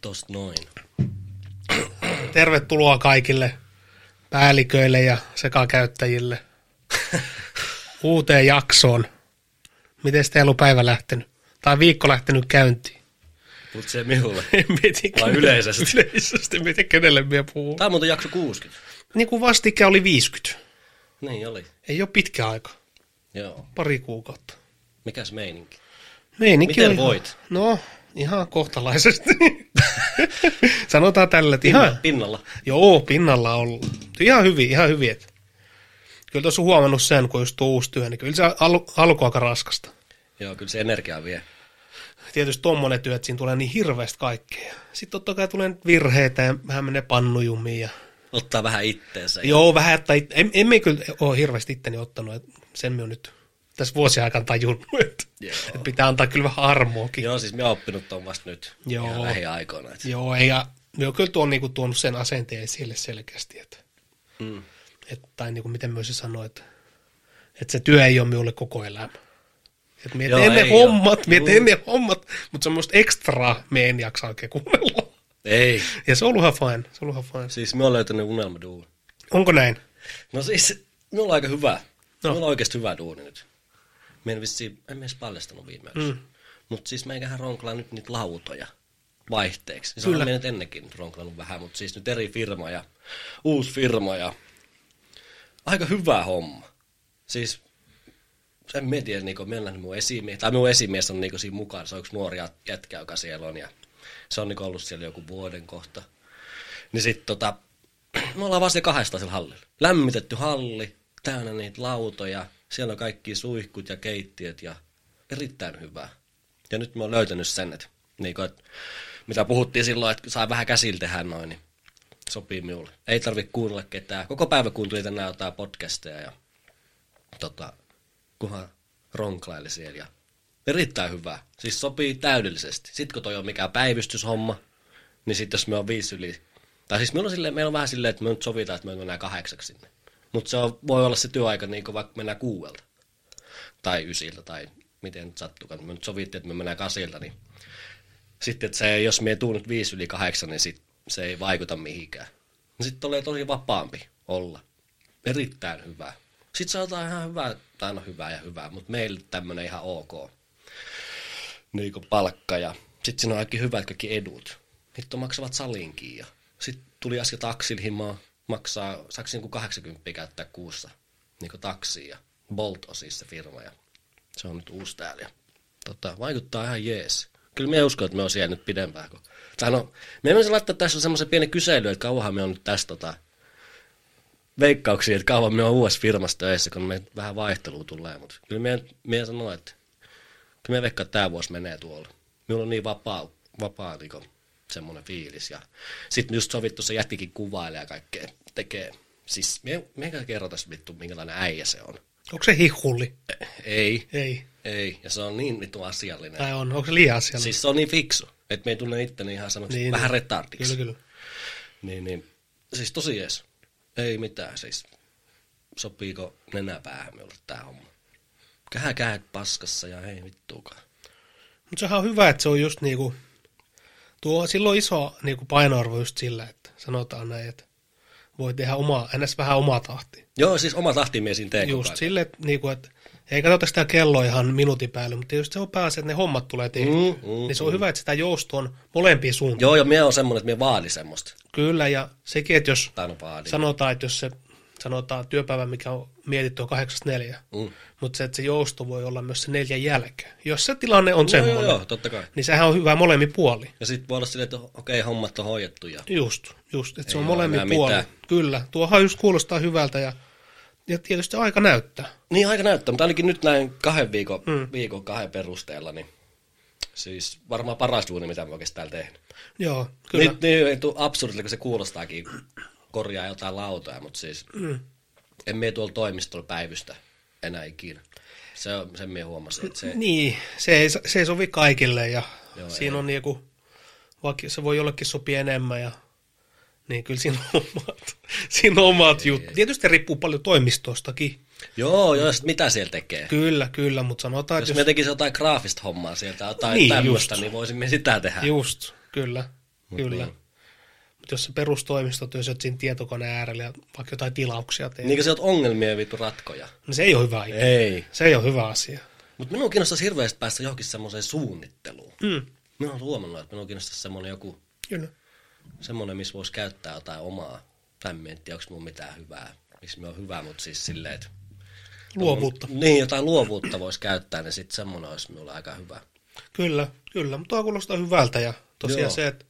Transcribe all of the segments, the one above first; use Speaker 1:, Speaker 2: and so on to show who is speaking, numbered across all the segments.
Speaker 1: tosta noin.
Speaker 2: Tervetuloa kaikille päälliköille ja sekakäyttäjille uuteen jaksoon. Miten teillä on päivä lähtenyt? Tai viikko lähtenyt käyntiin?
Speaker 1: Mut se minulle.
Speaker 2: Mietin,
Speaker 1: Vai
Speaker 2: kenen-
Speaker 1: yleisesti?
Speaker 2: Yleisesti, miten kenelle minä puhun.
Speaker 1: Tää on muuten jakso 60.
Speaker 2: Niin kuin vastikään oli 50.
Speaker 1: Niin oli.
Speaker 2: Ei ole pitkä aika.
Speaker 1: Joo.
Speaker 2: Pari kuukautta.
Speaker 1: Mikäs meininki?
Speaker 2: Meininki
Speaker 1: Miten
Speaker 2: oli-
Speaker 1: voit?
Speaker 2: No, ihan kohtalaisesti. Sanotaan tällä, että ihan,
Speaker 1: Pinnalla.
Speaker 2: Joo, pinnalla ollut. Ihan hyvin, ihan hyvin. Et. Kyllä tuossa on huomannut sen, kun just tuo uusi työ, niin kyllä se al- alku aika raskasta.
Speaker 1: Joo, kyllä se energiaa vie.
Speaker 2: Tietysti tuommoinen työ, että siinä tulee niin hirveästi kaikkea. Sitten totta kai tulee nyt virheitä ja vähän menee pannujumiin. Ja...
Speaker 1: Ottaa vähän itteensä. ja
Speaker 2: Joo, vähän, tai em, emme kyllä ole hirveästi itteni ottanut, että sen me on nyt tässä vuosien aikana tajunnut, että,
Speaker 1: Joo.
Speaker 2: että pitää antaa kyllä vähän armoakin. Joo,
Speaker 1: Joo, siis minä oon oppinut ton vasta nyt.
Speaker 2: Joo.
Speaker 1: Ihan lähiaikoina. Et.
Speaker 2: Joo ei, ja me on kyllä tuon, niin kuin, tuonut sen asenteen esille selkeästi, että
Speaker 1: Mm.
Speaker 2: et, tai niin kuin miten myös se sanoi, että, että se työ ei ole minulle koko elämä. Et mie
Speaker 1: Joo,
Speaker 2: teen ne
Speaker 1: ei Mm. oo.
Speaker 2: hommat, mie
Speaker 1: Juu.
Speaker 2: teen ne hommat, mutta semmoista ekstraa me en jaksa oikein kuunnella.
Speaker 1: Ei.
Speaker 2: Ja se on ollut ihan fine, se on ollut ihan fine.
Speaker 1: Siis minä oon löytänyt unelmaduun.
Speaker 2: Onko näin?
Speaker 1: No siis, minulla on aika hyvä.
Speaker 2: No.
Speaker 1: No. Minulla on oikeasti hyvä duuni nyt. Mä en vissiin, en mä edes paljastanut viime mm. Mutta siis meikähän ronklaa nyt niitä lautoja vaihteeksi. Siis
Speaker 2: Kyllä.
Speaker 1: Kyllä. nyt ennenkin ronklannut vähän, mutta siis nyt eri firma ja uusi firma ja aika hyvä homma. Siis en mä tiedä, niin mä en nähnyt mun esimies, tai mun esimies on niin siinä mukana, se on yksi nuori jätkä, joka siellä on, ja se on niin ollut siellä joku vuoden kohta. Niin sit tota, me ollaan vaan siellä kahdestaan siellä hallilla. Lämmitetty halli, täynnä niitä lautoja, siellä on kaikki suihkut ja keittiöt ja erittäin hyvää. Ja nyt mä oon löytänyt sen, että, niin kuin, että mitä puhuttiin silloin, että saa vähän käsillä tehdä noin, niin sopii minulle. Ei tarvitse kuunnella ketään. Koko päivä kuuntelin tänään jotain podcasteja ja tota, kunhan ronklaili siellä ja erittäin hyvä. Siis sopii täydellisesti. Sitten kun toi on mikään päivystyshomma, niin sitten jos me on viisi yli, tai siis meillä on, silleen, meillä on vähän silleen, että me nyt sovitaan, että me mennään kahdeksaksi sinne. Mutta se on, voi olla se työaika niin kuin vaikka mennään kuuelta tai ysiltä tai miten nyt sattukaan. Me nyt sovittiin, että me mennään kasilta, niin sitten että se, jos me ei tuu nyt viisi yli kahdeksan, niin sit se ei vaikuta mihinkään. No sitten tulee tosi vapaampi olla. Erittäin hyvä. Sitten saadaan ihan hyvää, tai no hyvää ja hyvää, mutta meillä tämmöinen ihan ok niin kuin palkka ja sitten siinä on kaikki hyvät kaikki edut. Hitto maksavat salinkin ja sitten tuli äsken taksilla himaa, maksaa, saako niinku 80 käyttää kuussa niin kuin taksia ja Bolt on siis se firma ja se on nyt uusi täällä ja tota, vaikuttaa ihan jees. Kyllä me uskon, että me on siellä nyt pidempään. Kuin... Tai no, me voisin laittaa tässä semmoisen pienen kyselyn, että kauanhan me on nyt tässä tota, veikkauksia, että kauan me on uudessa firmassa töissä, kun me vähän vaihtelua tulee, mutta kyllä me, me sanoo, että kyllä me veikkaan, että tämä vuosi menee tuolla. Minulla on niin vapaa, vapaa niin semmoinen fiilis. Ja sitten just sovittu se jättikin kuvailee ja kaikkea tekee. Siis me, me kerro tässä vittu, minkälainen äijä se on.
Speaker 2: Onko se hihulli?
Speaker 1: Ei,
Speaker 2: Ei.
Speaker 1: ei. Ja se on niin vittu asiallinen.
Speaker 2: Tai on, onko se liian asialla?
Speaker 1: Siis se on niin fiksu, että me ei tunne itteni ihan semmoista
Speaker 2: Niin,
Speaker 1: niin, vähän
Speaker 2: niin.
Speaker 1: retardiksi.
Speaker 2: Kyllä, kyllä.
Speaker 1: Niin, niin. Siis tosi jees. Ei mitään, siis sopiiko nenäpäähän minulle tää homma. Kähän kädet paskassa ja ei vittuukaan.
Speaker 2: Mutta sehän on hyvä, että se on just niinku, tuo silloin iso niinku painoarvo just sillä, että sanotaan näin, että voi tehdä omaa, ns. vähän omaa tahtia.
Speaker 1: Joo, siis oma tahtimiesin teen koko
Speaker 2: Just
Speaker 1: ajan.
Speaker 2: sille, että niinku, et, ei katsota sitä kelloa ihan minuutin päälle, mutta tietysti se on pääasia, että ne hommat tulee tehtyä.
Speaker 1: Mm, mm,
Speaker 2: niin se on hyvä, että sitä joustoa on molempiin suuntiin.
Speaker 1: Joo, ja minä on semmoinen, että minä vaadin semmoista.
Speaker 2: Kyllä, ja sekin, että jos
Speaker 1: Tai no vaadin.
Speaker 2: sanotaan, että jos se sanotaan työpäivä, mikä on mietitty on 8-4,
Speaker 1: Mm.
Speaker 2: mutta se, että se jousto voi olla myös se neljän jälkeen. Jos se tilanne on
Speaker 1: Joo, joo,
Speaker 2: semmoinen,
Speaker 1: joo, totta kai.
Speaker 2: niin sehän on hyvä molemmin puoli.
Speaker 1: Ja sitten voi olla silleen, että okei, hommat on hoidettu ja
Speaker 2: Just, just, että se
Speaker 1: Ei
Speaker 2: on
Speaker 1: ole
Speaker 2: molemmin
Speaker 1: enää
Speaker 2: puoli.
Speaker 1: mitään.
Speaker 2: Kyllä, tuohan just kuulostaa hyvältä ja, ja tietysti aika näyttää.
Speaker 1: Niin aika näyttää, mutta ainakin nyt näin kahden viikon, mm. viikon kahden perusteella, niin siis varmaan paras duuni, mitä mä oikeasti täällä tehnyt.
Speaker 2: Joo, kyllä.
Speaker 1: Kyllä. Niin, niin ei tule absurdilta, kun se kuulostaakin, korjaa jotain lautoja, mutta siis mm. en mie tuolla toimistolla päivystä enää ikinä. Se on, sen mie huomasin, että se,
Speaker 2: Niin, se ei, se ei sovi kaikille ja Joo,
Speaker 1: Joo,
Speaker 2: siinä on niinku, vaikka se voi jollekin sopia enemmän ja niin kyllä siinä on omat, siinä on omat jutut. Tietysti riippuu paljon toimistostakin.
Speaker 1: joo, joo, ja sit mitä siellä tekee?
Speaker 2: Kyllä, kyllä, mutta sanotaan,
Speaker 1: Jos
Speaker 2: että
Speaker 1: me tekisin jotain graafista hommaa sieltä tai
Speaker 2: Niin,
Speaker 1: niin, tämmöistä,
Speaker 2: just.
Speaker 1: niin voisimme sitä tehdä.
Speaker 2: jos, just, kyllä.
Speaker 1: Mut
Speaker 2: kyllä.
Speaker 1: Niin.
Speaker 2: Mutta jos se perustoimistotyö, sä oot siinä tietokoneen äärellä ja vaikka jotain tilauksia teet,
Speaker 1: Niin kuin sä oot ongelmien vittu ratkoja.
Speaker 2: niin se ei ole hyvä ei.
Speaker 1: Ei.
Speaker 2: Se ei ole hyvä asia.
Speaker 1: Mutta minua kiinnostaisi hirveästi päästä johonkin semmoiseen suunnitteluun.
Speaker 2: Mm.
Speaker 1: Minä olen huomannut, että minua kiinnostaisi semmoinen joku,
Speaker 2: Kyllä.
Speaker 1: semmoinen, missä voisi käyttää jotain omaa. Tai miettiä, onko minulla mitään hyvää. Miksi minä on hyvä, mutta siis silleen, että...
Speaker 2: Luovuutta.
Speaker 1: Niin, jotain luovuutta voisi käyttää, niin sitten semmoinen olisi minulla aika hyvä.
Speaker 2: Kyllä, kyllä. Mutta tuo kuulostaa hyvältä ja tosiaan
Speaker 1: Joo.
Speaker 2: Joo. se, että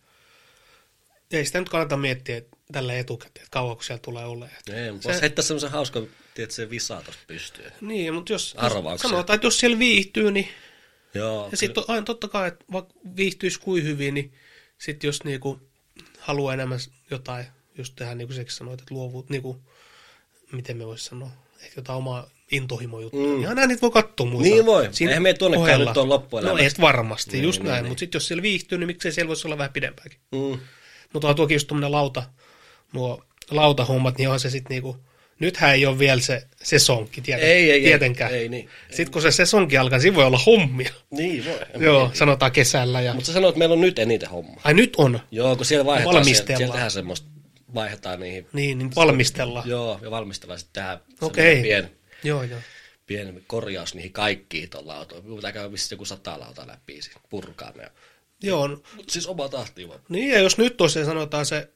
Speaker 2: ei sitä nyt kannata miettiä että tällä etukäteen, että kauanko siellä tulee olemaan.
Speaker 1: Ei, mutta
Speaker 2: Se-
Speaker 1: voisi heittää semmoisen hauskan, tiedätkö, se visaa tuosta pystyyn.
Speaker 2: Niin, mutta jos
Speaker 1: Arvauksia.
Speaker 2: sanotaan, että jos siellä viihtyy, niin
Speaker 1: Joo,
Speaker 2: ja sitten aina totta kai, että vaikka viihtyisi kuin hyvin, niin sitten jos niinku haluaa enemmän s- jotain, just tehdä niin kuin sekin sanoit, että luovuut, niinku, miten me voisi sanoa, ehkä jotain omaa intohimojuttua. Mm. Ihan näin niitä voi katsoa muuta.
Speaker 1: Niin voi. Eihän me ei tuonnekään
Speaker 2: ohella.
Speaker 1: nyt ole loppuelämästä.
Speaker 2: No ei sit varmasti, niin, just
Speaker 1: niin,
Speaker 2: niin, näin.
Speaker 1: niin.
Speaker 2: Niin. Mutta sitten jos siellä viihtyy, niin miksei siellä voisi olla vähän pidempäänkin.
Speaker 1: Mm.
Speaker 2: Mutta on tuokin just tuommoinen lauta, nuo lautahommat, niin on se sitten niinku, nythän ei ole vielä se sesonki, tieten,
Speaker 1: Ei, ei, ei.
Speaker 2: tietenkään.
Speaker 1: Ei, niin.
Speaker 2: Sitten kun se sesonki alkaa, niin siinä voi olla hommia.
Speaker 1: Niin voi.
Speaker 2: Joo, sanotaan kesällä. Ja...
Speaker 1: Mutta sä sanoit, että meillä on nyt eniten homma.
Speaker 2: Ai nyt on.
Speaker 1: Joo, kun siellä vaihdetaan, siellä,
Speaker 2: Valmistellaan.
Speaker 1: siellä tehdään semmoista, vaihdetaan niihin.
Speaker 2: Niin, niin valmistellaan.
Speaker 1: Joo, ja valmistellaan sitten tehdään
Speaker 2: Okei.
Speaker 1: okay. pieni,
Speaker 2: Joo, joo.
Speaker 1: pieni korjaus niihin kaikkiin tuon lautoon. Minun Pitää käydä vissiin joku sata lautaa läpi, siinä, purkaa ne.
Speaker 2: Joo, no,
Speaker 1: Mutta siis oma tahti vaan.
Speaker 2: niin ja jos nyt olisi, sanotaan se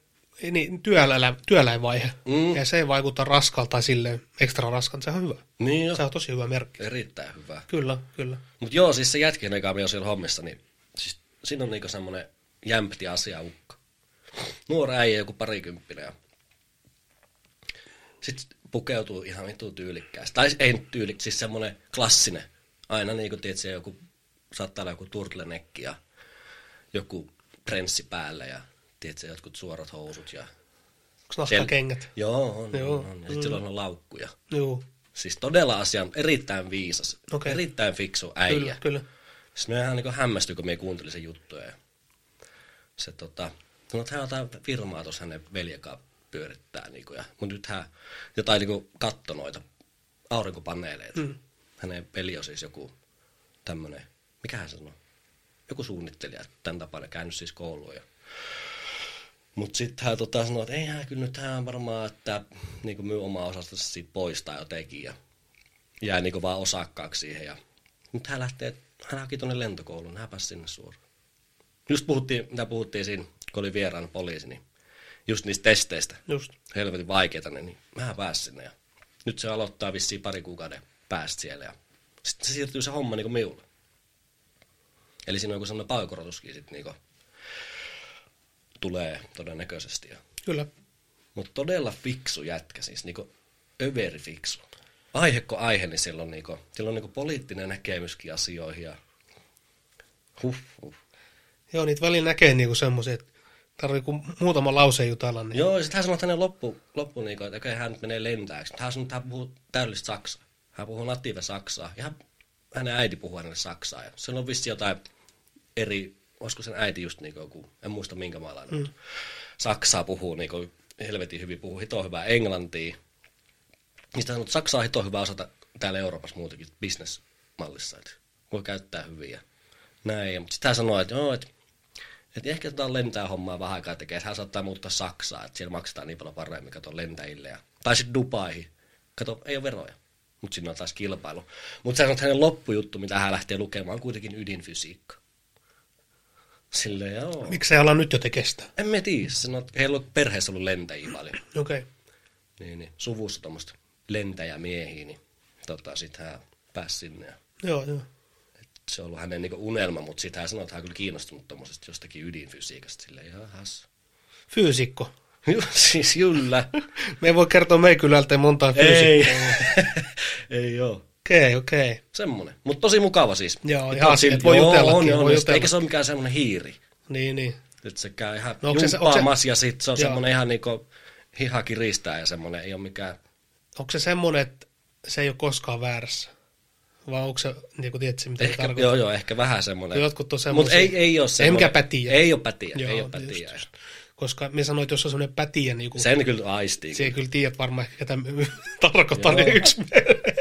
Speaker 2: niin, työläin, työläinvaihe,
Speaker 1: Mm.
Speaker 2: mm. ja se ei vaikuta raskalta tai silleen ekstra raskalta, sehän on hyvä.
Speaker 1: Niin joo.
Speaker 2: Se on tosi hyvä merkki.
Speaker 1: Erittäin hyvä.
Speaker 2: Kyllä, kyllä.
Speaker 1: Mutta joo, siis se jätkin, joka on siellä hommissa, niin siis, siinä on niinku semmoinen jämpti asiaukka. Nuori äijä, joku parikymppinen. Ja... Sitten pukeutuu ihan vittu tyylikkäästi. Tai ei nyt tyylik, siis semmoinen klassinen. Aina niinku, tiedätkö, joku, saattaa olla joku turtlenekki ja joku prenssi päällä ja tiedätkö, jotkut suorat housut ja...
Speaker 2: Onko nahkakengät?
Speaker 1: Joo, on, joo.
Speaker 2: Joo. Mm.
Speaker 1: on, on. Ja sitten sillä on laukkuja.
Speaker 2: Joo,
Speaker 1: Siis todella asian, erittäin viisas, okay.
Speaker 2: Okei.
Speaker 1: erittäin fiksu äijä.
Speaker 2: kyllä, kyllä.
Speaker 1: Sitten me ihan niin hämmästyi, kun me kuuntelin sen juttuja. Ja se tota, no, että hän on jotain firmaa tuossa hänen veljekaan pyörittää. Niin kuin, ja, mutta nyt hän jotain niin kuin, katto noita aurinkopaneeleita. Mm. Hänen peli on siis joku tämmöinen, mikä hän sanoi, joku suunnittelija, tämän tapainen, käynyt siis kouluun. Ja. Mutta sitten hän tota, sanoi, että eihän kyllä nyt hän varmaan, että niin kuin myy omaa osastonsa siitä pois tai jotenkin. Ja jää niinku vaan osakkaaksi siihen. Ja... Nyt hän lähtee, hän haki tuonne lentokouluun, hän pääsi sinne suoraan. Just puhuttiin, mitä puhuttiin siinä, kun oli vieraana poliisi, niin just niistä testeistä,
Speaker 2: Just.
Speaker 1: helvetin vaikeita ne, niin mä pääsin sinne. Ja nyt se aloittaa vissiin pari kuukauden päästä siellä ja sitten se siirtyy se homma niinku miulle. Eli siinä on joku sellainen palkorotuskin sitten niinku tulee todennäköisesti. Ja
Speaker 2: Kyllä.
Speaker 1: mutta todella fiksu jätkä, siis niinku överifiksu. Aihe kun aihe, niin sillä on, niinku, sillä on niinku poliittinen näkemyskin asioihin ja huh, huh.
Speaker 2: Joo, niitä välillä näkee niinku semmoisia, että tarvii kun muutama lause jutella, niin
Speaker 1: Joo, ja sitten hän sanoi, että hänen loppu, loppu niinku, että okei, hän nyt menee lentääksi. Mutta hän sanoi, että hän puhuu täydellistä saksaa. Hän puhuu natiive saksaa. Ja hän, hänen äiti puhuu hänelle saksaa. Ja sillä on vissi jotain eri, olisiko sen äiti just niinku joku, en muista minkä maalainen. Mm. Saksaa puhuu niinku, helvetin hyvin, puhuu hito hyvää englantia. Niistä sanoo, että Saksa on hito hyvä osata täällä Euroopassa muutenkin bisnesmallissa, että voi käyttää hyviä. Näin, mutta sitten hän sanoi, että joo, että, että ehkä tätä lentää hommaa vähän aikaa tekee, että hän saattaa muuttaa Saksaa, että siellä maksetaan niin paljon paremmin, kato lentäjille. Ja, tai sitten Dubaihin, kato, ei ole veroja, mutta siinä on taas kilpailu. Mutta hän sanoi, että hänen loppujuttu, mitä hän lähtee lukemaan, on kuitenkin ydinfysiikka. Silleen, joo.
Speaker 2: miksei ala nyt jo tekee sitä.
Speaker 1: En mä tiedä, sanoi, että heillä on perheessä ollut lentäjiä paljon
Speaker 2: Okei. Okay.
Speaker 1: niin, niin, suvussa tuommoista lentäjämiehiä, niin tota, sitten hän pääsi sinne. Ja,
Speaker 2: Joo, joo.
Speaker 1: et se on ollut hänen niin unelma, mutta sitten hän sanoi, että hän on kyllä kiinnostunut tuommoisesta jostakin ydinfysiikasta. Silleen, jahas.
Speaker 2: Fyysikko.
Speaker 1: Joo, siis kyllä.
Speaker 2: Me ei voi kertoa meikylältä montaa
Speaker 1: ei.
Speaker 2: fyysikkoa.
Speaker 1: ei oo.
Speaker 2: Okei, okei.
Speaker 1: Semmonen. Mutta tosi mukava siis.
Speaker 2: Joo,
Speaker 1: Mut
Speaker 2: ihan
Speaker 1: on
Speaker 2: silti,
Speaker 1: silti-
Speaker 2: voi
Speaker 1: joo,
Speaker 2: jutellakin,
Speaker 1: on,
Speaker 2: voi
Speaker 1: on, just-
Speaker 2: jutella.
Speaker 1: Eikä se ole mikään semmoinen hiiri.
Speaker 2: Niin, niin.
Speaker 1: Että se käy ihan
Speaker 2: No
Speaker 1: no,
Speaker 2: onko se se- onko se-
Speaker 1: jumppaamassa ja sitten se on
Speaker 2: Joo.
Speaker 1: semmoinen ihan niinku hiha kiristää ja semmoinen ei ole mikään
Speaker 2: Onko se semmoinen, että se ei ole koskaan väärässä? Vai onko se, niin kuin tiedätkö, mitä se
Speaker 1: Ehkä,
Speaker 2: tarkoittaa?
Speaker 1: joo, joo, ehkä vähän semmoinen.
Speaker 2: Jotkut on
Speaker 1: Mutta
Speaker 2: semmoisia.
Speaker 1: ei, ei ole semmoinen.
Speaker 2: Ei mikään pätiä.
Speaker 1: Ei ole pätiä, joo,
Speaker 2: Joo,
Speaker 1: ei ole
Speaker 2: just,
Speaker 1: pätiä.
Speaker 2: just. Koska minä sanoin, että jos on semmoinen pätiä, niin kuin, se,
Speaker 1: Sen kyllä aistii.
Speaker 2: se ei kyllä tiedät varmaan ehkä, ketä tarkoittaa
Speaker 1: Joo.
Speaker 2: niin yksi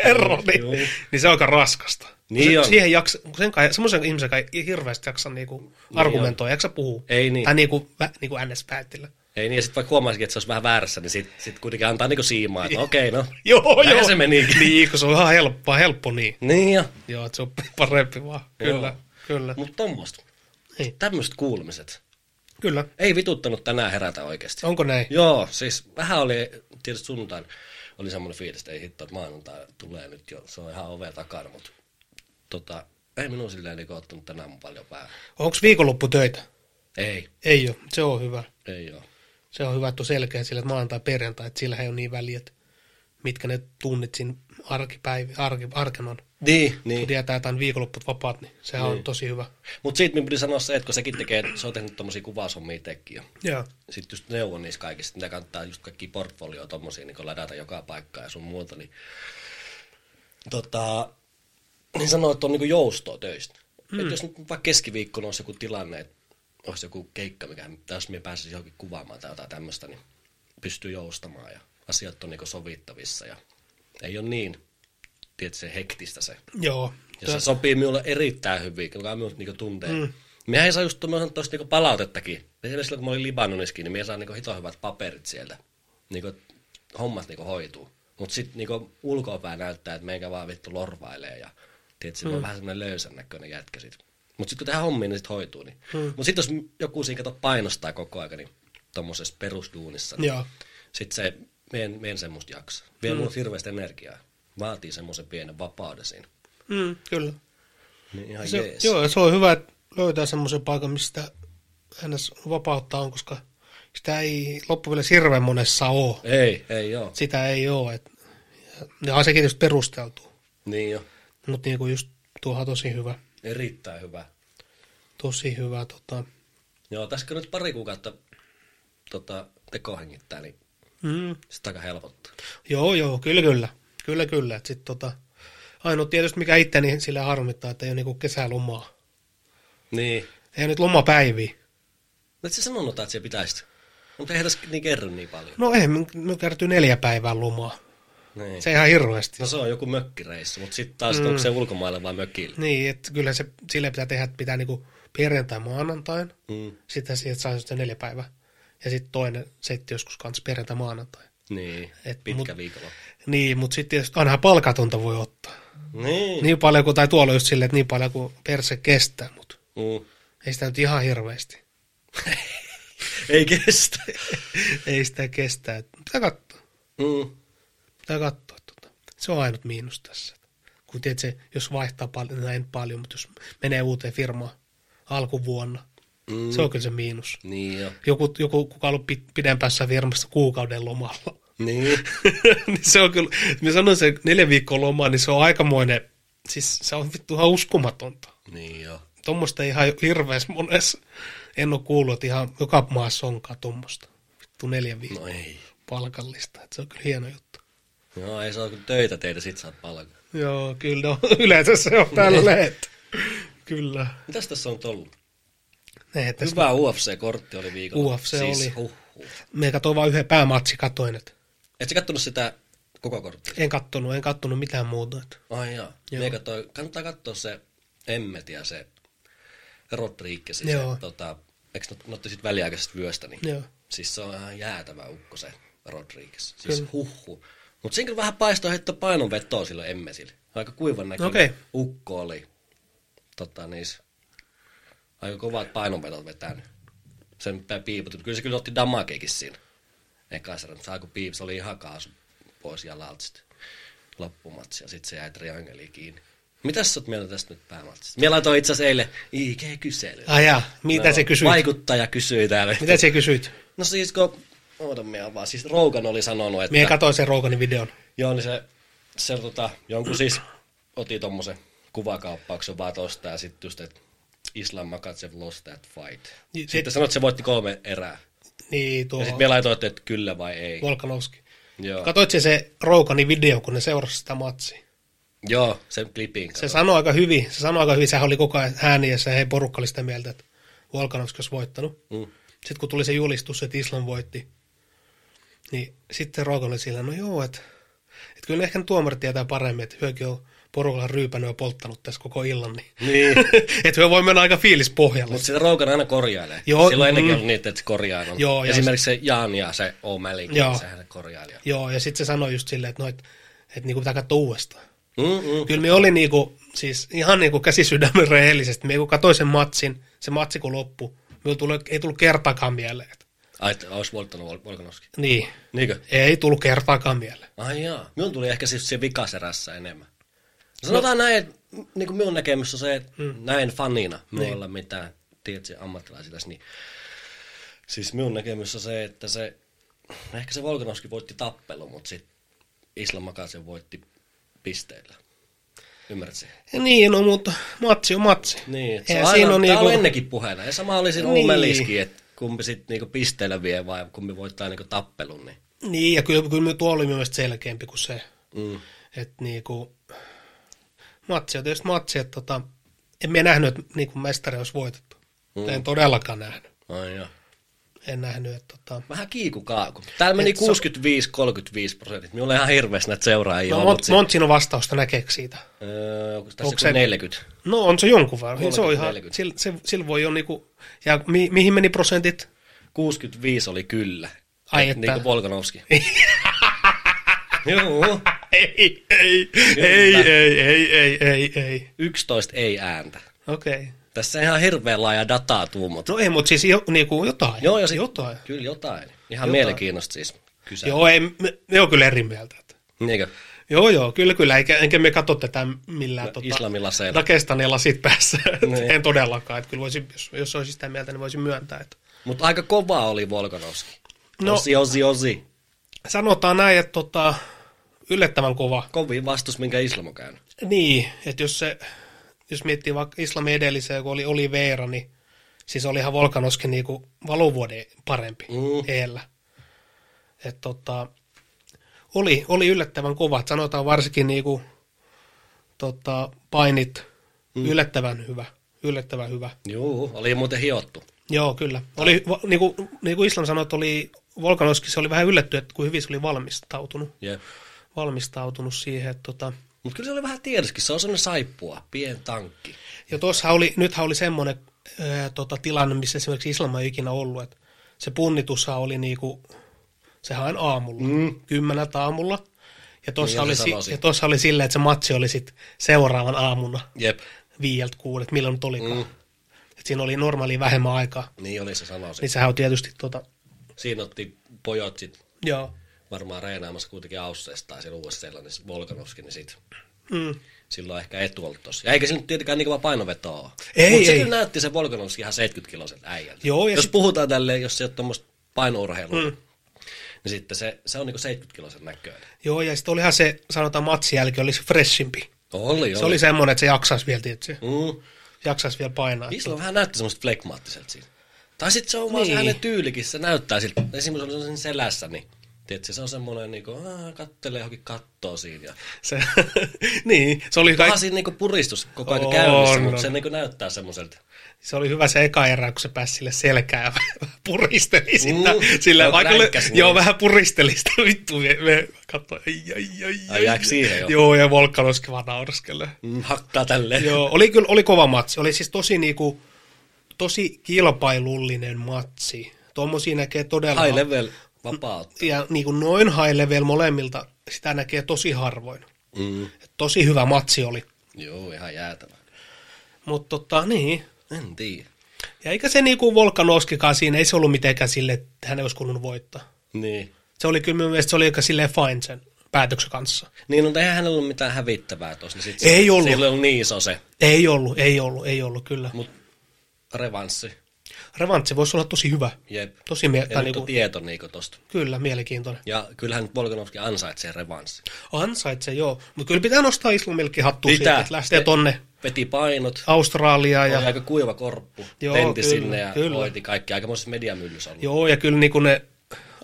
Speaker 2: ero, niin,
Speaker 1: Joo.
Speaker 2: niin se on aika raskasta.
Speaker 1: Niin
Speaker 2: se,
Speaker 1: on.
Speaker 2: Siihen jaksa, kun sen kai, semmoisen ihmisen kai ei hirveästi jaksa niinku argumentoida, jaksa puhua.
Speaker 1: Niin Ei niin.
Speaker 2: Tai niinku, vä, niinku ns päättillä.
Speaker 1: Ei niin, ja sitten vaikka huomasikin, että se olisi vähän väärässä, niin sitten sit kuitenkin antaa niinku siimaa, että okei, no.
Speaker 2: Joo,
Speaker 1: Näin se menikin.
Speaker 2: Niin, kun se on ihan helppoa, helppo niin.
Speaker 1: Niin jo.
Speaker 2: Joo, että se on parempi vaan. Kyllä,
Speaker 1: Joo.
Speaker 2: kyllä.
Speaker 1: Mutta tommoista.
Speaker 2: Niin.
Speaker 1: Tämmöiset kuulumiset.
Speaker 2: Kyllä.
Speaker 1: Ei vituttanut tänään herätä oikeasti.
Speaker 2: Onko näin?
Speaker 1: Joo, siis vähän oli, tietysti sunnuntain oli semmoinen fiilis, että ei hitto, että maanantai tulee nyt jo, se on ihan ove takana, mutta tota, ei minun silleen niin ottanut tänään paljon päähän.
Speaker 2: Onko viikonloppu töitä?
Speaker 1: Ei,
Speaker 2: Ei ole. Se on hyvä.
Speaker 1: ei oo.
Speaker 2: Se on hyvä, että on selkeä sillä, että maanantai perjantai, että sillä ei ole niin väliä, että mitkä ne tunnit siinä arkipäivi, arki, arken on.
Speaker 1: Niin,
Speaker 2: Kun
Speaker 1: niin.
Speaker 2: tietää jotain viikonlopput vapaat, niin sehän on tosi hyvä.
Speaker 1: Mutta siitä minun piti sanoa se, että kun sekin tekee, se on tehnyt tommosia kuvaushommia itsekin jo.
Speaker 2: Joo.
Speaker 1: Sitten just neuvon niissä kaikista, mitä kannattaa just kaikki portfolioa tommosia niin ladata joka paikkaan ja sun muuta, niin tota, niin sanoo, että on niin joustoa töistä. Mm. Et jos nyt vaikka keskiviikkona olisi joku tilanne, että olisi joku keikka, mikä tässä minä pääsisin johonkin kuvaamaan tai jotain tämmöistä, niin pystyy joustamaan ja asiat on niin sovittavissa ja ei ole niin, tiedätkö, se hektistä se.
Speaker 2: Joo.
Speaker 1: Ja se sopii minulle erittäin hyvin, joka minut niinku tuntee. Mm. Miehän saa just tuommoisen tuosta niinku palautettakin. Esimerkiksi silloin, kun mä olin Libanonissakin, niin mie saan niinku hito hyvät paperit sieltä. Niinku, et hommat niinku hoituu. Mutta sitten niinku ulkoopää näyttää, että meikä vaan vittu lorvailee ja tiedätkö, mm. on vähän semmoinen löysän näköinen jätkä sit. Mutta sitten kun tehdään hommia, niin sit hoituu. Niin. Mm. Mutta sitten jos joku siinä kato painostaa koko aika, niin tuommoisessa perusduunissa, niin
Speaker 2: Joo.
Speaker 1: sitten se, meidän, meidän semmoista jaksa. Vie mm. mulle hirveästi energiaa. Vaatii semmoisen pienen vapauden siinä.
Speaker 2: Mm, kyllä.
Speaker 1: Niin ihan
Speaker 2: Se,
Speaker 1: jees.
Speaker 2: Joo, ja se on hyvä, että löytää semmoisen paikan, mistä hänes vapautta on, koska sitä ei loppupeleissä hirveän monessa ole.
Speaker 1: Ei, ei joo.
Speaker 2: Sitä ei ole. Et, ja, ja sekin just perusteltu.
Speaker 1: Niin jo.
Speaker 2: Mutta niinku just tuohan tosi hyvä.
Speaker 1: Erittäin hyvä.
Speaker 2: Tosi hyvä. Tota.
Speaker 1: Joo, tässä kun nyt pari kuukautta tota, tekohengittää, niin
Speaker 2: Mm.
Speaker 1: sitä aika helpottaa.
Speaker 2: Joo, joo, kyllä, kyllä. Kyllä, kyllä. Et sit, tota, ainoa tietysti mikä itteni sillä harmittaa, että ei ole niinku kesälomaa.
Speaker 1: Niin.
Speaker 2: Ei ole nyt lomapäiviä.
Speaker 1: No et sä sanonut, että se pitäisi. Mutta eihän tässä niin kerro niin paljon.
Speaker 2: No ei, me, me kertyy neljä päivää lomaa.
Speaker 1: Niin.
Speaker 2: Se ihan hirveästi.
Speaker 1: No se on joku mökkireissu, mutta sitten taas mm. onko se ulkomaille vai mökille?
Speaker 2: Niin, että kyllä se sille pitää tehdä, että pitää niinku perjantai maanantain,
Speaker 1: Mm.
Speaker 2: sitten siitä saa sitten neljä päivää. Ja sitten toinen setti joskus kanssa perjantai maanantai.
Speaker 1: Niin,
Speaker 2: Et
Speaker 1: pitkä
Speaker 2: mut-
Speaker 1: viikolla.
Speaker 2: Niin, mutta sitten tietysti ainahan palkatonta voi ottaa.
Speaker 1: Niin.
Speaker 2: Niin paljon kuin, tai tuolla just silleen, että niin paljon kuin perse kestää, mutta
Speaker 1: Mm.
Speaker 2: ei sitä nyt ihan hirveästi.
Speaker 1: Ei kestä.
Speaker 2: ei sitä kestää. Et Pitää katsoa.
Speaker 1: Mm.
Speaker 2: Pitää katsoa. Tota. Se on ainut miinus tässä. Kun tiedät, se, jos vaihtaa paljon, näin paljon, mutta jos menee uuteen firmaan alkuvuonna,
Speaker 1: Mm.
Speaker 2: mm. se on kyllä se miinus.
Speaker 1: Niin jo.
Speaker 2: Joku, joku kuka on ollut pi- pidempässä firmassa kuukauden lomalla.
Speaker 1: Niin.
Speaker 2: niin se on kyllä, mä sanon se neljä viikkoa lomaa, niin se on aikamoinen, siis se on vittu ihan uskomatonta.
Speaker 1: niin jo.
Speaker 2: Tuommoista ei ihan hirveässä monessa. En ole kuullut, että ihan joka maassa onkaan tuommoista. Vittu neljä viikkoa
Speaker 1: No ei.
Speaker 2: palkallista. Että se on kyllä hieno juttu.
Speaker 1: No ei saa kun töitä tehdä, sit saat palkan.
Speaker 2: Joo, kyllä no, yleensä se on tälleen. että- kyllä.
Speaker 1: Mitäs tässä on nyt ollut?
Speaker 2: Ne, että
Speaker 1: Hyvä UFC-kortti oli viikolla.
Speaker 2: UFC
Speaker 1: siis,
Speaker 2: oli.
Speaker 1: Huhhuh.
Speaker 2: me katsoin vain yhden päämatsi, katoin, että
Speaker 1: Et sä kattonut sitä koko korttia?
Speaker 2: en kattonut, en kattonut mitään muuta. Että.
Speaker 1: Ai jaa.
Speaker 2: Joo.
Speaker 1: Joo. Kattoi, kannattaa katsoa se Emmet ja se Rodriguez. Se,
Speaker 2: Joo.
Speaker 1: tota, eikö ne, ne otti sit väliaikaisesta vyöstä? Niin.
Speaker 2: Joo.
Speaker 1: Siis se on ihan jäätävä ukko se Rodriguez. Siis huhhu. Mut siinä kyllä vähän paistoi heittää painon vetoa silloin Emmetille. Aika kuivan näköinen
Speaker 2: Okei.
Speaker 1: ukko oli. Tota niis. Aika kovat painonvedot vetänyt. Sen pitää piipotut. Kyllä se kyllä otti damakeekin siinä. Ekassa mutta saako piip, se oli ihan kaasu pois jalalta sitten loppumatsi ja sitten se jäi triangeliin kiinni. Mitäs sä oot mieltä tästä nyt päämatsista? Mä laitoin itse asiassa eilen IG-kysely.
Speaker 2: Ai jaa, mitä no, se kysyit?
Speaker 1: Vaikuttaja kysyi täällä.
Speaker 2: Mitä se kysyit?
Speaker 1: No siis kun, ootan minä vaan, siis Rougan oli sanonut, että
Speaker 2: Mie katsoin sen Roganin videon.
Speaker 1: joo, niin se, se tota, jonkun siis oti tommosen kuvakaappauksen vaan tosta ja sitten just, että Islam Makatsev lost that fight.
Speaker 2: Ni-
Speaker 1: Sitten sanoit, että se voitti kolme erää.
Speaker 2: Niin, tuo
Speaker 1: Ja sitten me laitoitte, että kyllä vai ei.
Speaker 2: Volkanovski.
Speaker 1: Joo.
Speaker 2: Katoit sä se Roganin video, kun ne seurasi sitä matsia?
Speaker 1: Joo, sen klipin
Speaker 2: Se
Speaker 1: se...
Speaker 2: sanoi aika hyvin, se sanoi aika hyvin, sehän oli koko ajan ääniessä ja hei porukka oli sitä mieltä, että Volkanovski olisi voittanut.
Speaker 1: Mm.
Speaker 2: Sitten kun tuli se julistus, että Islam voitti, niin sitten Rogan oli sillä, no joo, että, että kyllä ne ehkä ne tuomarit tietää paremmin, että hyökin on porukalla ryypännyt ja polttanut tässä koko illan, niin
Speaker 1: Niin.
Speaker 2: että me voi mennä aika fiilispohjalle.
Speaker 1: Mutta sitä Rogan aina korjailee.
Speaker 2: Joo,
Speaker 1: Joo, Silloin ennenkin
Speaker 2: mm.
Speaker 1: mm. ollut niitä, että se korjailee.
Speaker 2: Joo, ja
Speaker 1: Esimerkiksi se Jaan ja se O'Malley,
Speaker 2: Joo.
Speaker 1: niin sehän se korjaili.
Speaker 2: Joo, ja sitten se sanoi just silleen, että no, et, et niinku pitää katsoa uudestaan.
Speaker 1: Mm, mm.
Speaker 2: Kyllä me oli niinku, siis ihan niinku käsi sydämen rehellisesti. Me kun katsoin sen matsin, se matsi kun loppui, minulla tuli, ei tullut kertaakaan mieleen. että-
Speaker 1: Ai, että olisi voittanut Vol- Volkanovski.
Speaker 2: Niin,
Speaker 1: Niinkö?
Speaker 2: ei tullut kertaakaan mieleen.
Speaker 1: Ai jaa. Minun tuli ehkä siis se vikaserässä enemmän. Sanotaan no. näin, että niin kuin minun näkemys on se, että mm. näin fanina, minulla niin. ei ole mitään, tiedätkö, ammattilaisilla, niin siis minun näkemys on se, että se, ehkä se Volkanovski voitti tappelun, mutta sitten Islam Makasen voitti pisteillä. Ymmärrätkö?
Speaker 2: Niin, no mutta matsi on matsi.
Speaker 1: Niin, se
Speaker 2: Eihän
Speaker 1: on aina, on niinku...
Speaker 2: niinku-
Speaker 1: oli ennenkin puheena. Ja sama oli siinä
Speaker 2: Niin.
Speaker 1: niin. että kumpi sitten niinku pisteellä vie vai kumpi voittaa niinku tappelun. Niin.
Speaker 2: Niin, ja kyllä, kyllä me tuo oli myös selkeämpi kuin se.
Speaker 1: Mm.
Speaker 2: Että niinku, matsi on tietysti matsi, että tota, en minä nähnyt, että niinku mestari olisi voitettu. Mm. En todellakaan nähnyt.
Speaker 1: Ai joo.
Speaker 2: En nähnyt, että tota,
Speaker 1: Vähän kiikukaaku. Täällä meni
Speaker 2: Et se-
Speaker 1: 65-35 prosentit. Minulla on ihan hirveästi näitä seuraajia.
Speaker 2: no,
Speaker 1: No,
Speaker 2: mont,
Speaker 1: mutta
Speaker 2: mont siinä on vastausta näkeekö siitä?
Speaker 1: öö, onko tässä
Speaker 2: onko
Speaker 1: joku
Speaker 2: se-
Speaker 1: 40?
Speaker 2: No on se jonkun verran. Se on ihan,
Speaker 1: 30-40.
Speaker 2: sillä, se, sillä voi jo niinku, ja mi, mihin meni prosentit?
Speaker 1: 65 oli kyllä.
Speaker 2: Ai
Speaker 1: Et
Speaker 2: että.
Speaker 1: Niin kuin Volkanovski. Joo.
Speaker 2: Ei, ei, ei,
Speaker 1: Kyllä.
Speaker 2: ei, ei, ei, ei, ei.
Speaker 1: 11 ei ääntä.
Speaker 2: Okei. Okay.
Speaker 1: Tässä ihan hirveän laaja dataa tuumattu.
Speaker 2: No ei, mutta siis jo, niinku jotain.
Speaker 1: Joo, ja sit,
Speaker 2: jotain.
Speaker 1: Kyllä jotain. Ihan
Speaker 2: Jotain.
Speaker 1: mielenkiinnosta siis kyse.
Speaker 2: Joo, ei, me, me on kyllä eri mieltä. että-
Speaker 1: Niinkö?
Speaker 2: Joo, joo, kyllä, kyllä. Eikä, enkä me katso tätä millään no, tota,
Speaker 1: islamilaseilla.
Speaker 2: Dagestanin lasit päässä.
Speaker 1: Niin.
Speaker 2: en todellakaan. Että kyllä voisi, jos, jos olisi sitä mieltä, niin voisin myöntää. Että.
Speaker 1: Mutta aika kova oli Volkanovski.
Speaker 2: No.
Speaker 1: No. Osi, osi, osi.
Speaker 2: Sanotaan näin, että tota, yllättävän kova
Speaker 1: Kovin vastus, minkä Islam on käynyt.
Speaker 2: Niin, että jos, se, jos miettii vaikka islamin edellisen, kun oli Oliveira, niin siis olihan Volkanovski niinku valuvuoden parempi mm.
Speaker 1: Mm.
Speaker 2: eellä. Et tota, oli, oli yllättävän kova, et sanotaan varsinkin niinku, tota, painit mm. yllättävän hyvä. Yllättävän hyvä.
Speaker 1: Joo, oli muuten hiottu.
Speaker 2: Joo, kyllä. Oli, va, niinku, niinku Islam sanoi, että oli Volkanovski, se oli vähän yllätty, että kuin hyvin se oli valmistautunut,
Speaker 1: Jep.
Speaker 2: valmistautunut siihen, että tota,
Speaker 1: Mutta kyllä se oli vähän tiedoskin, se on semmoinen saippua, pien tankki.
Speaker 2: Ja tuossahan oli, nythän oli semmoinen ää, tota, tilanne, missä esimerkiksi Islam ei ikinä ollut, että se punnitushan oli niinku, sehän aina aamulla, mm. kymmeneltä aamulla. Ja tuossa
Speaker 1: Niin,
Speaker 2: oli,
Speaker 1: ja se
Speaker 2: si-
Speaker 1: sanoisi.
Speaker 2: ja tuossa oli silleen, että se matsi oli sitten seuraavan aamuna
Speaker 1: Jep.
Speaker 2: viieltä kuudet, milloin nyt olikaan. Mm.
Speaker 1: Mm.
Speaker 2: Et siinä oli normaali vähemmän aikaa.
Speaker 1: Niin oli se sanoisin.
Speaker 2: Niin
Speaker 1: Niin.
Speaker 2: sehän on tietysti tota,
Speaker 1: Siinä otti pojat sit
Speaker 2: joo.
Speaker 1: varmaan reenaamassa kuitenkin Ausseessa tai siellä uudessa sellainen Volkanovski, niin sit
Speaker 2: Mm.
Speaker 1: silloin ehkä etu ollut tossa. Ja eikä sillä nyt tietenkään niin kova painoveto ole.
Speaker 2: Ei,
Speaker 1: Mut se
Speaker 2: ei.
Speaker 1: kyllä näytti se Volkanovski ihan 70-kiloiselta äijältä.
Speaker 2: Joo, ja
Speaker 1: jos
Speaker 2: sit-
Speaker 1: puhutaan tälleen, jos se on tuommoista painourheilua, mm. niin sitten se, se on niinku 70-kiloisen näköinen.
Speaker 2: Joo, ja sitten olihan se, sanotaan matsin jälkeen, oli se freshimpi.
Speaker 1: Oli,
Speaker 2: Se oli semmoinen, että se jaksaisi vielä, tietysti,
Speaker 1: Mm.
Speaker 2: jaksaisi vielä painaa.
Speaker 1: Islam vähän näytti semmoista flekmaattiselta siinä. Tai sitten se on vaan
Speaker 2: Niin.
Speaker 1: se hänen tyylikin, se näyttää siltä. Esimerkiksi kun se on siinä selässä, niin tiedätkö, se on semmoinen niinku, aah, kattelee johonkin kattoo siinä. Ja...
Speaker 2: Se, niin, se oli, kaik-
Speaker 1: Vähän siinä niinku puristus koko ajan
Speaker 2: On,
Speaker 1: käynnissä, mutta
Speaker 2: on.
Speaker 1: se niinku näyttää semmoiselta.
Speaker 2: Se oli hyvä se eka erä, kun se pääsi sille selkään ja vähän puristeli sitä. Mm,
Speaker 1: Mm,
Speaker 2: sillä
Speaker 1: joo,
Speaker 2: vaikka oli,
Speaker 1: ränkkäs niin.
Speaker 2: joo, vähän puristeli sitä vittu. Me, me katsoi, ai, ai, ai,
Speaker 1: Ai, jääkö siihen jo?
Speaker 2: Joo, ja Volkanovski vaan naureskelee.
Speaker 1: Mm, hakkaa tälleen.
Speaker 2: joo, oli kyllä, oli kova matsi. Oli siis tosi niinku, tosi kilpailullinen matsi. Tuommoisia näkee todella...
Speaker 1: High level vapaat.
Speaker 2: Ja niinku noin high level molemmilta, sitä näkee tosi harvoin.
Speaker 1: Mm.
Speaker 2: Et tosi hyvä matsi oli.
Speaker 1: Joo, ihan jäätävä.
Speaker 2: Mutta tota, niin,
Speaker 1: En tiedä.
Speaker 2: Ja eikä se niinku Volkanovskikaan siinä, ei se ollut mitenkään sille, että hän ei olisi kuulunut voittaa.
Speaker 1: Niin.
Speaker 2: Se oli kyllä minun mielestä, se oli aika silleen fine sen päätöksen kanssa.
Speaker 1: Niin, mutta eihän hänellä ollut mitään hävittävää tuossa. Niin sit
Speaker 2: Ei
Speaker 1: se,
Speaker 2: ollut.
Speaker 1: Sillä ei ollut niin iso se
Speaker 2: Ei ollut, ei ollut, ei ollut, kyllä.
Speaker 1: Mut- revanssi.
Speaker 2: Revantti voisi olla tosi hyvä.
Speaker 1: Jep.
Speaker 2: Tosi mie-
Speaker 1: Ja
Speaker 2: tai
Speaker 1: nyt
Speaker 2: niinku,
Speaker 1: on tieto niinku tosta.
Speaker 2: kyllä, mielenkiintoinen.
Speaker 1: Ja kyllähän nyt Volkanovski ansaitsee revanssi.
Speaker 2: Ansaitsee, joo. Mutta kyllä pitää nostaa islamillekin hattua
Speaker 1: Pitää.
Speaker 2: siitä, että lähtee tonne
Speaker 1: Veti painot,
Speaker 2: Australiaan.
Speaker 1: ja. oli
Speaker 2: Ah, Ja,
Speaker 1: aika kuiva korppu,
Speaker 2: Joo,
Speaker 1: joo, tenti
Speaker 2: kyllä,
Speaker 1: kyllä, sinne ja
Speaker 2: kyllä.
Speaker 1: kyllä. hoiti kaikki. Aikamoisessa mediamyllyssä ollut. Joo.
Speaker 2: joo, ja kyllä niinku ne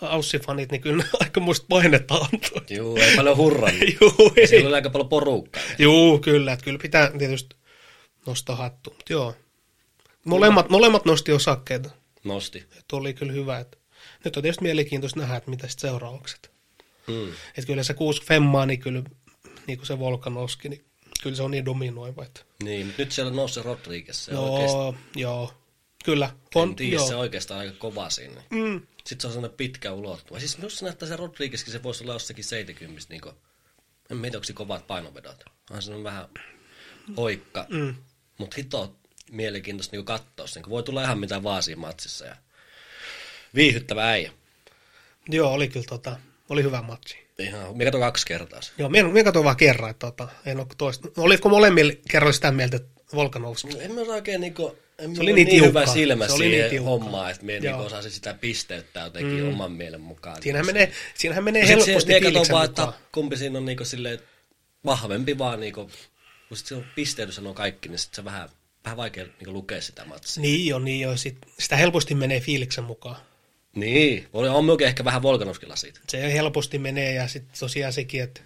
Speaker 2: Aussi-fanit, niin kyllä ne aika muista painetta antoi.
Speaker 1: Juu, ei paljon hurrannut.
Speaker 2: Joo,
Speaker 1: Ja
Speaker 2: ei.
Speaker 1: Siellä oli aika paljon porukkaa.
Speaker 2: Joo, kyllä. Että kyllä pitää tietysti nostaa hattu. Mut joo. Molemmat, molemmat nosti osakkeita.
Speaker 1: Nosti.
Speaker 2: Että oli kyllä hyvä. Että nyt on tietysti mielenkiintoista nähdä, että mitä sitten seuraukset.
Speaker 1: Mm.
Speaker 2: Että kyllä se kuusi femmaa, niin kyllä niin kuin se Volkanovski, niin kyllä se on niin dominoiva. Että.
Speaker 1: Niin, mut nyt siellä on noussut Rodriguez. Se on oikeesti-
Speaker 2: Joo, joo. Kyllä.
Speaker 1: en
Speaker 2: On,
Speaker 1: tiedä, se
Speaker 2: joo.
Speaker 1: on oikeastaan aika kova sinne.
Speaker 2: Mm,
Speaker 1: Sitten se on sellainen pitkä ulottuva. Siis minusta näyttää se Rodriguezkin, se voisi olla jossakin 70, niin kuin, en mietiä, onko se kovat painovedot. Onhan se on vähän hoikka. Mm. Mutta hito mielenkiintoista niin katsoa. Niin voi tulla ihan mitä vaan siinä matsissa. Ja viihyttävä äijä.
Speaker 2: joo, oli kyllä tota, oli hyvä matsi.
Speaker 1: Ihan, minä katsoin kaksi kertaa sen.
Speaker 2: Joo, minä, minä katsoin vaan kerran, että tota, en ole toista. Olitko molemmilla kerroilla sitä mieltä, että Volkanovski?
Speaker 1: En mä oikein niinku, en mulla
Speaker 2: oli
Speaker 1: ole
Speaker 2: niin
Speaker 1: niin hyvä
Speaker 2: tiukkaa.
Speaker 1: silmä
Speaker 2: Se oli niin
Speaker 1: siihen
Speaker 2: tiukkaa.
Speaker 1: hommaan, että minä niinku
Speaker 2: Joo.
Speaker 1: osasin sitä pisteyttää jotenkin mm. oman mielen mukaan.
Speaker 2: Siinähän menee, siinähän menee
Speaker 1: Sitten No se,
Speaker 2: helposti
Speaker 1: minä katson
Speaker 2: fiiliksen
Speaker 1: vaan, että
Speaker 2: mukaan.
Speaker 1: kumpi siinä on niinku silleen vahvempi vaan niinku, kun sit se on pisteytys sanoo kaikki, niin sit se vähän, vähän vaikea niinku lukea sitä matsia.
Speaker 2: Niin joo, niin joo. Sit, sitä helposti menee fiiliksen mukaan.
Speaker 1: Niin, Voi- on myöskin ehkä vähän Volkanovskilla siitä.
Speaker 2: Se helposti menee ja sitten tosiaan sekin, että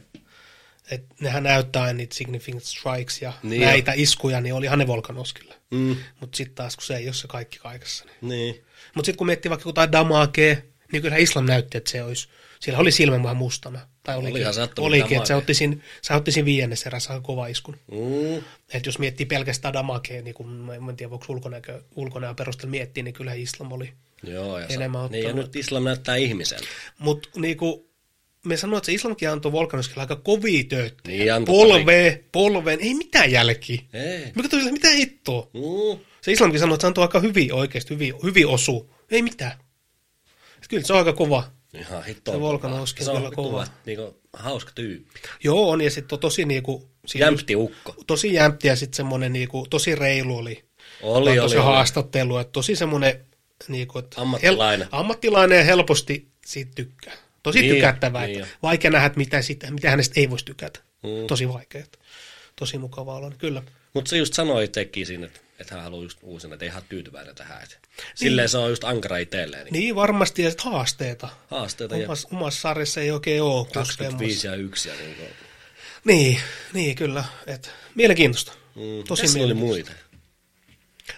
Speaker 2: et nehän näyttää aina niitä significant strikes ja
Speaker 1: Niin
Speaker 2: niin
Speaker 1: joo.
Speaker 2: näitä iskuja, niin olihan ne Volkanoskilla.
Speaker 1: Mm.
Speaker 2: Mutta sitten taas, kun se ei ole se kaikki kaikessa. Niin.
Speaker 1: Niin.
Speaker 2: Mutta sitten kun miettii vaikka jotain damakee, niin kyllä Islam näytti, että se olisi, sillä oli silmä vähän mustana. Tai olikin,
Speaker 1: Olihan se ottanut
Speaker 2: olikin että se
Speaker 1: Damakea.
Speaker 2: otti siinä, se otti siinä viiennes erässä aika kova iskun.
Speaker 1: Mm.
Speaker 2: Et jos miettii pelkästään damakea, niin kun, mä en tiedä voiko ulkonäkö, ulkonäön perusteella miettiä, niin kyllä Islam oli.
Speaker 1: Joo, ja,
Speaker 2: Enemmän
Speaker 1: sa- niin, ja
Speaker 2: ottanut.
Speaker 1: nyt Islam näyttää ihmiseltä.
Speaker 2: Mutta niinku, me sanoin, että se Islamkin antoi Volkanovskille aika kovia töitä.
Speaker 1: Niin, antoi
Speaker 2: Polve, polveen, ei mitään jälkiä.
Speaker 1: Ei.
Speaker 2: Mikä tuli mitä hittoa?
Speaker 1: Mm.
Speaker 2: Se Islamkin sanoi, että se antoi aika hyvin oikeasti, hyvin, hyvin osu. Ei mitään. Et kyllä se on aika kova.
Speaker 1: Ihan hittoa.
Speaker 2: Se Volkanovski on
Speaker 1: Se on
Speaker 2: kyllä kova.
Speaker 1: vittu, Niinku, hauska tyyppi.
Speaker 2: Joo, on, ja sitten on tosi niinku, siis
Speaker 1: Jämpti ukko.
Speaker 2: tosi jämpti ja sitten semmoinen niinku, tosi reilu oli.
Speaker 1: Oli, oli,
Speaker 2: se
Speaker 1: oli.
Speaker 2: haastattelu, että tosi semmoinen niinku, että
Speaker 1: Ammattilainen.
Speaker 2: Hel, ammattilainen ja helposti siitä tykkää. Tosi
Speaker 1: Niin,
Speaker 2: niin, tykättävää,
Speaker 1: niin
Speaker 2: niin että vaikea nähdä, että mitä, sitä, mitä hänestä ei voisi tykätä. Mm. Tosi vaikea. että Tosi mukavaa olla, kyllä.
Speaker 1: Mutta se just sanoi itsekin siinä, että, että hän haluaa just uusina, että ei hän ole tyytyväinen tähän. Että. Silleen se on just ankara itselleen. Niin.
Speaker 2: Niin varmasti ja sitten haasteita.
Speaker 1: Haasteita ja
Speaker 2: Omassa, omassa sarjassa ei oikein ole. kun
Speaker 1: 25 ja 1 ja niin kuin.
Speaker 2: semmoista. Niin, niin kyllä. Et, mielenkiintoista.
Speaker 1: Mm.
Speaker 2: Tosi
Speaker 1: Tässä oli
Speaker 2: mielenkiintoista.
Speaker 1: muita.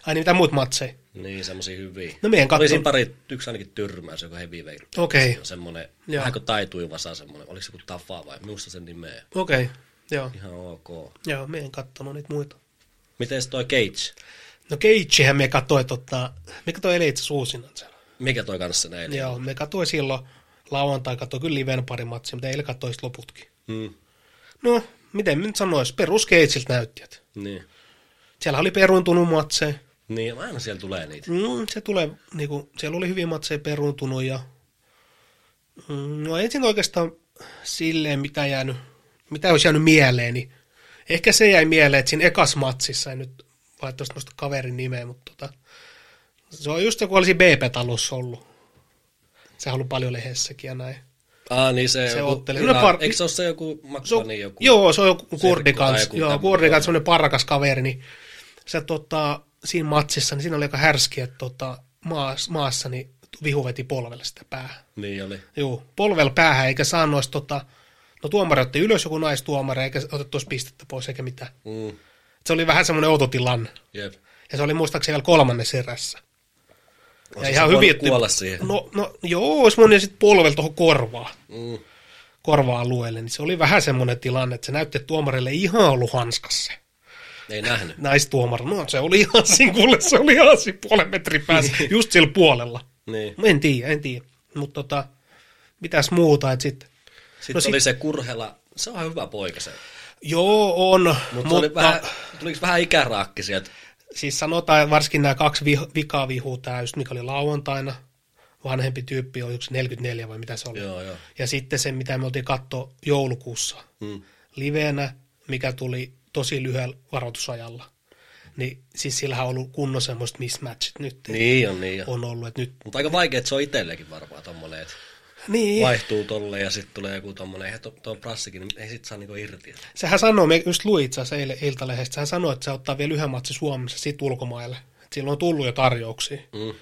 Speaker 2: Ai niin, mitä muut matseja?
Speaker 1: Niin, semmoisia hyviä.
Speaker 2: No meidän
Speaker 1: Oli siinä
Speaker 2: katson.
Speaker 1: pari, yksi ainakin tyrmäys, joka heavyweight.
Speaker 2: Okei, okay,
Speaker 1: Semmoinen,
Speaker 2: Joo.
Speaker 1: vähän kuin taitui vasa semmoinen. Oliko se joku Tafa vai? Minusta sen nimeä.
Speaker 2: okei. Okay. Joo,
Speaker 1: Ihan ok.
Speaker 2: joo, me en kattonut niitä muita.
Speaker 1: Mites toi Cage?
Speaker 2: No Cagehän me katsoi, tota, me katsoi eilen itse asiassa uusinnan sen.
Speaker 1: Mikä toi kanssa näin?
Speaker 2: Joo, me katsoi silloin lauantai, katsoi kyllä liven pari matsia, mutta eilen katsoi sit loputkin.
Speaker 1: Mm.
Speaker 2: No, miten mä nyt sanois, perus Cageiltä näytti. et.
Speaker 1: Niin.
Speaker 2: Siellä oli peruuntunut matseja.
Speaker 1: Niin, aina siellä tulee niitä.
Speaker 2: Mm, se tulee, niinku, siellä oli hyviä matseja peruuntunut ja... Mm, no ei siinä oikeastaan silleen, mitä, jäänyt, mitä olisi jäänyt mieleen, niin ehkä se jäi mieleen, että siinä ekas matsissa, en nyt valitettavasti muista kaverin nimeä, mutta tota, se on just joku olisi BP-talossa ollut. Sehän on ollut paljon lehdessäkin ja näin.
Speaker 1: Ah, niin se,
Speaker 2: Se
Speaker 1: joku,
Speaker 2: otteli-
Speaker 1: Ira-
Speaker 2: no par-
Speaker 1: Eikö se ole se joku
Speaker 2: Se on,
Speaker 1: makkani Niin, joku?
Speaker 2: Joo, se on joku kurdi
Speaker 1: Serkku tai
Speaker 2: kanssa.
Speaker 1: joku
Speaker 2: Joo,
Speaker 1: tämmöinen,
Speaker 2: kurdi
Speaker 1: joo.
Speaker 2: kanssa, semmoinen parrakas kaveri, niin se tota, siinä matsissa, niin siinä oli aika härski, että tota, maas, maassa niin vihu veti polvelle sitä päähän.
Speaker 1: Niin oli.
Speaker 2: Joo, polvel päähän, eikä saanut edes tota, no tuomari otti ylös joku naistuomari, eikä otettu edes pistettä pois, eikä mitään.
Speaker 1: Mm.
Speaker 2: Se oli vähän semmoinen outo tilanne.
Speaker 1: Jep.
Speaker 2: Ja se oli muistaakseni vielä kolmannes erässä.
Speaker 1: On
Speaker 2: ja
Speaker 1: se
Speaker 2: ihan
Speaker 1: voinut
Speaker 2: hyvin, että-
Speaker 1: kuolla siihen.
Speaker 2: No, no joo, olisi moni sitten polvel tuohon korvaan.
Speaker 1: Mm.
Speaker 2: korva-alueelle, niin se oli vähän semmoinen tilanne, että se näytti, että tuomarille ei ihan ollut hanskassa.
Speaker 1: Ei nähnyt.
Speaker 2: Naistuomari, no se oli ihan sinkulle, se oli ihan siinä puolen metrin päässä, just sillä puolella.
Speaker 1: Niin.
Speaker 2: No, En tiedä, en tiedä. Mutta tota, mitäs muuta, että sitten.
Speaker 1: Sitten
Speaker 2: No
Speaker 1: no,
Speaker 2: sit-
Speaker 1: oli se Kurhela, se on hyvä poika se.
Speaker 2: Joo, on,
Speaker 1: Mut
Speaker 2: mutta,
Speaker 1: mutta oli vähän, tuliko vähän ikäraakki sieltä?
Speaker 2: siis sanotaan että varsinkin nämä kaksi vih- vikavihua, tämä just mikä oli lauantaina, vanhempi tyyppi on yksi 44 vai mitä se oli.
Speaker 1: Joo, joo.
Speaker 2: Ja sitten se, mitä me oltiin katsoa joulukuussa,
Speaker 1: Mm.
Speaker 2: livenä, mikä tuli tosi lyhyellä varoitusajalla. Niin siis sillähän on ollut kunnon semmoista mismatchit nyt.
Speaker 1: Niin on, niin on.
Speaker 2: On ollut, että nyt...
Speaker 1: Mutta aika vaikea, että se on itsellekin varmaan tommonen, että
Speaker 2: Niin. Vai.
Speaker 1: vaihtuu tolle ja sitten tulee joku tommonen, eihän to- tuo prassikin, niin ei sit saa niinku irti.
Speaker 2: Sehän sanoo, me just luin itse asiassa eilen iltalehdestä, sehän sanoi, että se ottaa vielä yhden matsin Suomessa sit ulkomaille. Et silloin on tullut jo tarjouksia.
Speaker 1: Mm.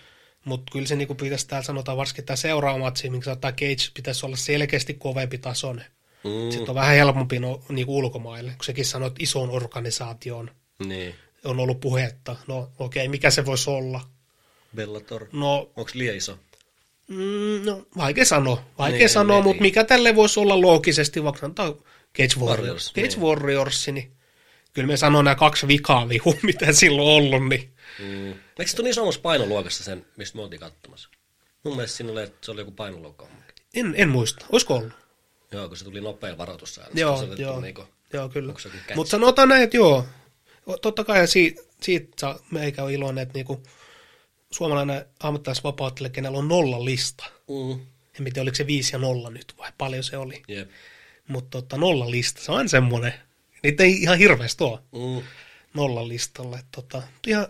Speaker 2: Mutta kyllä se niinku pitäisi täällä sanotaan varsinkin tämä seuraava matsi, minkä se ottaa Cage, pitäisi olla selkeästi kovempi tasoinen. Mm.
Speaker 1: Mm.
Speaker 2: Sitten on vähän helpompi no, niinku ulkomaille, kun sekin sanoi, että isoon organisaatioon
Speaker 1: Niin.
Speaker 2: on ollut puhetta. No okei, okay, mikä se voisi olla?
Speaker 1: Bellator.
Speaker 2: No
Speaker 1: Onks liian iso?
Speaker 2: Mm, no, vaikea sanoa, vaikea
Speaker 1: Niin,
Speaker 2: niin, sanoa,
Speaker 1: niin,
Speaker 2: niin, mutta
Speaker 1: niin.
Speaker 2: mikä tälle voisi olla loogisesti, vaikka sanotaan Cage Warriors,
Speaker 1: Warriors,
Speaker 2: Cage
Speaker 1: niin.
Speaker 2: Warriors niin kyllä me sanon nämä kaksi vikaa vihu, mitä silloin on ollut, niin
Speaker 1: Mm. Eikö se tule niin samassa painoluokassa sen, mistä me oltiin katsomassa? Mun mielestä siinä oli, että se oli joku painoluokka.
Speaker 2: en, en muista. Olisiko ollut?
Speaker 1: Joo, kun se tuli nopeilla varoitussäännössä.
Speaker 2: Joo,
Speaker 1: se oli
Speaker 2: joo,
Speaker 1: Niinku,
Speaker 2: joo, kyllä.
Speaker 1: onko se joku catch?
Speaker 2: Mutta sanotaan näin, että joo. O- Totta kai siitä, siitä saa, meikä on iloinen, että niinku, suomalainen ammattilaisvapauttelija, kenellä on nolla lista.
Speaker 1: mm.
Speaker 2: En tiedä, oliko se viisi ja nolla nyt vai paljon se oli.
Speaker 1: Jep.
Speaker 2: Mutta tota, nolla lista, se on aina semmoinen. Niitä ei ihan hirveästi ole
Speaker 1: Mm.
Speaker 2: nolla listalla. Että tota, ihan,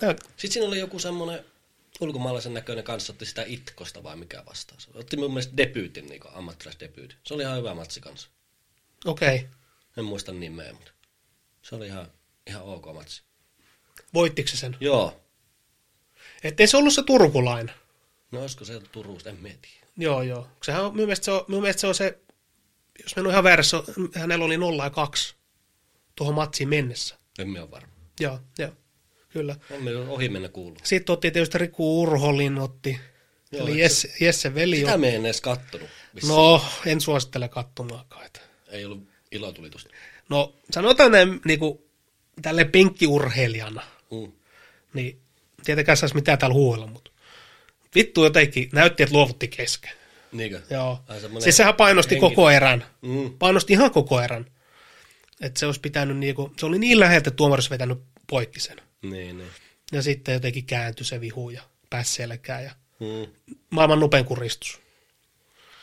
Speaker 2: näyt,
Speaker 1: Sitten siinä oli joku semmoinen ulkomaalaisen näköinen kanssa otti sitä itkosta vai mikä vastaus. Otti mun mielestä debyytin, niinku, ammattilaisdebyytin. Se oli ihan hyvä matsi kanssa.
Speaker 2: okei. Okay.
Speaker 1: En muista nimeä, mutta se oli ihan, ihan ok matsi.
Speaker 2: Voittiko se sen?
Speaker 1: Joo.
Speaker 2: Ettei se ollut se turkulainen.
Speaker 1: No olisiko se Turusta, en mieti.
Speaker 2: Joo, joo. Sehän on, minun, mielestä se on, minun mielestä se on se, jos minun ihan väärässä, se on- hänellä oli 0 ja 2 tuohon matsiin mennessä.
Speaker 1: En minä ole varma.
Speaker 2: Joo, joo, kyllä.
Speaker 1: On meillä ohi mennä kuuluu.
Speaker 2: Sitten otti tietysti Riku Urholin, otti,
Speaker 1: Joo,
Speaker 2: joo, eli
Speaker 1: eikö
Speaker 2: Jesse, Jesse veli.
Speaker 1: Sitä
Speaker 2: Sitä...
Speaker 1: me en edes kattonut. No.
Speaker 2: No, en suosittele kattomaakaan. Että.
Speaker 1: Ei ollut ilotulitusta.
Speaker 2: No, sanotaan näin niin kuin, tälle penkkiurheilijana,
Speaker 1: Mm.
Speaker 2: niin tietenkään saisi mitään täällä huuella, mutta vittu jotenkin näytti, että luovutti kesken.
Speaker 1: Niinkö?
Speaker 2: Joo.
Speaker 1: Ai semmonen
Speaker 2: Siis sehän painosti
Speaker 1: henkinen-
Speaker 2: koko erän.
Speaker 1: Mm.
Speaker 2: painosti ihan koko erän. Että se olisi pitänyt niinku, se oli niin läheltä, että tuomari olisi vetänyt poikki sen.
Speaker 1: Niin, niin.
Speaker 2: Ja sitten jotenkin kääntyi se vihu ja pääsi selkään ja
Speaker 1: Mm.
Speaker 2: maailman nopein kuristus.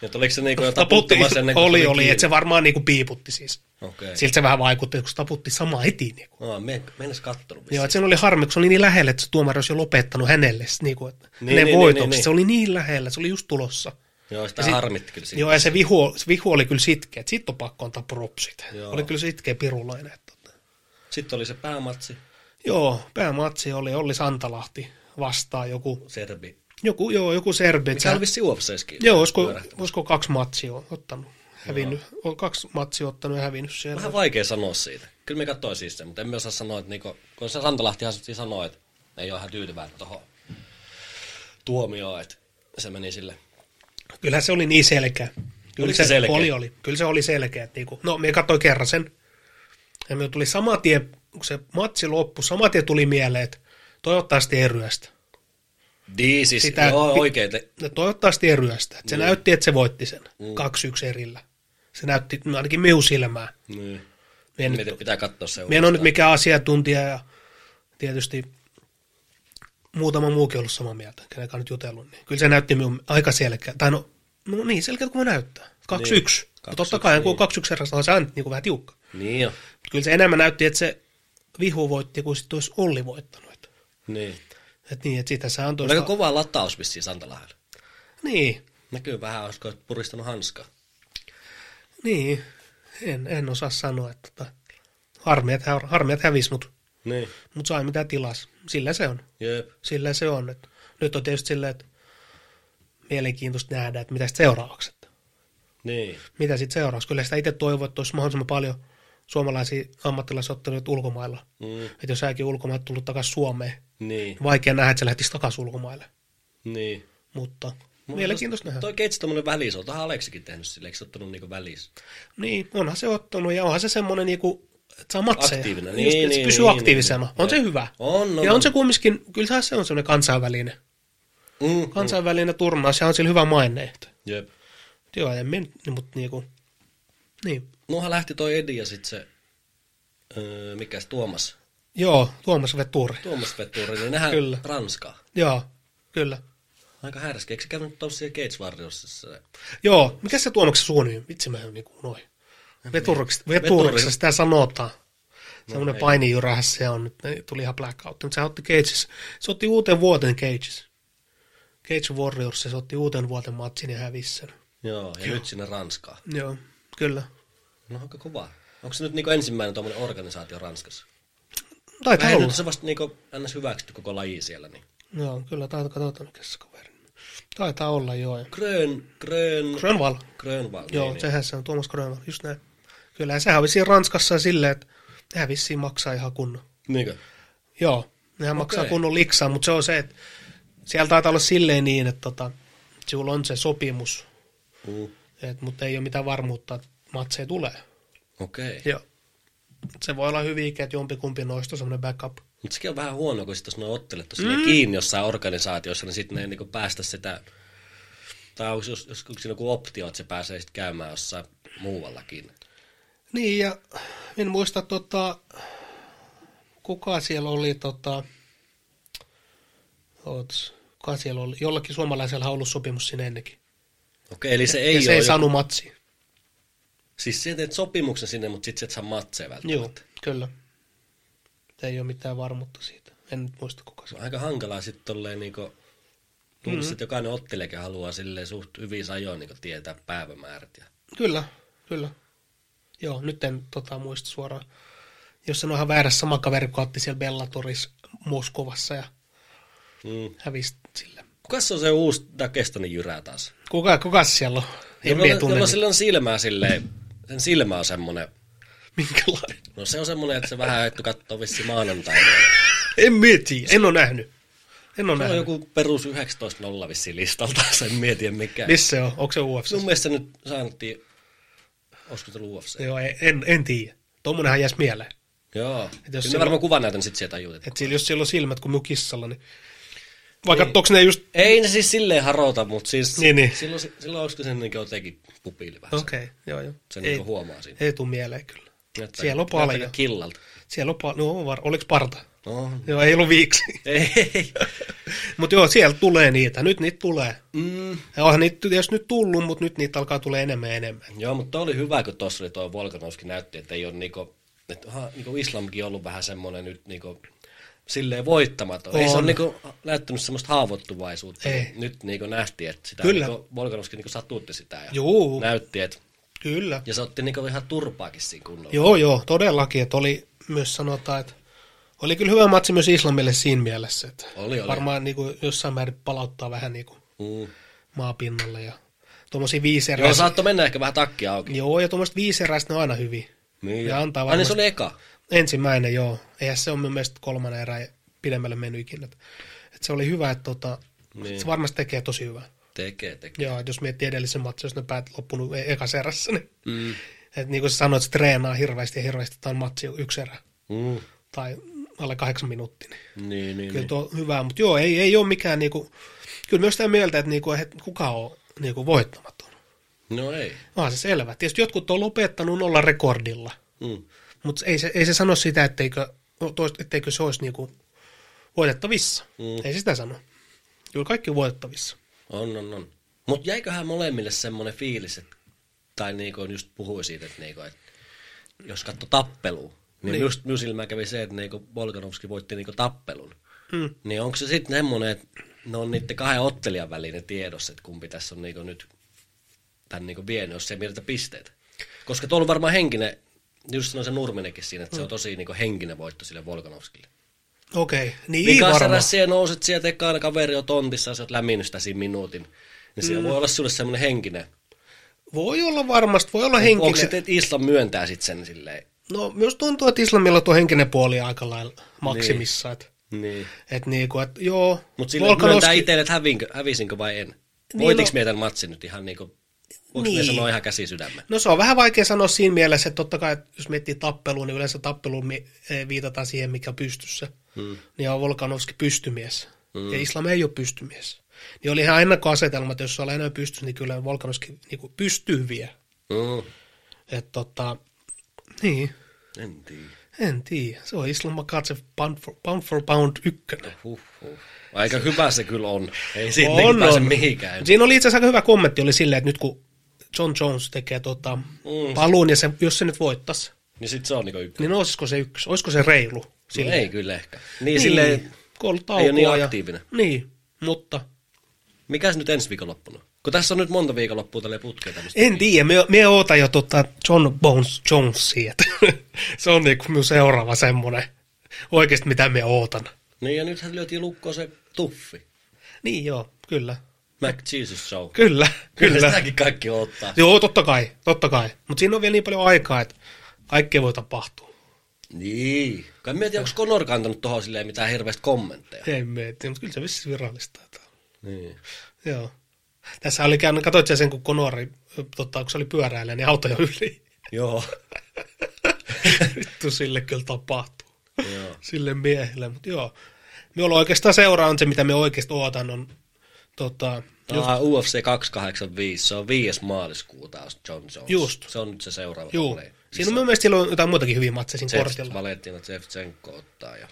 Speaker 1: Ja oliko se niinku jotain
Speaker 2: Taputti,
Speaker 1: puuttumassa ennen kuin
Speaker 2: oli,
Speaker 1: se
Speaker 2: oli,
Speaker 1: kiinni?
Speaker 2: että se varmaan niinku piiputti siis.
Speaker 1: Okei.
Speaker 2: Siltä se vähän vaikutti, kun se taputti samaa heti. Niinku.
Speaker 1: Okay. me, me en edes kattonut.
Speaker 2: Joo, että sen oli harmi, kun se oli niin lähellä, että se tuomari olisi jo lopettanut hänelle s- niinku, että
Speaker 1: Niin,
Speaker 2: niin, hänen
Speaker 1: niin,
Speaker 2: niin,
Speaker 1: niin,
Speaker 2: voitoksi.
Speaker 1: niin.
Speaker 2: se oli niin lähellä, se oli just tulossa.
Speaker 1: Joo, sitä
Speaker 2: Ja sit-
Speaker 1: harmitti kyllä siinä.
Speaker 2: Joo, ja se vihu, se vihu oli kyllä sitkeä, että sitten on pakko antaa propsit.
Speaker 1: Joo.
Speaker 2: Oli kyllä sitkeä pirulainen. Että, tota.
Speaker 1: Sitten oli se päämatsi,
Speaker 2: Joo, päämatsi oli Olli Santalahti vastaan joku,
Speaker 1: Serbi.
Speaker 2: joku, joo, joku serbi.
Speaker 1: Mikä oli vissi UFCskin.
Speaker 2: Joo, olisiko, olisiko kaksi matsia ottanut, hävinnyt, on kaksi matsia ottanut ja hävinnyt siellä.
Speaker 1: Vähän vaikea sanoa siitä. Kyllä me katsoin siis sen, mutta en mä osaa sanoa, että niinku, kun se Santalahtihan sitten sanoi, että ei ole ihan tyytyväinen tuohon tuomioon, että se meni sille.
Speaker 2: Kyllähän se oli niin selkeä.
Speaker 1: Oliko se selkeä?
Speaker 2: Oli, oli. Kyllä se oli selkeä. Että niinku, no, me katsoin kerran sen. Ja me tuli sama tie, kun se matsi loppui, sama tie tuli mieleen, että toivottavasti ei ryöstä.
Speaker 1: Niin, siis
Speaker 2: Sitä-
Speaker 1: joo, oikein. Te,
Speaker 2: No, toivottavasti ei ryöstä. Et se
Speaker 1: Niin.
Speaker 2: näytti, että se voitti sen.
Speaker 1: Mm.
Speaker 2: 2-1 erillä. Se näytti no, ainakin minun silmään.
Speaker 1: niin.
Speaker 2: Me en nyt
Speaker 1: Mietin, pitää katsoa se
Speaker 2: Minä en ole nyt
Speaker 1: uudestaan.
Speaker 2: mikään asiantuntija ja tietysti muutama muukin ollut samaa mieltä, kenen kanssa nyt jutellut. Niin. Kyllä se näytti minun aika selkeä. Tai no, no niin, selkeä kuin näyttää. 2-1.
Speaker 1: Niin,
Speaker 2: Niin,
Speaker 1: kaksi
Speaker 2: totta
Speaker 1: yksi,
Speaker 2: kai,
Speaker 1: niin.
Speaker 2: kun 2-1 erästä on se aina niin kuin vähän tiukka.
Speaker 1: Niin jo.
Speaker 2: Mut Kyllä se enemmän näytti, että se vihu voitti, kuin sitten olisi Olli voittanut. Että
Speaker 1: Niin.
Speaker 2: et niin, että sitä se antoi
Speaker 1: Oliko
Speaker 2: sitä...
Speaker 1: kova lataus vissiin Santalahdella?
Speaker 2: Niin,
Speaker 1: Näkyy vähän, olisiko puristanut hanskaa.
Speaker 2: niin. En, en osaa sanoa, että tota, harmi, että, hä- harmi, että hävisi, mutta
Speaker 1: Niin.
Speaker 2: mut sai mitä tilas. Sillä se on.
Speaker 1: Jep.
Speaker 2: sillä se on. Et nyt on tietysti silleen, että mielenkiintoista nähdä, että mitä sitten seuraavaksi. Että
Speaker 1: Niin.
Speaker 2: mitä sitten seuraavaksi? Kyllä sitä itse toivoo, että olisi mahdollisimman paljon suomalaisia ammattilaisotteluita ulkomailla.
Speaker 1: Mm.
Speaker 2: Että jos säkin ulkomailta tullut takaisin Suomeen,
Speaker 1: Niin.
Speaker 2: vaikea nähdä, että se lähtisi takaisin ulkomaille.
Speaker 1: Niin.
Speaker 2: Mutta mielenkiintoista nähdä.
Speaker 1: Toi keitsi tommonen välis, on tähän Aleksikin tehnyt sille, eikö se ottanut niinku välis?
Speaker 2: Niin, onhan se ottanut ja onhan se semmoinen niinku, että saa matseja.
Speaker 1: Aktiivinen,
Speaker 2: Just,
Speaker 1: niin,
Speaker 2: että se
Speaker 1: niin,
Speaker 2: pysyy
Speaker 1: niin,
Speaker 2: aktiivisena.
Speaker 1: niin, niin.
Speaker 2: on se hyvä.
Speaker 1: On, on,
Speaker 2: ja
Speaker 1: on. Niin.
Speaker 2: on se kumminkin, kyllä se on semmoinen kansainvälinen.
Speaker 1: Mm.
Speaker 2: Kansainvälinen turnaus ja on sillä hyvä maine. että
Speaker 1: Jep.
Speaker 2: Joo, en men, mutta niinku, niin.
Speaker 1: Nuohan lähti toi Edi ja sit se, öö, mikäs Tuomas,
Speaker 2: Joo, Tuomas Veturi.
Speaker 1: Tuomas Vetturi, niin nehän
Speaker 2: Kyllä.
Speaker 1: Ranskaa.
Speaker 2: Joo, kyllä.
Speaker 1: Aika härski, eikö se käynyt tuossa siellä Gates Warriorissa se?
Speaker 2: Joo, mikä se Tuomaksen suoni on? Vitsi mä en niinku noin. Veturiksi, veturiksi sitä sanotaan. Semmoinen no, painijurähäs se on, nyt ne tuli ihan blackout. Mutta se otti Cages, se otti uuteen vuoteen Cages. Cage Warriors, se otti uuteen vuoteen matsin ja hävisi sen.
Speaker 1: Joo, ja nyt sinne Ranskaa.
Speaker 2: Joo, kyllä.
Speaker 1: No aika kova. Onko se nyt niinku ensimmäinen tuommoinen organisaatio Ranskassa?
Speaker 2: Taitaa
Speaker 1: Ei,
Speaker 2: olla.
Speaker 1: nyt se vasta niinku ns. hyväksytty koko laji siellä, niin.
Speaker 2: Joo, kyllä, taitaa katsotaan mikä se kaveri. on. Taitaa olla, joo.
Speaker 1: Grön, Grön,
Speaker 2: Grönval.
Speaker 1: Grönval.
Speaker 2: Joo,
Speaker 1: niin,
Speaker 2: niin, sehän se on Tuomas Grönvall, just näin. Kyllä, sehän on vissiin Ranskassa silleen, että nehän vissiin maksaa ihan kunnon.
Speaker 1: Niin. Niinkö?
Speaker 2: Joo, nehän
Speaker 1: Okei.
Speaker 2: okay. maksaa kunnon liksaa, mutta se on se, että siellä taitaa olla silleen niin, että tota, sinulla on se sopimus,
Speaker 1: Mm.
Speaker 2: et, mutta ei ole mitään varmuutta, että matseja tulee.
Speaker 1: Okei. Okay.
Speaker 2: Joo. se voi olla hyvinkin, että jompikumpi noista on semmoinen backup.
Speaker 1: Mutta sekin on vähän huono, kun sitten jos ne on ottelettu mm. kiinni jossain organisaatiossa, niin sitten ne ei niinku päästä sitä, tai onko jos, jos, onko siinä joku optio, että se pääsee sitten käymään jossain muuallakin.
Speaker 2: Niin, ja en muista, tota, kuka siellä oli, tota, oots, kuka siellä oli, jollakin suomalaisella on ollut sopimus sinne ennenkin.
Speaker 1: Okei, eli se ei
Speaker 2: ja
Speaker 1: ole
Speaker 2: se ei
Speaker 1: joku-
Speaker 2: saanut matsia.
Speaker 1: Siis sä teet sopimuksen sinne, mutta sit sä et saa matseja
Speaker 2: Joo,
Speaker 1: välttämättä.
Speaker 2: kyllä. Ei ole mitään varmuutta siitä. En nyt muista kuka se
Speaker 1: Joo. Aika hankalaa sitten tolleen niinku, tuntuu, mm-hmm. että jokainen ottelijakin haluaa silleen suht hyvin ajoin niinku tietää päivämäärät. Ja...
Speaker 2: Kyllä, kyllä. Joo, nyt en tota, muista suoraan. Jos en ole ihan väärässä, sama kaveri kun otti siellä Bellatorissa Moskovassa ja
Speaker 1: Mm.
Speaker 2: hävisi sille.
Speaker 1: Kuka se on se uusi Dagestanin jyrä taas?
Speaker 2: Kuka, kuka siellä on? En
Speaker 1: Jolla,
Speaker 2: mie tunne,
Speaker 1: jolla
Speaker 2: niin,
Speaker 1: sillä on silmää silleen, sen silmä on semmonen,
Speaker 2: minkälainen.
Speaker 1: no se on semmonen, että se vähän hetki kattoo vissi maanantaina.
Speaker 2: En mie tiedä. En ole nähnyt. En ole
Speaker 1: Se on
Speaker 2: nähnyt. Joku...
Speaker 1: joku perus 19.0 vissi listalta, sen mietin mikä.
Speaker 2: Missä se on? Onko se UFC?
Speaker 1: Sun mielestä se nyt saanuttiin, olisiko se UFC?
Speaker 2: Joo, en, en, en tiedä. Tuommoinenhan jäisi mieleen.
Speaker 1: Joo.
Speaker 2: Et jos
Speaker 1: Kyllä
Speaker 2: se
Speaker 1: ne
Speaker 2: on-
Speaker 1: varmaan kuvan näytän sit sieltä ajuutet.
Speaker 2: Et sillä, jos siellä on silmät kuin minun kissalla, niin... Vaikka niin. ne just...
Speaker 1: Ei ne siis silleen harota, mutta siis
Speaker 2: Niin, niin.
Speaker 1: silloin, silloin olisiko sen niin jotenkin pupiili vähän.
Speaker 2: Okei, okay, joo joo.
Speaker 1: Sen
Speaker 2: ei,
Speaker 1: niin huomaa siinä.
Speaker 2: ei tule mieleen kyllä.
Speaker 1: Näyttää-
Speaker 2: Siellä on
Speaker 1: näyttääkö
Speaker 2: paljon.
Speaker 1: killalta.
Speaker 2: Siellä on pa- no, var- oliko parta?
Speaker 1: No,
Speaker 2: Joo, ei ollut viiksi.
Speaker 1: ei.
Speaker 2: mutta joo, siellä tulee niitä. Nyt niitä tulee.
Speaker 1: Mm.
Speaker 2: Ja onhan niitä jos nyt tullut, mutta nyt niitä alkaa tulee enemmän ja enemmän.
Speaker 1: Joo, mutta toi oli hyvä, kun tuossa oli tuo Volkanovski näytti, että ei ole niinku, että aha, niinku islamkin ollut vähän semmoinen nyt niinku, silleen voittamaton. Ei se
Speaker 2: On.
Speaker 1: ole niinku näyttänyt semmoista haavoittuvaisuutta.
Speaker 2: Ei.
Speaker 1: Nyt niinku nähtiin, että sitä
Speaker 2: Kyllä.
Speaker 1: niinku Volkanovski niinku satutti sitä ja
Speaker 2: Juu.
Speaker 1: näytti, että
Speaker 2: Kyllä.
Speaker 1: ja se otti niinku ihan turpaakin siinä kunnolla.
Speaker 2: Joo, joo, todellakin. Että oli myös sanotaan, että oli kyllä hyvä matsi myös Islamille siinä mielessä. Että
Speaker 1: Oli, oli.
Speaker 2: Varmaan niin kuin, jossain määrin palauttaa vähän niin kuin,
Speaker 1: Mm.
Speaker 2: maapinnalle ja tuommoisia
Speaker 1: Joo,
Speaker 2: viiseräisiä.
Speaker 1: saattoi mennä ehkä vähän takkia auki.
Speaker 2: Joo, ja tuommoiset viiseräiset ne on aina hyviä.
Speaker 1: Niin.
Speaker 2: Ja antaa
Speaker 1: Ai niin se
Speaker 2: varmasti-
Speaker 1: oli eka.
Speaker 2: Ensimmäinen, joo. Eihän se on mun mielestä kolmannen erä pidemmälle mennyt ikinä. Et, et se oli hyvä, että tota,
Speaker 1: Niin.
Speaker 2: niin. se varmasti tekee tosi hyvää.
Speaker 1: Tekee, tekee.
Speaker 2: Joo, et jos miettii edellisen matsin, jos ne päät loppunut e- ekas erässä, niin,
Speaker 1: Mm.
Speaker 2: et niin kuin sä sanoit, se treenaa hirveästi ja hirveästi, tämä on matsi yksi erä
Speaker 1: Mm.
Speaker 2: tai alle kahdeksan minuuttia. Niin.
Speaker 1: Niin, niin,
Speaker 2: Kyllä
Speaker 1: niin.
Speaker 2: tuo on hyvää, mutta joo, ei, ei ole mikään niinku, kyllä myös sitä mieltä, että niinku, et kuka on niinku voittamaton.
Speaker 1: No ei.
Speaker 2: Onhan se selvä. Tietysti jotkut on lopettanut olla rekordilla.
Speaker 1: Mm.
Speaker 2: Mutta ei se, ei se sano sitä, etteikö, no toist- etteikö se olisi niinku voitettavissa.
Speaker 1: Mm.
Speaker 2: Mm. Ei se sitä sano. Kyllä kaikki on voitettavissa.
Speaker 1: On, on, on. Mutta jäiköhän molemmille semmoinen fiilis, että, tai niinku just puhui siitä, että, niinku, että jos katso tappelua, niin, niin.
Speaker 2: Niin.
Speaker 1: just minun silmään kävi se, että niinku Volkanovski voitti niinku tappelun.
Speaker 2: Mm.
Speaker 1: Niin onko se sitten semmoinen, että ne on niiden kahden ottelijan välinen tiedossa, että kumpi tässä on niinku nyt tämän niinku vienyt, jos ei mietitä pisteitä. Koska tuolla on varmaan henkinen, just sanoi se Nurminenkin siinä, että se on tosi niinku henkinen voitto sille Volkanovskille.
Speaker 2: Okei, okay. niin ei varmaan.
Speaker 1: Vikasarassa ja nouset sieltä ekana kaveri on tontissa ja sä oot lämminnyt sitä siinä minuutin. Niin siellä voi olla sulle semmoinen henkinen.
Speaker 2: Voi olla varmasti, voi olla
Speaker 1: henkinen.
Speaker 2: henkinen.
Speaker 1: Onko se, että Islam myöntää sit sen silleen?
Speaker 2: No, myös tuntuu, että islamilla tuo henkinen puoli on aika lailla maksimissa. Niin. Et,
Speaker 1: Niin.
Speaker 2: et niinku, et, joo,
Speaker 1: Mutta sille Volkanovski... myöntää itselle, että hävinkö, hävisinkö vai en. Niin, Voitiks
Speaker 2: no-
Speaker 1: no... tämän matsin nyt ihan niinku, voiko niin.
Speaker 2: Niin.
Speaker 1: sanoa ihan käsi sydämen?
Speaker 2: No se on vähän vaikea sanoa siinä mielessä, että totta kai, että jos miettii tappelua, niin yleensä tappeluun mi- eh, viitataan siihen, mikä on pystyssä.
Speaker 1: Mm.
Speaker 2: Niin on Volkanovski pystymies.
Speaker 1: Mm.
Speaker 2: Mm. Ja Islam ei ole pystymies. Niin oli ihan ennakkoasetelma, että jos se on enää pystyssä, niin kyllä Volkanovski niin pystyy vielä.
Speaker 1: Mm.
Speaker 2: Että tota, niin,
Speaker 1: En tiedä.
Speaker 2: en tiedä. Se on Islam Makatsev pound for, pound for pound ykkönen.
Speaker 1: Huh, huh. Aika hyvä se kyllä on. Ei siitä niinku pääse mihinkään.
Speaker 2: Siinä oli itse asiassa aika hyvä kommentti, oli silleen, että nyt kun John Jones tekee tota,
Speaker 1: Mm.
Speaker 2: paluun, ja se, jos se nyt voittaisi,
Speaker 1: Niin sit se on niinku ykkönen.
Speaker 2: niin olisiko se yksi, olisiko se reilu?
Speaker 1: No
Speaker 2: Silleen.
Speaker 1: ei kyllä ehkä. Niin, niin. silleen,
Speaker 2: kun on ollut
Speaker 1: ei ole niin
Speaker 2: taukoa ja-
Speaker 1: aktiivinen.
Speaker 2: Niin, mutta
Speaker 1: mikäs nyt ensi viikonloppuna? Kun tässä on nyt monta viikonloppua tälle putkeen tämmöistä.
Speaker 2: en tiedä, me, me oota jo tota John Bones Jonesia, että se on niinku minun seuraava semmoinen oikeasti mitä me ootan.
Speaker 1: Niin ja nythän lyötiin lukkoon se tuffi.
Speaker 2: Niin joo, kyllä,
Speaker 1: Mac Jesus Show.
Speaker 2: kyllä,
Speaker 1: Kyllä,
Speaker 2: kyllä.
Speaker 1: sitäkin kaikki ottaa.
Speaker 2: joo, totta kai, totta kai, mutta siinä on vielä niin paljon aikaa, että kaikkea voi tapahtua.
Speaker 1: Niin. Kai mietin, onko Conor kantanut tuohon silleen mitään hirveästi kommentteja.
Speaker 2: En mieti, mutta kyllä se vissi virallista. Että...
Speaker 1: Niin.
Speaker 2: Joo. Tässä oli käynyt, katsoit sä sen, kun Konori, tota, kun se oli pyöräillä, niin autoja yli.
Speaker 1: Joo.
Speaker 2: Vittu sille kyllä tapahtuu.
Speaker 1: Joo.
Speaker 2: Sille miehelle, mutta joo. Me ollaan oikeastaan seuraan se, mitä me oikeasti ootan, on tota, just,
Speaker 1: Aha, UFC 285, se on 5. maaliskuuta on John Jones.
Speaker 2: Just.
Speaker 1: Se on nyt se seuraava
Speaker 2: juu.
Speaker 1: kalenteri.
Speaker 2: Siinä on mun mielestä silloin jotain muitakin hyviä matseja siinä
Speaker 1: Tsef-
Speaker 2: kortilla.
Speaker 1: Valentina Tsevchenko ottaa. Ja...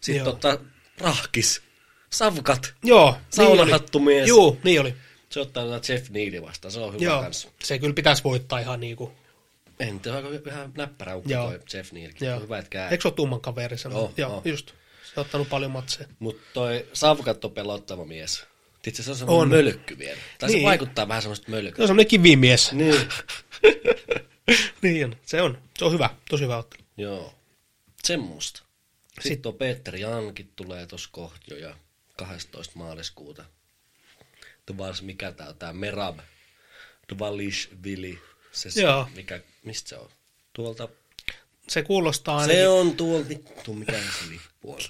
Speaker 1: Sitten
Speaker 2: Joo.
Speaker 1: ottaa rahkis, savkat,
Speaker 2: Joo,
Speaker 1: saunahattumies.
Speaker 2: Juu, niin oli.
Speaker 1: Se ottaa tätä Jeff Neely vastaan, se on hyvä
Speaker 2: Joo,
Speaker 1: Joo. kans.
Speaker 2: se kyllä pitäisi voittaa ihan niinku.
Speaker 1: En tiedä, onko ihan näppärä ukko
Speaker 2: Joo.
Speaker 1: toi Jeff Neelykin,
Speaker 2: Joo.
Speaker 1: hyvä, että käy.
Speaker 2: Eikö se ole tumman kaveri sanonut?
Speaker 1: Oo,
Speaker 2: joo,
Speaker 1: oo.
Speaker 2: just. Se on ottanut paljon matseja.
Speaker 1: Mutta toi savkat on pelottava mies. Itse se on semmoinen
Speaker 2: On.
Speaker 1: mölkky vielä. Tai niin.
Speaker 2: Niin.
Speaker 1: se vaikuttaa vähän semmoista
Speaker 2: Se
Speaker 1: mölkkyä.
Speaker 2: on semmoinen kivimies.
Speaker 1: Niin.
Speaker 2: niin on. Se on. Se on hyvä. Tosi hyvä ottelu.
Speaker 1: Joo. Semmosta. Sitten, Sitten on Peter Jankin tulee tuossa kohta jo ja 12. maaliskuuta. Tuvas, mikä tää on, tää Merab. Duvalishvili. Se, se
Speaker 2: Joo.
Speaker 1: mikä, mistä se on? Tuolta.
Speaker 2: Se kuulostaa ainakin.
Speaker 1: Se on tuolta, vittu, mikä se lippu on.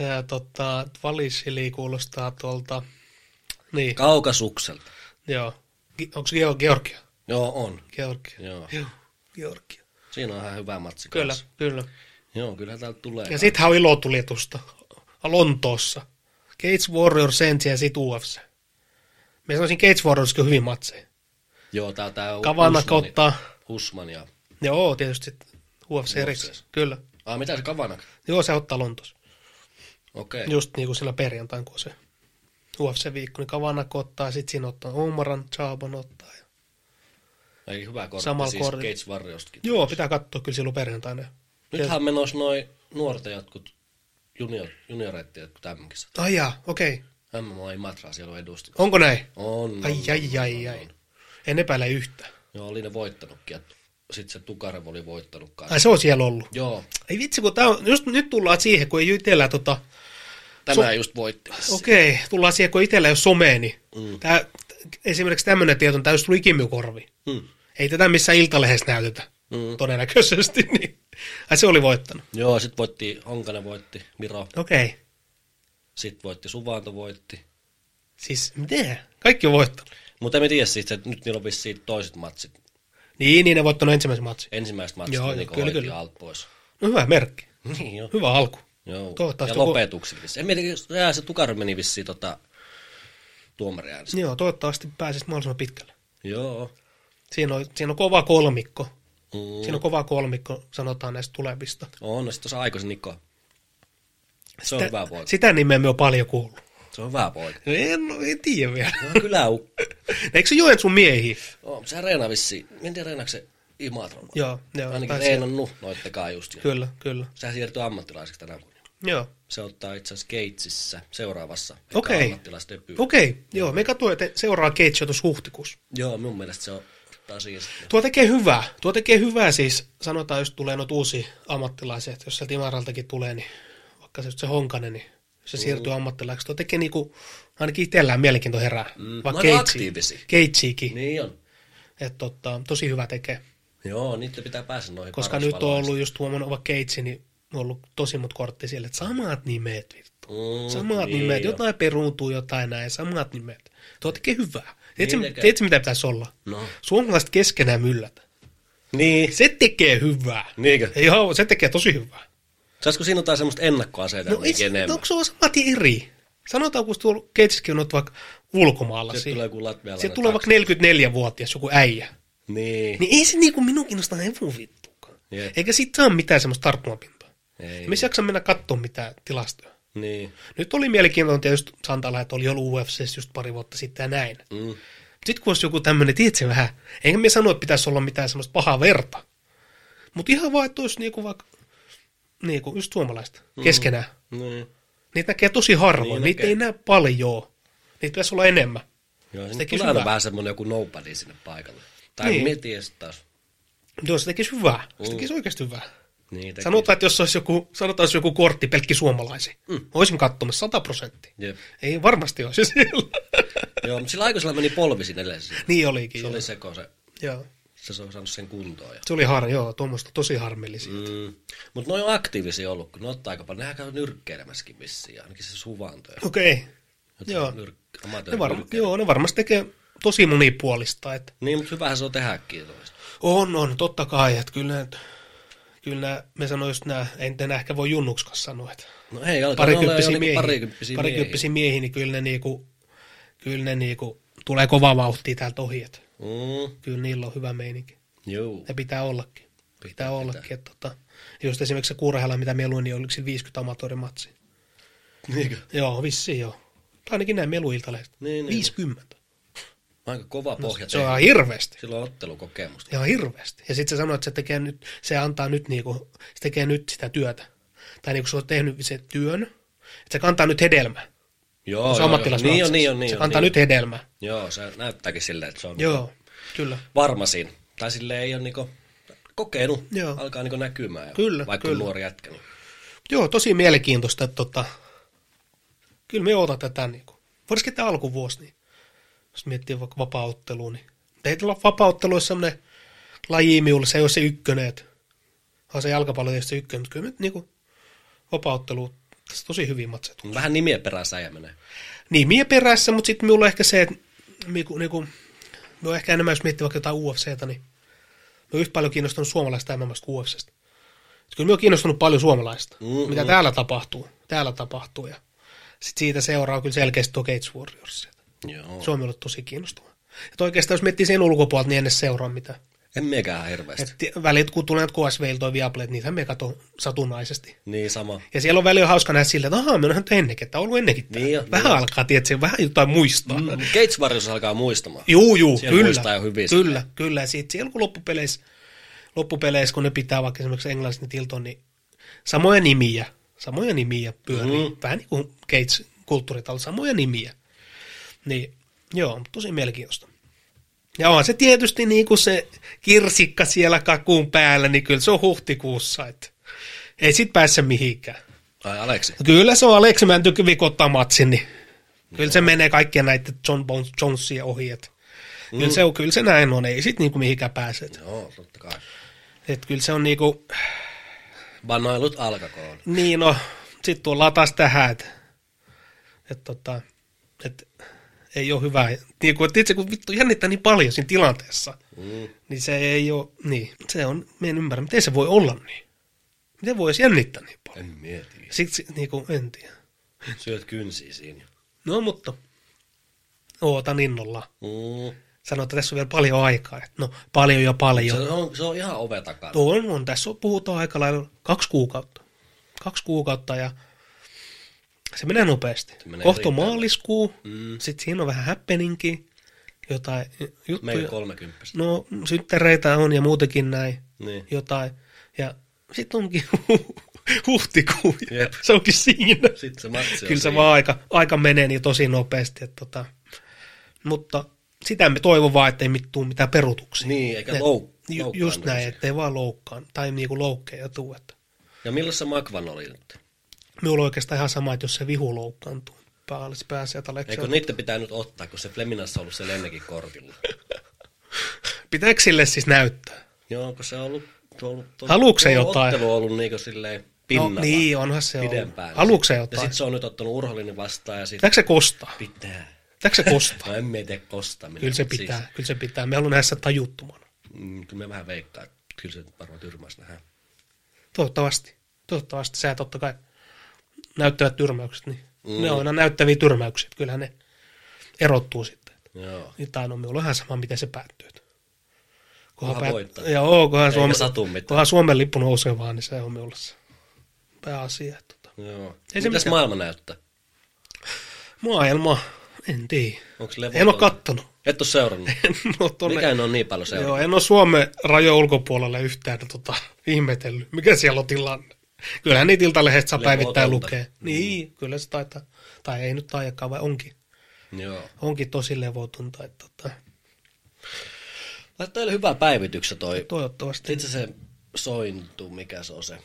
Speaker 2: Ää, tota, Valisili kuulostaa tuolta. Niin,
Speaker 1: Kaukasukselta.
Speaker 2: joo. Ge- Onko se Geo- Georgia?
Speaker 1: Joo, on.
Speaker 2: Georgia.
Speaker 1: Joo.
Speaker 2: Georgia.
Speaker 1: Siinä on ihan hyvä matsi.
Speaker 2: Kyllä,
Speaker 1: kanssa.
Speaker 2: kyllä.
Speaker 1: Joo, kyllä täältä tulee.
Speaker 2: Ja sittenhän on ilotulitusta Lontoossa. Gates Warrior Sensi ja sit UFC. Me sanoisin Gates Warriors on hyvin matseja.
Speaker 1: Joo, tää, tää on
Speaker 2: Kavanak
Speaker 1: Usmani-
Speaker 2: ottaa.
Speaker 1: Usman ja...
Speaker 2: Joo, tietysti sit UFC erikseen. Kyllä.
Speaker 1: Ah, mitä se Kavanak?
Speaker 2: Joo, se ottaa Lontossa.
Speaker 1: Okei. Okay.
Speaker 2: Just niin kuin sillä perjantain, kun on se UFC-viikko, niin Kavanak ottaa, sit siinä ottaa Omaran, Chabon ottaa. Ja...
Speaker 1: Ei hyvä kortti,
Speaker 2: Samalla
Speaker 1: siis
Speaker 2: kortilla.
Speaker 1: Gates Warriorskin.
Speaker 2: Joo, pitää katsoa kyllä silloin perjantaina.
Speaker 1: Nythän on menossa noin nuorten jotkut junior, junioreitten jotkut tämmökissä.
Speaker 2: Ai jaa, okei. Okay.
Speaker 1: MMA ei matraa, siellä on edusti.
Speaker 2: Onko näin?
Speaker 1: On, on,
Speaker 2: Ai, ai, ai, ai. En epäile yhtään.
Speaker 1: Joo, oli ne voittanutkin. ja Sitten se Tukarev oli voittanut kanssa.
Speaker 2: Ai se on siellä ollut.
Speaker 1: Joo,
Speaker 2: Ei vitsi, kun tää on, just nyt tullaan siihen, kun ei itsellä tota,
Speaker 1: tänään just voitti.
Speaker 2: okei, okay, tullaan siihen, kun itsellä ei ole somea, niin
Speaker 1: Mm.
Speaker 2: mm. tää, esimerkiksi tämmöinen tieto on täys tullut ikimykorvi.
Speaker 1: Mm.
Speaker 2: Ei tätä missään iltalehdessä näytetä,
Speaker 1: Mm.
Speaker 2: mm. todennäköisesti, niin. Ai se oli voittanut.
Speaker 1: Joo, sitten voitti, Honkanen voitti, Miro.
Speaker 2: Okei. Okay.
Speaker 1: Sitten voitti, Suvanto voitti.
Speaker 2: Siis, miten? Kaikki on voittanut.
Speaker 1: Mutta en tiedä sitten, että nyt niillä on vissiin toiset matsit.
Speaker 2: Niin, niin ne voittanut ensimmäisen matsin.
Speaker 1: Ensimmäiset matsit
Speaker 2: Joo,
Speaker 1: Joo,
Speaker 2: joo,
Speaker 1: niin
Speaker 2: kyllä,
Speaker 1: kyllä,
Speaker 2: kyllä.
Speaker 1: kyllä. alt pois.
Speaker 2: No hyvä merkki.
Speaker 1: Niin jo.
Speaker 2: Hyvä alku.
Speaker 1: Joo.
Speaker 2: Toivottavasti
Speaker 1: ja
Speaker 2: joku-
Speaker 1: lopetukset. vissiin. En mieti, jos- jää, se Tukari meni vissiin tota, tuomarin äänestä.
Speaker 2: Joo, toivottavasti pääsit mahdollisimman pitkälle.
Speaker 1: Joo.
Speaker 2: Siinä on, siinä on kova kolmikko.
Speaker 1: Mm.
Speaker 2: Siinä on kova kolmikko, sanotaan näistä tulevista.
Speaker 1: On, no sitten tuossa aikuisen Niko. Se on
Speaker 2: Sitä-
Speaker 1: hyvä poika.
Speaker 2: Sitä nimeä me on paljon kuullut.
Speaker 1: Se on hyvä poika.
Speaker 2: No En, en tiedä vielä.
Speaker 1: Se on kyllä ukko.
Speaker 2: Eikö se Joensuun miehi?
Speaker 1: Oh, se reenaa vissiin. Mä en tiedä reenaako se Imatron.
Speaker 2: Joo, joo.
Speaker 1: Ainakin
Speaker 2: tai
Speaker 1: reenannut noittakaan just.
Speaker 2: se-
Speaker 1: Kyllä.
Speaker 2: Kyllä, kyllä.
Speaker 1: Sehän siirtyy ammattilaiseksi tänä vuonna.
Speaker 2: Joo.
Speaker 1: Se ottaa itse asiassa Keitsissä seuraavassa.
Speaker 2: Okei.
Speaker 1: Okay. Ammattilaisdebyytti. Okay.
Speaker 2: Okei, joo. Me katsoin, että seuraa Cagea tuossa huhtikuussa.
Speaker 1: Joo, mun mielestä se on ottaa siihen sitten.
Speaker 2: Tuo tekee hyvää. Tuo tekee hyvää siis, sanotaan, jos tulee noita uusia ammattilaisia, että jos sieltä Imaraltakin tulee, niin vaikka se, just se Honkanen, niin jos
Speaker 1: Mm.
Speaker 2: se siirtyy ammattilaiseksi. Tuo tekee niinku, ainakin itsellään mielenkiinto herää.
Speaker 1: Mm,
Speaker 2: Vaikka
Speaker 1: ne on
Speaker 2: Cagea-
Speaker 1: aktiivisia.
Speaker 2: Cageiakin.
Speaker 1: Niin on.
Speaker 2: Että tota, tosi hyvä tekee.
Speaker 1: Joo, niitä pitää päästä noihin
Speaker 2: Koska
Speaker 1: paras
Speaker 2: nyt on
Speaker 1: valoihin.
Speaker 2: ollut just huomannut vaikka Keitsi, niin on ollut tosi mut kortti sille, että samat nimet, vittu.
Speaker 1: Mm,
Speaker 2: Samat
Speaker 1: niin
Speaker 2: nimet,
Speaker 1: jo.
Speaker 2: jotain peruuntuu, jotain näin, samat nimet. Tuo tekee hyvää. Tiedätkö,
Speaker 1: Niin tekee.
Speaker 2: tiedätkö mitä pitäisi olla?
Speaker 1: No.
Speaker 2: Suomalaiset keskenään myllätä.
Speaker 1: Niin.
Speaker 2: Se tekee hyvää.
Speaker 1: Niinkö?
Speaker 2: Joo, se tekee tosi hyvää.
Speaker 1: Saisiko siinä jotain semmoista ennakkoasetelmaa
Speaker 2: No,
Speaker 1: no,
Speaker 2: ei se-
Speaker 1: enemmän?
Speaker 2: onko se on samat eri? Sanotaan, kun tuolla Keitsiskin on ollut vaikka ulkomaalla.
Speaker 1: Sieltä
Speaker 2: siinä.
Speaker 1: tulee joku latvialainen
Speaker 2: Sieltä tulee vaikka 44-vuotias joku äijä.
Speaker 1: Niin.
Speaker 2: Niin ei se niinku minun kiinnosta hevun vittukaan.
Speaker 1: Jep.
Speaker 2: Eikä siitä saa mitään semmoista tarttumapintaa.
Speaker 1: Ei.
Speaker 2: Ei. Missä jaksa mennä katsomaan mitään tilastoja?
Speaker 1: Niin.
Speaker 2: Nyt oli mielenkiintoinen tietysti Santala, että oli ollut UFC just pari vuotta sitten ja näin.
Speaker 1: Mm.
Speaker 2: Sitten kun olisi joku tämmöinen, tiedätkö vähän, enkä me sano, että pitäisi olla mitään semmoista pahaa verta. Mutta ihan vaan, että olisi niinku vaikka, niinku just suomalaista keskenään.
Speaker 1: Niin.
Speaker 2: Niitä näkee tosi harvoin,
Speaker 1: Mm. Niin
Speaker 2: niitä
Speaker 1: näkee.
Speaker 2: ei näe paljon. Niitä pitäisi olla enemmän.
Speaker 1: Joo, sinne
Speaker 2: tekisi
Speaker 1: tulee aina
Speaker 2: hyvää.
Speaker 1: vähän semmoinen joku nobody sinne paikalle. Tai niin.
Speaker 2: Niin.
Speaker 1: mietin taas.
Speaker 2: Mutta Joo, se tekisi hyvää. Se
Speaker 1: Mm.
Speaker 2: tekisi oikeasti hyvää.
Speaker 1: Niin, tekisi.
Speaker 2: Sanotaan, että jos olisi joku, sanotaan, jos joku kortti pelkki suomalaisi, mm. olisin katsomassa 100 prosenttia.
Speaker 1: Jep.
Speaker 2: Ei varmasti olisi siellä.
Speaker 1: Joo, mutta sillä aikuisella meni polvi sinne edellisen.
Speaker 2: niin olikin.
Speaker 1: Se
Speaker 2: joo.
Speaker 1: oli seko, se,
Speaker 2: Joo.
Speaker 1: se, se on saanut sen kuntoon. Ja.
Speaker 2: Se oli har, joo, tuommoista tosi harmillisia. Mm.
Speaker 1: Mm. Mutta ne on aktiivisia ollut, kun ne ottaa aika paljon. Nehän käy nyrkkeilemässäkin vissiin, ainakin se suvanto.
Speaker 2: Okei.
Speaker 1: Jotain
Speaker 2: Joo.
Speaker 1: Nyrk, amatööri-
Speaker 2: Ne varma,
Speaker 1: nyrkkeily.
Speaker 2: joo, ne varmasti tekee tosi monipuolista. Että
Speaker 1: Niin, mutta hyvähän se on tehdäkin toista.
Speaker 2: on, on, totta kai. Että kyllä, nää- kyllä nää- me sanoin just nämä, en enää ehkä voi junnuksikas sanoa, että
Speaker 1: No ei, alkaa
Speaker 2: parikymppisiä
Speaker 1: olla jo
Speaker 2: miehiä,
Speaker 1: niinku parikymppisiä,
Speaker 2: parikymppisiä miehiä. niin kyllä ne, niinku, kyllä ne niinku, tulee kovaa vauhtia täältä ohi. Että
Speaker 1: miehiä. Mm,
Speaker 2: kyllä niillä on hyvä meininki.
Speaker 1: juu.
Speaker 2: Ne pitää ollakin. Pitää, pitää ollakin. Että, tota, just esimerkiksi se Kurhela, mitä me luin, niin oliko sillä 50 amatöörimatsia.
Speaker 1: Niinkö?
Speaker 2: Joo, vissiin joo. Tai ainakin näin meluiltaleista.
Speaker 1: Niin, niin.
Speaker 2: 50.
Speaker 1: Aika kova pohja.
Speaker 2: Se on
Speaker 1: No,
Speaker 2: ihan hirveästi.
Speaker 1: Silloin on ottelukokemusta.
Speaker 2: Ihan hirveästi. Ja sitten se sanoi, että se, tekee nyt, se antaa nyt, niinku, se tekee nyt sitä työtä. Tai niinku se on tehnyt sen työn, että se kantaa nyt hedelmää.
Speaker 1: Joo,
Speaker 2: se
Speaker 1: joo,
Speaker 2: on
Speaker 1: joo.
Speaker 2: ammattilaismatsi.
Speaker 1: Niin on, niin on, niin
Speaker 2: Se
Speaker 1: on,
Speaker 2: kantaa
Speaker 1: niin
Speaker 2: nyt hedelmää.
Speaker 1: on. Joo, se näyttääkin silleen, että se on
Speaker 2: Joo, kyllä.
Speaker 1: varma siinä. Tai sille ei ole niinku kokenut,
Speaker 2: Joo.
Speaker 1: alkaa niinku näkymään. jo,
Speaker 2: Kyllä,
Speaker 1: Vaikka
Speaker 2: kyllä.
Speaker 1: on nuori jätkä. Niin.
Speaker 2: Joo, tosi mielenkiintoista, että tota, kyllä me odotan tätä, niin kuin, varsinkin tämä alkuvuosi, niin, jos miettii vaikka vapauttelua, niin ei tulla vapauttelu olisi sellainen laji minulle, se ei ole se ykkönen, että on se jalkapallo tietysti se ykkönen, mutta kyllä nyt niin kuin, vapauttelu, tässä tosi hyvin matseja tulee.
Speaker 1: Vähän nimiä perässä ja menee.
Speaker 2: Niin, mie perässä, mutta sitten minulla on ehkä se, että niinku, niinku, me on ehkä enemmän, jos miettii vaikka jotain UFCtä, niin me on yhtä paljon kiinnostunut suomalaista MMstä kuin UFCstä. Et kyllä me on kiinnostunut paljon suomalaista,
Speaker 1: Mm,
Speaker 2: mm, mitä
Speaker 1: mm.
Speaker 2: mm. täällä tapahtuu. Täällä tapahtuu ja sitten siitä seuraa kyllä selkeästi tuo Cage Warriors. sieltä.
Speaker 1: Joo.
Speaker 2: Se on minulle tosi kiinnostava. Et oikeastaan jos miettii sen ulkopuolta, niin en edes seuraa mitään.
Speaker 1: En miekään hirveästi.
Speaker 2: Et ti- välit, kun tulee näitä KSV toi Viaplay, niitä me katon satunnaisesti.
Speaker 1: Niin sama.
Speaker 2: Ja siellä on välillä hauska nähdä silleen, että ahaa, me on ennenkin, että on ollut ennenkin tää.
Speaker 1: Niin on,
Speaker 2: vähän
Speaker 1: niin on.
Speaker 2: alkaa, tietysti, vähän jotain muistaa.
Speaker 1: Mm, Gates Warriors alkaa muistamaan.
Speaker 2: Juu, juu,
Speaker 1: Siellä
Speaker 2: kyllä.
Speaker 1: muistaa jo hyvin
Speaker 2: Kyllä, kyllä. Ja sitten siellä kun loppupeleissä, loppupeleissä, kun ne pitää vaikka esimerkiksi englannista tilton, niin samoja nimiä, samoja nimiä pyörii.
Speaker 1: Mm.
Speaker 2: Mm. Vähän niin kuin Gates kulttuuritalo, samoja nimiä. Niin, joo, tosi mielenkiintoista. Ja on se tietysti niin kuin se kirsikka siellä kakuun päällä, niin kyllä se on huhtikuussa, että ei sit pääse mihinkään.
Speaker 1: Ai Aleksi.
Speaker 2: No Kyllä se on Aleksi Mäntykin vikottaa matsin, niin kyllä se menee kaikkien näiden John Bones Jonesia ohi. Et. Kyllä, se on, kyllä se näin on, ei sit niinku mihinkään pääse. Et.
Speaker 1: Joo, totta kai.
Speaker 2: et kyllä se on niinku,
Speaker 1: Banailut alkakoon.
Speaker 2: niin no, sit tuolla taas tähän, että et tota, et, ei ole hyvä. Niinku, et itse kun vittu jännittää niin paljon siinä tilanteessa,
Speaker 1: Mm.
Speaker 2: niin se ei ole, niin, se on, me en ymmärrä, miten se voi olla niin. Miten voi edes jännittää niin paljon?
Speaker 1: En mieti.
Speaker 2: Siksi, niinku, en tiedä.
Speaker 1: Syöt kynsiä siinä.
Speaker 2: No mutta, ootan innolla.
Speaker 1: Mm.
Speaker 2: Sanoi, että tässä on vielä paljon aikaa. Et No, paljon ja
Speaker 1: Se,
Speaker 2: paljon.
Speaker 1: on, se on ihan ove takana.
Speaker 2: Tuo on, on, tässä on, puhutaan aika lailla kaksi kuukautta. Kaksi kuukautta ja se menee nopeasti.
Speaker 1: Se menee
Speaker 2: Kohta on
Speaker 1: riittävän.
Speaker 2: maaliskuu,
Speaker 1: Mm.
Speaker 2: mm. sitten siinä on vähän häppeninkin, jotain
Speaker 1: Meillä
Speaker 2: juttuja.
Speaker 1: kolmekymppistä.
Speaker 2: No, syttäreitä on ja muutenkin näin,
Speaker 1: Niin.
Speaker 2: jotain. Ja sitten onkin huhtikuu. ja
Speaker 1: Jep.
Speaker 2: Se onkin siinä.
Speaker 1: Sitten se matsi on
Speaker 2: Kyllä se
Speaker 1: siinä.
Speaker 2: vaan aika, aika menee niin tosi nopeasti. Että tota. Mutta sitä me toivon vaan, ettei mit- tuu mitään perutuksia.
Speaker 1: Niin, eikä
Speaker 2: Et-
Speaker 1: louk-
Speaker 2: ju- Just
Speaker 1: loukkaantumisia.
Speaker 2: näin, ettei vaan loukkaan. Tai niinku loukkeja tuu. Että.
Speaker 1: Ja milloin se Makvan oli nyt?
Speaker 2: Minulla on oikeastaan ihan sama, että jos se vihu loukkaantuu. Pääallisi pääsee, että Aleksi-
Speaker 1: Eikö niitä pitää nyt ottaa, kun se Fleminassa on ollut se lennekin kortilla?
Speaker 2: Pitääkö sille siis näyttää?
Speaker 1: Joo, kun se on ollut... Tuo, on ollut- tuo,
Speaker 2: Haluuks se
Speaker 1: tuo
Speaker 2: jotain?
Speaker 1: Ottelu on ollut niinku silleen pinnalla.
Speaker 2: No, niin, onhan se ollut.
Speaker 1: pidempään.
Speaker 2: Haluatko se
Speaker 1: Ja
Speaker 2: jotain?
Speaker 1: sit se on nyt ottanut Urholinen vastaan ja sit
Speaker 2: Pitääkö se kostaa?
Speaker 1: pitää.
Speaker 2: Pitääkö se kostaa?
Speaker 1: No emme tee kostaminen.
Speaker 2: Kyllä se
Speaker 1: mut
Speaker 2: pitää, siis. kyllä se pitää. Me haluan nähdä sen tajuttomana.
Speaker 1: Siis, mm, kyllä me vähän veikkaa, että kyllä se nyt varmaan tyrmäys nähdään.
Speaker 2: Toivottavasti. Toivottavasti sä totta kai näyttävät tyrmäykset, niin
Speaker 1: Mm.
Speaker 2: mm. ne on aina näyttäviä tyrmäyksiä. että Kyllähän ne erottuu sitten.
Speaker 1: Joo.
Speaker 2: Jotain on no, minulla ihan sama, miten se päättyy.
Speaker 1: Kunhan voittaa.
Speaker 2: Joo, kunhan,
Speaker 1: Eikä
Speaker 2: Suomen,
Speaker 1: satu mitään.
Speaker 2: kunhan Suomen lippu nousee vaan, niin se on minulla se pääasia. että Tota.
Speaker 1: Joo.
Speaker 2: Ei se
Speaker 1: Mitäs
Speaker 2: mitään.
Speaker 1: maailma näyttää?
Speaker 2: Maailma, en tiedä.
Speaker 1: Onko levoton?
Speaker 2: En ole kattonut.
Speaker 1: Et ole seurannut.
Speaker 2: En ole tonne-
Speaker 1: Mikä en ole niin paljon seurannut.
Speaker 2: Joo, en ole Suomen rajojen ulkopuolella yhtään tota, ihmetellyt, mikä siellä on tilanne. Kyllähän niitä iltalehdestä saa
Speaker 1: Kyllä
Speaker 2: päivittäin
Speaker 1: lotonta.
Speaker 2: lukea. Niin, kyllä se taitaa, tai ei nyt taidakaan, vai onkin,
Speaker 1: Joo.
Speaker 2: onkin tosi levotonta. Että, tota,
Speaker 1: Laita teille hyvää päivityksessä toi.
Speaker 2: toivottavasti.
Speaker 1: Itse se sointu, mikä se on se.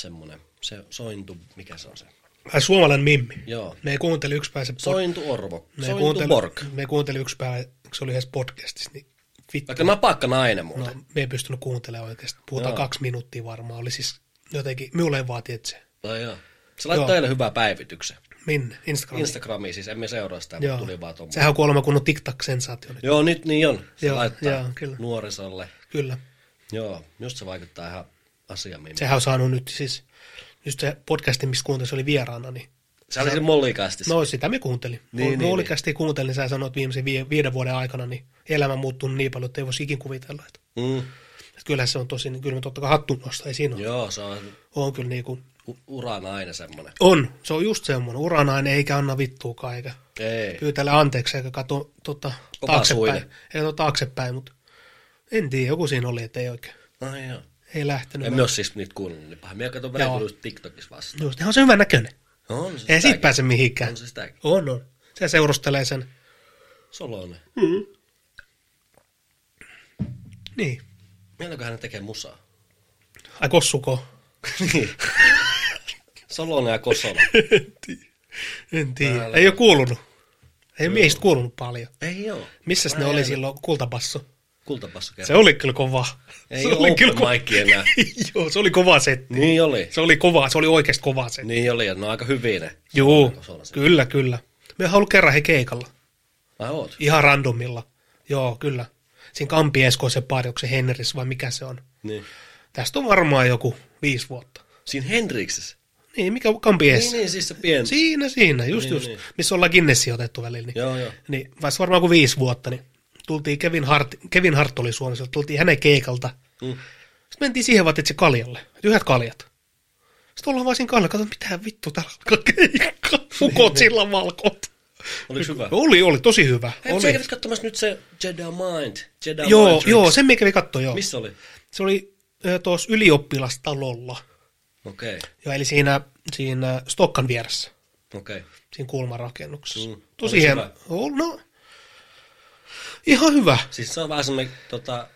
Speaker 1: Semmonen. Se sointu, mikä se on se.
Speaker 2: Ai, suomalainen mimmi.
Speaker 1: Joo.
Speaker 2: Me ei kuuntele yksi päivä se pod-
Speaker 1: Sointu Orvo.
Speaker 2: me ei
Speaker 1: Sointu
Speaker 2: kuuntele-
Speaker 1: Borg.
Speaker 2: Me ei kuuntele yksi päivä, kun se oli yhdessä podcastissa, niin vittu.
Speaker 1: Vaikka mä pakkan aina
Speaker 2: No,
Speaker 1: muuten.
Speaker 2: me ei pystynyt kuuntelemaan oikeasti. Puhutaan
Speaker 1: Joo.
Speaker 2: kaksi minuuttia varmaan. Oli siis jotenkin, minulle ei vaan tiedä se.
Speaker 1: No. joo. Se laittaa
Speaker 2: Joo.
Speaker 1: teille hyvää päivityksen.
Speaker 2: Minne? Instagramiin.
Speaker 1: Instagramiin siis, emme seuraa sitä,
Speaker 2: Joo.
Speaker 1: mutta tuli vaan tuommoinen.
Speaker 2: Sehän on kuulemma kunnon TikTok-sensaatio. nyt.
Speaker 1: Joo, nyt niin on. Se
Speaker 2: Joo,
Speaker 1: joo, laittaa
Speaker 2: joo,
Speaker 1: joo,
Speaker 2: kyllä.
Speaker 1: nuorisolle.
Speaker 2: Kyllä.
Speaker 1: Joo, just se vaikuttaa ihan asiaan. minne-
Speaker 2: Sehän on saanut nyt siis, just se podcasti, missä kuuntelin, se oli vieraana, niin
Speaker 1: Se oli siinä mollikasti.
Speaker 2: No sitä me kuuntelin.
Speaker 1: Niin, niin,
Speaker 2: Niin, niin, niin. kuuntelin, niin sä sanoit viimeisen vie, viiden vuoden aikana, niin elämä muuttunut niin paljon, että ei voisi ikin kuvitella. Että,
Speaker 1: Mm.
Speaker 2: että kyllähän se on tosi, niin kyllä me totta kai hattu nostaa, ei siinä ole.
Speaker 1: Joo, se on
Speaker 2: On kyllä niin kuin,
Speaker 1: u- uran aina semmoinen.
Speaker 2: on, se on just semmoinen uranainen, eikä anna vittuukaan, eikä
Speaker 1: Ei.
Speaker 2: pyytele anteeksi, eikä katso tota,
Speaker 1: Opa
Speaker 2: taaksepäin.
Speaker 1: suinen.
Speaker 2: Ei kato taaksepäin, mutta en tiedä, joku siinä oli, että ei oikein.
Speaker 1: Ai joo.
Speaker 2: Ei lähtenyt.
Speaker 1: Emme ole siis niitä kuunnellut niin paha. Minä katson
Speaker 2: Joo. No
Speaker 1: välillä just TikTokissa vasta.
Speaker 2: Just, ihan se hyvän näköinen.
Speaker 1: On se
Speaker 2: Ei siitä
Speaker 1: sitäkin.
Speaker 2: pääse mihinkään.
Speaker 1: On se sitäkin.
Speaker 2: On, on. Se seurustelee sen.
Speaker 1: Solonen.
Speaker 2: Niin.
Speaker 1: Milloinko hän tekee musaa?
Speaker 2: Ai kossuko.
Speaker 1: Solonen ja Kosola.
Speaker 2: En tiedä.
Speaker 1: Täällä.
Speaker 2: Ei ole kuulunut. Ei Joo. miehistä kuulunut paljon.
Speaker 1: Ei joo.
Speaker 2: Missäs ne
Speaker 1: Ai,
Speaker 2: oli
Speaker 1: ei.
Speaker 2: silloin kultapasso?
Speaker 1: Kultapasso
Speaker 2: Se
Speaker 1: kerran.
Speaker 2: oli kyllä kova.
Speaker 1: Ei
Speaker 2: se
Speaker 1: ole
Speaker 2: oli
Speaker 1: open mic enää.
Speaker 2: Joo, se oli kova se.
Speaker 1: Niin oli.
Speaker 2: Se oli kova, se oli oikeasti kova se.
Speaker 1: Niin oli, ja ne on aika hyviä ne.
Speaker 2: Joo,
Speaker 1: Kosola se.
Speaker 2: kyllä, kyllä. Me ollut kerran he keikalla.
Speaker 1: Ai oot.
Speaker 2: Ihan randomilla. Joo, kyllä. Siinä Kampi Esko se pari, onko se Henris vai mikä se on.
Speaker 1: Niin.
Speaker 2: Tästä on varmaan joku viisi vuotta.
Speaker 1: Siinä Henriksessä.
Speaker 2: Niin, mikä on Kampi Esko?
Speaker 1: Niin, niin, siis se pieni.
Speaker 2: Siinä, siinä, just niin,
Speaker 1: Niin,
Speaker 2: just. Niin.
Speaker 1: niin.
Speaker 2: Missä ollaan Guinnessia otettu välillä. Niin.
Speaker 1: Joo, joo.
Speaker 2: Niin, vasta varmaan kuin viisi vuotta, niin tultiin Kevin Hart, Kevin Hart oli Suomessa, tultiin hänen keikalta.
Speaker 1: Mm.
Speaker 2: Sitten mentiin siihen vaan itse kaljalle, yhdet kaljat. Sitten ollaan vaan siinä kaljalla, katsotaan, mitä vittu täällä alkaa keikka, ukot sillä valkot.
Speaker 1: Niin, Oliko hyvä?
Speaker 2: Oli, oli, tosi hyvä.
Speaker 1: Hei,
Speaker 2: oli.
Speaker 1: sä kävit katsomassa nyt se Jedi Mind. Jedi Mind
Speaker 2: joo,
Speaker 1: Tricks.
Speaker 2: joo, sen me kävi katsoa, joo.
Speaker 1: Missä oli?
Speaker 2: Se oli ö, tuossa ylioppilastalolla,
Speaker 1: Okei,
Speaker 2: ja eli siinä, siinä Stokkan vieressä,
Speaker 1: okei.
Speaker 2: siinä kulmarakennuksessa.
Speaker 1: Mm.
Speaker 2: Tosi
Speaker 1: Oliko
Speaker 2: hieno.
Speaker 1: hyvä?
Speaker 2: Oh, no, ihan hyvä.
Speaker 1: Siis se on vähän semmoinen tota,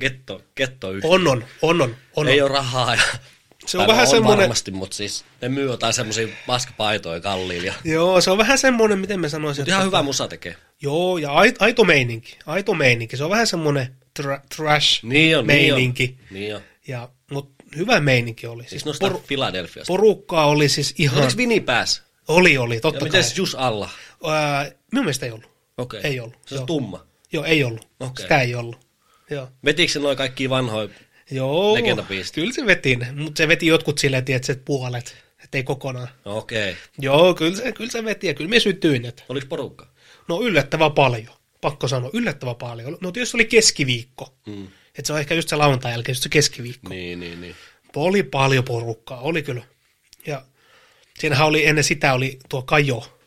Speaker 1: getto, getto yhtiö.
Speaker 2: On, on, on, on, on.
Speaker 1: Ei ole rahaa. Ja,
Speaker 2: Se on
Speaker 1: tai no
Speaker 2: vähän semmoinen-
Speaker 1: varmasti, mutta siis ne myy jotain semmoisia maskapaitoja kalliilla. Ja...
Speaker 2: Joo, se on vähän semmoinen, miten mä sanoisin.
Speaker 1: Mut
Speaker 2: että-
Speaker 1: ihan hyvä musa tekee.
Speaker 2: Joo, ja ai, aito meininki. Aito meininki. Se on vähän semmoinen tra- trash
Speaker 1: Niin on,
Speaker 2: meininki.
Speaker 1: niin on. Niin on.
Speaker 2: Ja, mut hyvä meininki oli. Siis
Speaker 1: Siis noista
Speaker 2: poru-
Speaker 1: Por... Filadelfiasta.
Speaker 2: porukkaa oli siis ihan...
Speaker 1: Oliko Vini pääs?
Speaker 2: Oli, oli,
Speaker 1: Ja
Speaker 2: totta kai.
Speaker 1: mites Jus Alla?
Speaker 2: Ää, minun mielestä ei ollut.
Speaker 1: Okei.
Speaker 2: Ei ollut,
Speaker 1: Se
Speaker 2: joo.
Speaker 1: on tumma.
Speaker 2: Joo, ei ollut.
Speaker 1: Okei.
Speaker 2: Sitä ei ollut. Joo.
Speaker 1: Vetikö se noin kaikki vanhoja?
Speaker 2: Joo,
Speaker 1: Legendabiisti.
Speaker 2: kyllä se veti ne, mutta se veti jotkut silleen, tiedätkö, että puolet, ettei kokonaan.
Speaker 1: No, okei. Okay.
Speaker 2: Joo, kyllä se, kyllä se veti ja kyllä me sytyin, että
Speaker 1: Oliko porukka?
Speaker 2: No yllättävän paljon, pakko sanoa, yllättävän paljon. No tietysti oli keskiviikko, mm. että se on ehkä just se lauantai jälkeen, just se keskiviikko.
Speaker 1: Niin, niin, niin.
Speaker 2: Oli paljon porukkaa, oli kyllä. Ja siinähän oli ennen sitä oli tuo Kajo.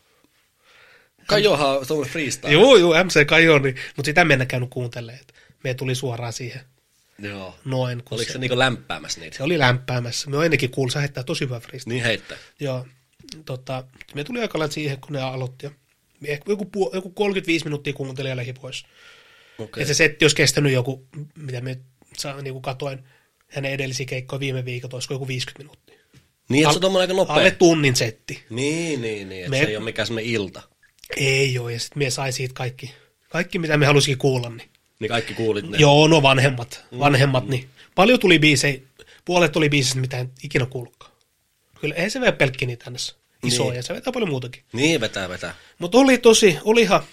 Speaker 1: Kajohan on tuommoinen freestyle.
Speaker 2: Joo, joo, MC Kajo, niin, mutta sitä mennä käynyt kuuntelemaan. että Me tuli suoraan siihen
Speaker 1: Joo.
Speaker 2: noin, kun
Speaker 1: Oliko
Speaker 2: Mm. se,
Speaker 1: se niinku lämpäämässä niitä?
Speaker 2: se, oli lämpäämässä. Me ennenkin kuulin, se heittää tosi hyvä freestyle.
Speaker 1: Niin heittää.
Speaker 2: Joo, tota, me tuli aika lailla siihen, kun ne aloitti. ja Ehkä joku, puol- joku 35 minuuttia kuuntelin ja lähi pois.
Speaker 1: Okei.
Speaker 2: Okay. se setti olisi kestänyt joku, mitä me saa, niin kuin katoin hänen edellisiä keikkoja viime viikolla, olisiko joku 50 minuuttia.
Speaker 1: Niin,
Speaker 2: Al-
Speaker 1: se on tommonen aika nopea.
Speaker 2: Alle tunnin setti.
Speaker 1: Niin, niin, niin. Et
Speaker 2: Me-
Speaker 1: Se ei ole mikään semmoinen ilta.
Speaker 2: Ei joo, ja sitten me sai siitä kaikki, kaikki mitä me halusikin kuulla. Niin.
Speaker 1: Niin kaikki kuulit ne. Mm.
Speaker 2: Joo, no vanhemmat, vanhemmat, niin paljon tuli biisejä, puolet tuli biisistä, mitä en ikinä kuullutkaan. Kyllä, ei se vielä pelkki niitä ns. isoja,
Speaker 1: Niin.
Speaker 2: se vetää paljon muutakin.
Speaker 1: Niin, vetää, vetää.
Speaker 2: Mutta oli tosi, olihan,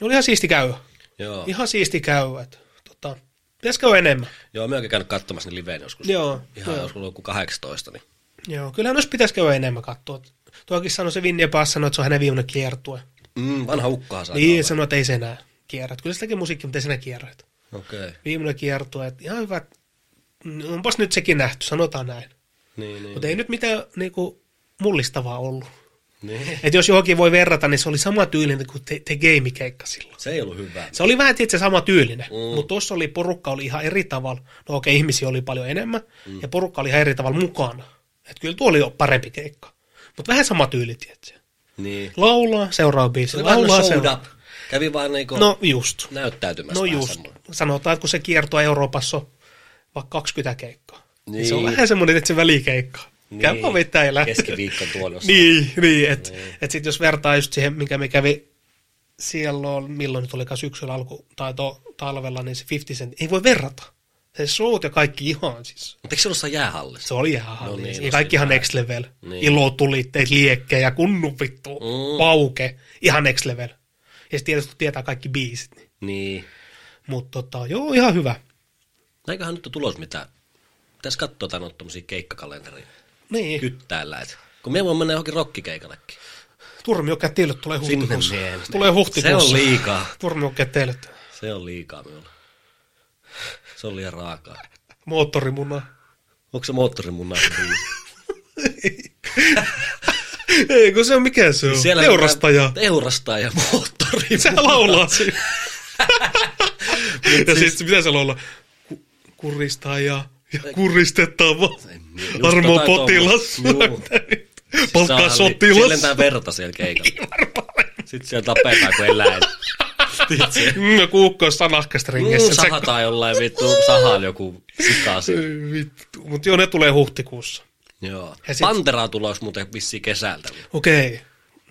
Speaker 2: oli ihan siisti käydä.
Speaker 1: Joo. Ihan.
Speaker 2: Ihan siisti käydä, että tota, pitäisi käydä enemmän.
Speaker 1: Joo, mäkin käynyt katsomassa ne liveen joskus.
Speaker 2: Joo,
Speaker 1: Ihan
Speaker 2: joo.
Speaker 1: joskus ollut joku 18, niin.
Speaker 2: Joo, kyllähän olisi pitäisi käydä enemmän katsoa. Tuokin sanoi se Vinnie Paas sanoi, että se on hänen viimeinen kiertue.
Speaker 1: Mm, vanha ukkahan saa
Speaker 2: Niin, sanoi, että ei se enää kierrä. Että Kyllä sitäkin musiikki, mutta ei se enää kierrä. Että
Speaker 1: Okei. Okay.
Speaker 2: Viimeinen kiertue, että ihan hyvä. että- Mm, Onpas nyt sekin nähty, sanotaan näin.
Speaker 1: Niin, niin.
Speaker 2: Mutta ei nyt mitään niinku, mullistavaa ollut.
Speaker 1: niin.
Speaker 2: Et jos johonkin voi verrata, niin se oli sama tyylinen kuin te, te game-keikka silloin.
Speaker 1: Se ei ollut hyvää.
Speaker 2: Se oli vähän itse sama tyylinen, mm.
Speaker 1: Mm.
Speaker 2: mutta tuossa oli, porukka oli ihan eri tavalla. No okei, ihmisiä oli paljon enemmän mm. ja porukka oli ihan eri tavalla mukana. Et kyllä tuo oli jo parempi keikka. Mutta vähän sama tyyli, tietysti.
Speaker 1: Niin.
Speaker 2: Laulaa, seuraa biisi,
Speaker 1: Se vähän
Speaker 2: laulaa,
Speaker 1: showed
Speaker 2: seuraa.
Speaker 1: up. Kävi vaan niinku no.
Speaker 2: No just,
Speaker 1: näyttäytymässä.
Speaker 2: no
Speaker 1: vähän
Speaker 2: just.
Speaker 1: semmoinen.
Speaker 2: Sanotaan, että kun se kiertoa Euroopassa on vaikka 20 keikkaa, niin, niin se on
Speaker 1: Niin.
Speaker 2: vähän semmoinen, että se välikeikka. Niin.
Speaker 1: Niin.
Speaker 2: Käy vaan vetää ja lähtee.
Speaker 1: Keskiviikko tuolla jossain.
Speaker 2: Niin, niin että niin. et sitten jos vertaa just siihen, mikä me kävi silloin, milloin nyt olikaan syksyllä alku, tai to, talvella, niin se 50 cent, ei voi verrata. Se showt ja kaikki ihan siis.
Speaker 1: Mutta eikö se ollut jossain jäähallissa?
Speaker 2: Se oli ihan halli.
Speaker 1: niin,
Speaker 2: niin,
Speaker 1: no
Speaker 2: ja kaikkihan
Speaker 1: sillä
Speaker 2: next level.
Speaker 1: Niin.
Speaker 2: Niin. Ilotulitteet, liekkejä, kunnu vittu,
Speaker 1: Mm.
Speaker 2: mm. pauke. Ihan next level. Ja sitten tietysti kun tietää kaikki biisit. Niin.
Speaker 1: Niin. No
Speaker 2: Mutta tota, joo, ihan hyvä.
Speaker 1: Eiköhän nyt ole tulos mitä. Pitäisi katsoa jotain noita tommosia keikkakalenteria.
Speaker 2: Niin. Ky-
Speaker 1: Kyttäällä. Et. Kun me voimme mennä johonkin rokkikeikallekin.
Speaker 2: Turmiokkä teille tulee
Speaker 1: Sinne
Speaker 2: huhtikuussa.
Speaker 1: mieleen.
Speaker 2: Tulee huhtikuussa.
Speaker 1: Se on liikaa.
Speaker 2: Turmiokkä teille.
Speaker 1: Se on liikaa minulle. Se on liian raakaa.
Speaker 2: Moottorimuna.
Speaker 1: Onko se moottorimunna?
Speaker 2: Ei, kun se on mikä se on. Teurastaja.
Speaker 1: Teurastaja moottori.
Speaker 2: Se laulaa siinä. ja sitten mitä se laulaa? Ku- kuristaa ja, ja kuristettava.
Speaker 1: En mie- just
Speaker 2: Armo
Speaker 1: jotain
Speaker 2: potilas.
Speaker 1: tommosta. Juu. Siis
Speaker 2: Palkkaa
Speaker 1: Siellä
Speaker 2: sotilas.
Speaker 1: lentää verta siellä keikalla. Sitten siellä tapetaan kuin eläin. Tiedätkö?
Speaker 2: Mm, ja kuukko on sanahkasta
Speaker 1: Mm,
Speaker 2: ringessä. Mm,
Speaker 1: sahataan jollain vittu, sahaan joku sika siinä.
Speaker 2: Vittu. Mutta joo, ne tulee huhtikuussa.
Speaker 1: Joo.
Speaker 2: Ja sit-
Speaker 1: Panteraa tulos muuten vissiin kesältä.
Speaker 2: Okei. Okay.
Speaker 1: Kyllä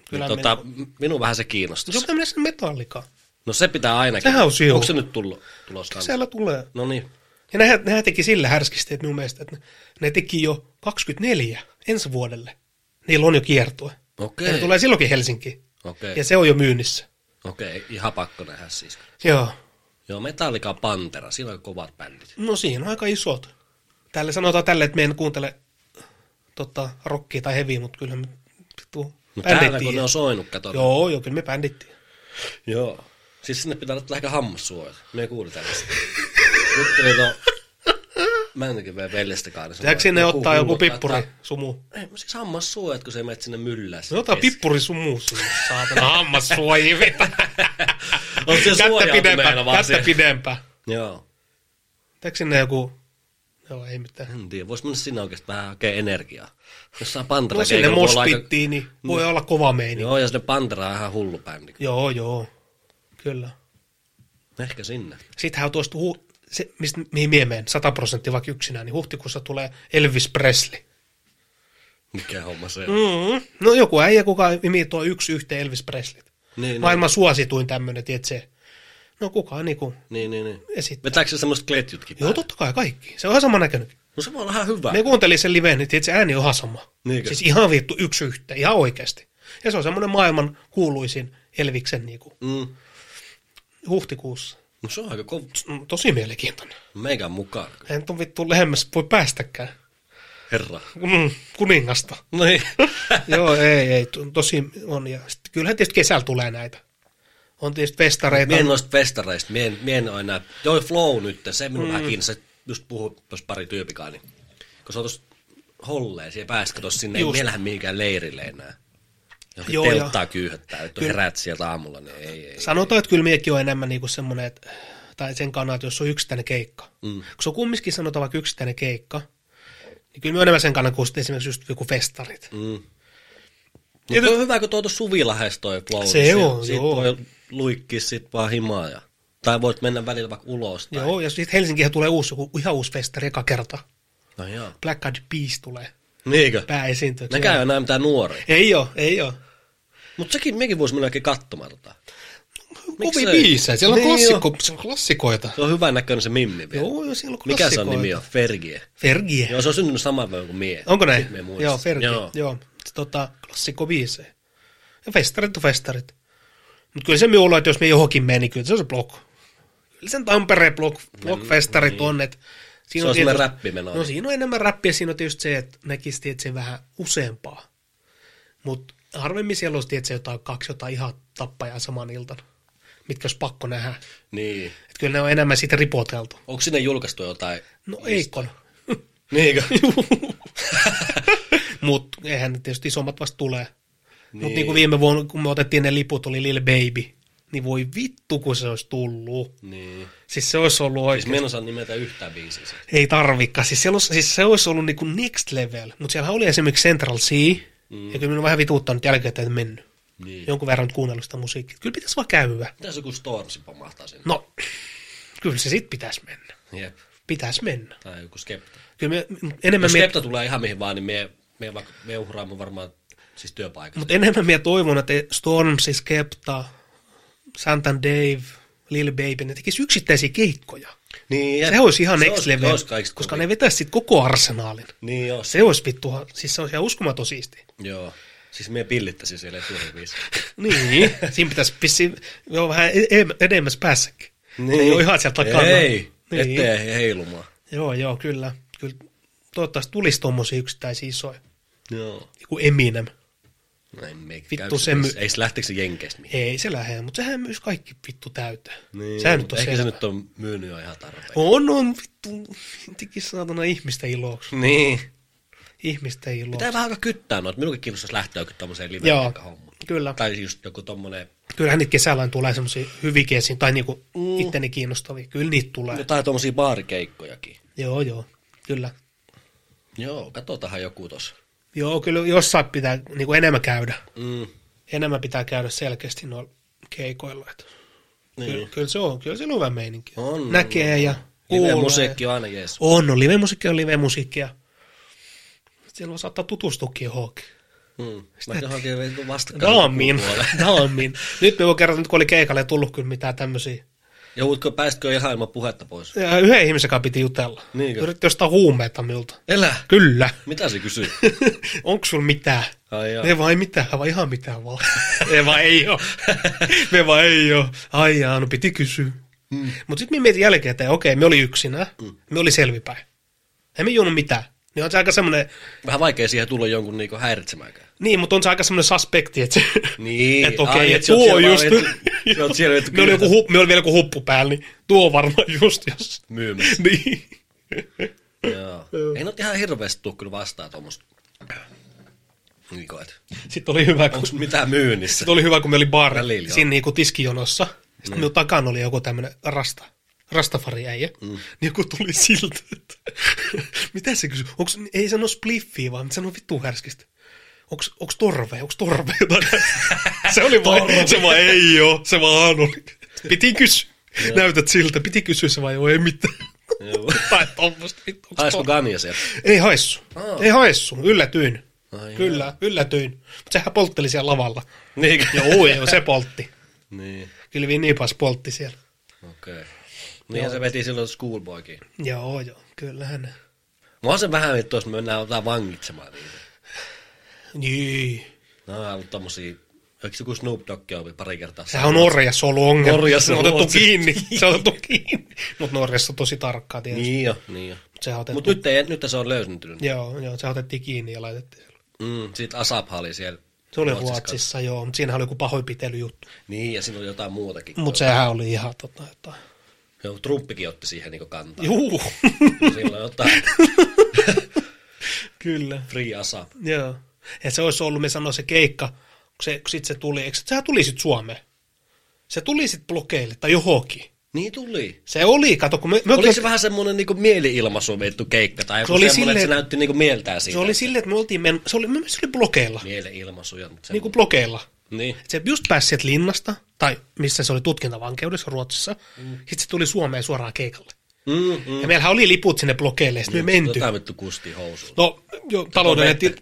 Speaker 2: Kyllä
Speaker 1: Niin tota,
Speaker 2: tota...
Speaker 1: m- minun vähän se kiinnostaa.
Speaker 2: Jos mennä sinne metallikaan.
Speaker 1: No se pitää ainakin.
Speaker 2: Sehän on siu.
Speaker 1: Onko se nyt tullut tulos kanssa?
Speaker 2: Siellä tulee.
Speaker 1: No niin.
Speaker 2: Ja nehän, nehän teki sillä härskisti, että minun mielestä, että ne, ne teki jo 24 ensi vuodelle. Niillä on jo kiertue. Ja
Speaker 1: Okei.
Speaker 2: ne tulee silloinkin Helsinkiin.
Speaker 1: Okei.
Speaker 2: Ja se on jo myynnissä.
Speaker 1: Okei, ihan pakko nähdä siis.
Speaker 2: Joo.
Speaker 1: Joo, Metallica on Pantera, siinä on kovat bändit.
Speaker 2: No siinä on aika isot. Tälle sanotaan tälle, että me en kuuntele tota, rockia tai heviä, mutta kyllä me vittu
Speaker 1: No täällä
Speaker 2: bändit
Speaker 1: kun ne
Speaker 2: tiedä.
Speaker 1: on soinut, kato.
Speaker 2: Joo, joo, kyllä me bändit tiedä.
Speaker 1: Joo. Siis sinne pitää laittaa ehkä hammassuojat. Me ei kuulita tästä. Juttelin tuon Mäntykiven veljestä kanssa.
Speaker 2: Pitääkö sinne ottaa joku pippuri sumu?
Speaker 1: Ei, siis hammassuojat, kun se menet sinne myllään.
Speaker 2: No ota pippuri sumu sinne, saatana hammas suojiin vetä.
Speaker 1: On No se
Speaker 2: Kättä
Speaker 1: suojautuneena
Speaker 2: pidempää,
Speaker 1: vaan
Speaker 2: kättä
Speaker 1: siellä.
Speaker 2: pidempää.
Speaker 1: Joo.
Speaker 2: Pitääkö sinne joku... Joo, ei mitään.
Speaker 1: En tiedä, vois mennä sinne oikeesti vähän hakee energiaa. Jossain Pantera
Speaker 2: No sinne
Speaker 1: keikalla voi olla aika- Mm.
Speaker 2: mospittiin, niin voi olla kova meini.
Speaker 1: Joo, ja sinne Pantera on ihan hullu bändi.
Speaker 2: Joo, joo. Kyllä.
Speaker 1: Ehkä sinne.
Speaker 2: Sittenhän on tuosta, hu- se, mistä, mihin mie menen, 100 prosenttia vaikka yksinään, niin huhtikuussa tulee Elvis Presley.
Speaker 1: Mikä homma se on?
Speaker 2: Mm-hmm. No joku äijä, kuka imitoi yksi yhteen Elvis Presley.
Speaker 1: Niin, niin,
Speaker 2: Maailman suosituin tämmöinen, tiedätkö se? No kukaan niinku
Speaker 1: niin, niin, niin.
Speaker 2: esittää.
Speaker 1: Vetääkö se semmoista kletjutkin
Speaker 2: Joo,
Speaker 1: päälle?
Speaker 2: totta kai kaikki. Se on ihan sama näköinen.
Speaker 1: No se voi olla ihan hyvä.
Speaker 2: Me kuuntelin sen liveen, niin tiedätkö, ääni on ihan sama.
Speaker 1: Niinkö?
Speaker 2: Siis ihan vittu yksi yhteen, ihan oikeasti. Ja se on semmoinen maailman kuuluisin Elviksen niinku,
Speaker 1: Mm.
Speaker 2: huhtikuussa.
Speaker 1: No se on aika kova.
Speaker 2: Mm, Tosi mielenkiintoinen.
Speaker 1: Meikän mukaan.
Speaker 2: En tuon vittu lähemmäs voi päästäkään.
Speaker 1: Herra.
Speaker 2: Mm, kuningasta.
Speaker 1: No niin.
Speaker 2: Joo, ei, ei, to- tosi on. Ja sit, kyllähän tietysti kesällä tulee näitä. On tietysti festareita.
Speaker 1: mie en noista festareista, mie en, mie en ole enää. Joo, flow nyt, se minun mm. vähän kiinnostaa. Just puhu tuossa pari tyypikaa, niin kun se on tuossa holleen, siellä pääskö tuossa sinne,
Speaker 2: Just.
Speaker 1: ei mielähän mihinkään leirille enää. Johonkin Joo,
Speaker 2: Joo, ja-
Speaker 1: telttaa kyyhättää, että
Speaker 2: Kyllä.
Speaker 1: herät sieltä aamulla, niin ei, ei.
Speaker 2: Sanotaan, että kyllä miekin on enemmän niinku semmoinen, että, tai sen kannalta, jos on yksittäinen keikka.
Speaker 1: Mm.
Speaker 2: Mm. Kun se on kumminkin sanotaan vaikka yksittäinen keikka, niin kyllä me on enemmän sen kannalta kuin sitten esimerkiksi just joku festarit. Mm.
Speaker 1: Mm. Ja toi on hyvä, kun tuo tuossa suvilahes toi flow.
Speaker 2: Se
Speaker 1: niin
Speaker 2: on,
Speaker 1: sit
Speaker 2: joo.
Speaker 1: voi luikki sit vaan himaa. Ja, tai voit mennä välillä vaikka ulos. Tai,
Speaker 2: Joo, ja sitten Helsinkihän tulee uusi, joku ihan uusi festari eka kerta.
Speaker 1: No joo.
Speaker 2: Black Eyed Peas tulee
Speaker 1: Niinkö?
Speaker 2: pääesiintyjäksi.
Speaker 1: Nekään ei ole enää mitään nuoria.
Speaker 2: Ei ole, ei ole.
Speaker 1: Mutta sekin, mekin voisi mennä oikein katsomaan tota. Miksi
Speaker 2: Kovi
Speaker 1: ei?
Speaker 2: biisejä, siellä on,
Speaker 1: Niin
Speaker 2: klassikko, siellä on klassikoita.
Speaker 1: Se on hyvän näköinen se mimmi vielä.
Speaker 2: Joo, joo, siellä on klassikoita.
Speaker 1: Mikä se on nimi on? Fergie.
Speaker 2: Fergie.
Speaker 1: Joo, se on syntynyt saman verran kuin mie.
Speaker 2: Onko näin?
Speaker 1: Nyt mie muistan.
Speaker 2: Joo, Fergie.
Speaker 1: Joo.
Speaker 2: Joo. Joo. Tota, klassikko biisejä. Ja festarit on festarit. Mutta kyllä se minulla, että jos me johonkin meni, niin kyllä se on se blog. Kyllä sen Tampereen blog, blogfestarit niin. on, että
Speaker 1: Mm, Se on semmoinen räppimeno.
Speaker 2: No siinä on enemmän räppiä, siinä on tietysti se, että näkisi tietysti vähän useampaa. Mutta harvemmin siellä olisi tietysti jotain kaksi jotain ihan tappajaa saman iltana, mitkä olisi pakko nähdä.
Speaker 1: Niin.
Speaker 2: Et kyllä ne on enemmän siitä ripoteltu.
Speaker 1: Onko sinne julkaistu jotain?
Speaker 2: No Eikon.
Speaker 1: Niinkö?
Speaker 2: Mutta eihän ne tietysti isommat vasta tulee. Niin.
Speaker 1: Niin.
Speaker 2: Mutta niin kuin viime vuonna, kun me otettiin ne liput, oli Lil Baby, niin voi vittu, kun se olisi tullut.
Speaker 1: niin.
Speaker 2: Siis se olisi ollut
Speaker 1: Siis
Speaker 2: oikein.
Speaker 1: mä en osaa nimetä yhtään biisiä. siitä.
Speaker 2: Ei tarvikaan. Siis, siellä olisi, siis se olisi ollut niinku next level. Mutta siellä oli esimerkiksi Central Sea, mm. ja kyllä minun on vähän vituuttanut jälkikäteen että mennyt.
Speaker 1: Niin.
Speaker 2: Jonkun verran nyt kuunnellut sitä musiikkia. Kyllä pitäisi vaan käydä.
Speaker 1: Mitäs joku Stormsi pamahtaa sinne?
Speaker 2: No, kyllä se sitten pitäisi mennä.
Speaker 1: Jep.
Speaker 2: Pitäisi mennä.
Speaker 1: Tai joku Skepta.
Speaker 2: Kyllä me, enemmän
Speaker 1: Jos
Speaker 2: me
Speaker 1: Skepta tulee ihan mihin vaan, niin me, me, vaikka, me uhraamme varmaan siis työpaikan.
Speaker 2: Mutta enemmän minä toivon, että Stormzy, Skepta, Santan Dave, Lil Baby, ne tekisi yksittäisiä keikkoja.
Speaker 1: Niin, jep.
Speaker 2: Se olisi ihan
Speaker 1: Se
Speaker 2: next
Speaker 1: olisi-
Speaker 2: level,
Speaker 1: se olisi kaikista
Speaker 2: koska
Speaker 1: kovin.
Speaker 2: ne vetäisi sitten koko arsenaalin.
Speaker 1: Niin joo, se...
Speaker 2: Se olisi vittua, siis se olisi ihan uskomaton siistiä.
Speaker 1: joo. Siis me pillittäisi siellä etuoviisi.
Speaker 2: Niin, siinä pitäisi vissiin jo vähän e- e- edemmäs päässäkin. Niin. Ei ole ihan sieltä takana.
Speaker 1: Ei,
Speaker 2: niin.
Speaker 1: niin. ettei heilumaan.
Speaker 2: Joo, joo, kyllä. kyllä. Toivottavasti tulisi tuommoisia yksittäisiä isoja.
Speaker 1: Joo.
Speaker 2: Joku Eminem.
Speaker 1: Näin meikä
Speaker 2: Vittu,
Speaker 1: käy.
Speaker 2: se
Speaker 1: Ei-
Speaker 2: my-
Speaker 1: Ei se lähteekö se jenkeistä mihin?
Speaker 2: Ei se lähde, mutta sehän myös kaikki vittu täyteen.
Speaker 1: Niin,
Speaker 2: sehän nyt on
Speaker 1: Ehkä
Speaker 2: selvä.
Speaker 1: se nyt on myynyt jo ihan tarpeeksi.
Speaker 2: On, on vittu, tikin saatana ihmisten iloksi.
Speaker 1: Niin.
Speaker 2: Ihmisten iloksi.
Speaker 1: Pitää vähän aika kyttää noita. Minunkin kiinnostaisi lähteä jokin tommoseen live
Speaker 2: Joo,
Speaker 1: hommaan.
Speaker 2: kyllä.
Speaker 1: Tai siis just joku tommonen,
Speaker 2: Kyllähän niitä kesällä tulee semmoisia hyviä esiin, tai niinku mm. itteni kiinnostavia. Kyllä niitä tulee.
Speaker 1: jotain tommosia baarikeikkojakin.
Speaker 2: Joo, joo, kyllä.
Speaker 1: Joo, katsotaanhan joku tossa.
Speaker 2: Joo, kyllä jossain pitää niinku enemmän käydä.
Speaker 1: Mm.
Speaker 2: Enemmän pitää käydä selkeästi noilla keikoilla. Että
Speaker 1: Niin.
Speaker 2: kyllä, kyllä, se on, kyllä se on hyvä meininki.
Speaker 1: On,
Speaker 2: Näkee ja kuulee.
Speaker 1: Live musiikki on aina jees.
Speaker 2: On, no live-musiikki on live-musiikkia. Siellä voi saattaa tutustuakin johonkin.
Speaker 1: Mm. Mä johonkin vittu vastakkain.
Speaker 2: Dammin,
Speaker 1: puolelle.
Speaker 2: dammin. Nyt me voi kertoa, nyt kun oli keikalle ei tullut kyllä mitään tämmöisiä.
Speaker 1: Joudutko, pääsitkö ihan ilman puhetta pois?
Speaker 2: Ja Yhden ihmisen kanssa piti jutella.
Speaker 1: Niinkö?
Speaker 2: Yritti ostaa huumeita miltä.
Speaker 1: Elä!
Speaker 2: Kyllä.
Speaker 1: Mitä se kysyy?
Speaker 2: Onko sulla mitään?
Speaker 1: Ai jaa.
Speaker 2: Ei vaan ei mitään, vaan ihan mitään vaan. ei vaan ei oo. me vaan ei oo. Ai jaa, no piti kysyä. Mm. Mutta sitten me mietin jälkeen, että okei, me oli yksinä, mm. me oli selvipäin. Ei me juonut mitään. Niin on se aika semmoinen,
Speaker 1: Vähän vaikea siihen tulla jonkun niinku häiritsemäänkään.
Speaker 2: niin, mutta on se aika semmoinen suspekti, että se,
Speaker 1: Niin.
Speaker 2: Että okei,
Speaker 1: ai,
Speaker 2: että
Speaker 1: sä oot
Speaker 2: tuo on
Speaker 1: siellä
Speaker 2: just...
Speaker 1: vaan vittu- sä oot siellä vittu
Speaker 2: me, oli No niin, joku
Speaker 1: kylmässä
Speaker 2: hup, me oli vielä joku huppu päällä, niin tuo varmaan just jos.
Speaker 1: myymässä.
Speaker 2: Niin.
Speaker 1: Joo. Ei nyt ihan hirveästi tuu kyllä vastaan tuommoista. Niinku, et
Speaker 2: Sitten oli hyvä, kun,
Speaker 1: onks mitään myynnissä?
Speaker 2: sitten oli hyvä, kun me oli baari
Speaker 1: Välillä, joo. Niin.
Speaker 2: siinä niinku tiskijonossa. Sitten minun takan oli joku tämmöinen rasta, rastafari äijä. Mm. Niin joku tuli siltä, että mitä se kysyy? Onks, ei sano spliffiä, vaan sano vittu härskistä. Onks, onks torve? Onks torve? Jotain tällaista. se oli vaan, se vaan ei oo, se vaan oli. Piti kysyä. Näytät siltä, piti kysyä se vai joo, ei mitään.
Speaker 1: Joo.
Speaker 2: tai tommoista vittu. onks
Speaker 1: Haisku
Speaker 2: tuo-
Speaker 1: kanja sieltä.
Speaker 2: Ei haissu.
Speaker 1: Aa.
Speaker 2: Ei haissu. Yllätyin.
Speaker 1: Ai
Speaker 2: Kyllä, yllätyin. Mutta sehän poltteli siellä lavalla.
Speaker 1: Niin.
Speaker 2: Joo, joo, se poltti.
Speaker 1: Niin.
Speaker 2: Kylvi Nipas poltti siellä.
Speaker 1: Okei. Niinhän se veti silloin schoolboykin.
Speaker 2: Joo, joo, kyllähän.
Speaker 1: Mä oon sen vähän, että jos me mennään jotain vangitsemaan niitä.
Speaker 2: Niin.
Speaker 1: Nää on ollut tommosia, eikö joku Snoop Dogg on pari kertaa?
Speaker 2: Sehän on Norjassa ollut ongelma.
Speaker 1: Norjassa
Speaker 2: se on
Speaker 1: ollut
Speaker 2: otettu
Speaker 1: se-
Speaker 2: kiinni. Se on otettu kiinni. Mutta Norjassa on tosi tarkkaa tietysti. Niin.
Speaker 1: Niin jo, niin jo.
Speaker 2: Sehän otettu.
Speaker 1: Mut nyt, ei, nyt se on löysentynyt.
Speaker 2: Joo, joo, se otettiin kiinni ja laitettiin siellä.
Speaker 1: Mm, sit Asapha oli siellä.
Speaker 2: Se oli
Speaker 1: Ruotsissa
Speaker 2: Ruotsissa, joo, mutta siinähän oli joku pahoinpitelyjuttu.
Speaker 1: Niin, ja siinä oli jotain muutakin.
Speaker 2: Mutta sehän oli ihan tota, jotain.
Speaker 1: Joo, Trumpikin otti siihen niinku kantaa.
Speaker 2: Juu,
Speaker 1: Silloin jotain
Speaker 2: kyllä.
Speaker 1: free Asap.
Speaker 2: Joo. Ja se olisi ollut, me sanoin se keikka, kun, se, kun sit se tuli, eikö, sehän tuli sitten Suomeen. Se tuli sitten blokeille tai johonkin.
Speaker 1: Niin tuli.
Speaker 2: Se oli, kato, kun me, me
Speaker 1: Oliko se vähän semmoinen niinku mieli-ilmaisu vetty keikka, tai joku
Speaker 2: Se oli
Speaker 1: semmoinen, että se
Speaker 2: silleen-
Speaker 1: näytti niinku mieltään siitä.
Speaker 2: se oli silleen, että me oltiin men, se oli, me se oli blokeilla, niin.
Speaker 1: Mieli-ilmaisuja, mutta se...
Speaker 2: niin kuin blokeilla.
Speaker 1: Niin.
Speaker 2: Et Se just pääsi sieltä linnasta, tai missä se oli tutkintavankeudessa Ruotsissa, mm. sitten se tuli Suomeen suoraan keikalle.
Speaker 1: Mm, mm.
Speaker 2: Ja meillähän oli liput sinne blokeille, ja sitten me menty.
Speaker 1: Jotain vittu kusti housuun.
Speaker 2: No, jo, taloudellinen, ti,
Speaker 1: tota, vettä.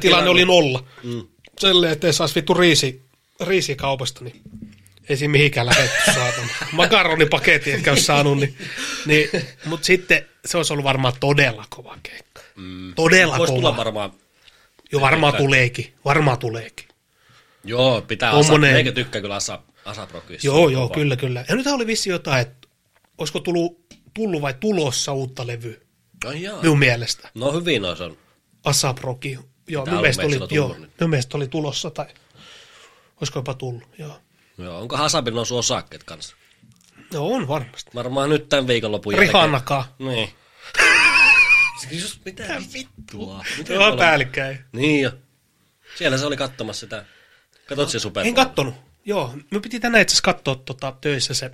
Speaker 1: Taloudellinen
Speaker 2: tilanne oli
Speaker 1: tilanne.
Speaker 2: nolla. Mm. Selleen, ettei saisi vittu riisi, riisikaupasta, niin ei siinä mihinkään lähetty saatana. Makaronipaketti ehkä olisi saanut, niin, niin mutta sitten se olisi ollut varmaan todella kova keikka. Mm. Todella
Speaker 1: Voisi tulla
Speaker 2: kova.
Speaker 1: varmaan...
Speaker 2: Jo varmaan
Speaker 1: keikka.
Speaker 2: tuleekin, varmaan tuleekin.
Speaker 1: Joo, pitää
Speaker 2: Tommonen-
Speaker 1: Asap. Meikä tykkää kyllä Asap, Asap Rockista.
Speaker 2: Joo, joo, kyllä, kyllä. Ja nythän oli vissi jotain, että olisiko tullut, tullut vai tulossa uutta levyä,
Speaker 1: Ai jaa.
Speaker 2: minun mielestä.
Speaker 1: No hyvin nois on.
Speaker 2: Asap Rocki.
Speaker 1: Täällä
Speaker 2: Joo, minun
Speaker 1: on
Speaker 2: mielestä, oli,
Speaker 1: meillä tullut
Speaker 2: joo,
Speaker 1: nyt.
Speaker 2: minun mielestä oli tulossa tai olisiko jopa tullut, joo.
Speaker 1: Joo, onko Hasabin noussut osakkeet kanssa?
Speaker 2: No on varmasti.
Speaker 1: Varmaan nyt tämän viikonlopun
Speaker 2: Rihannakaa.
Speaker 1: Niin. Siis just mitä vittua? Mitä
Speaker 2: Joo,
Speaker 1: tuolla-
Speaker 2: päällekkäin.
Speaker 1: Niin jo. Siellä se oli katsomassa sitä. Katot se Super
Speaker 2: En
Speaker 1: Bowl?
Speaker 2: kattonut. Joo, me piti tänään itse asiassa katsoa tota, töissä se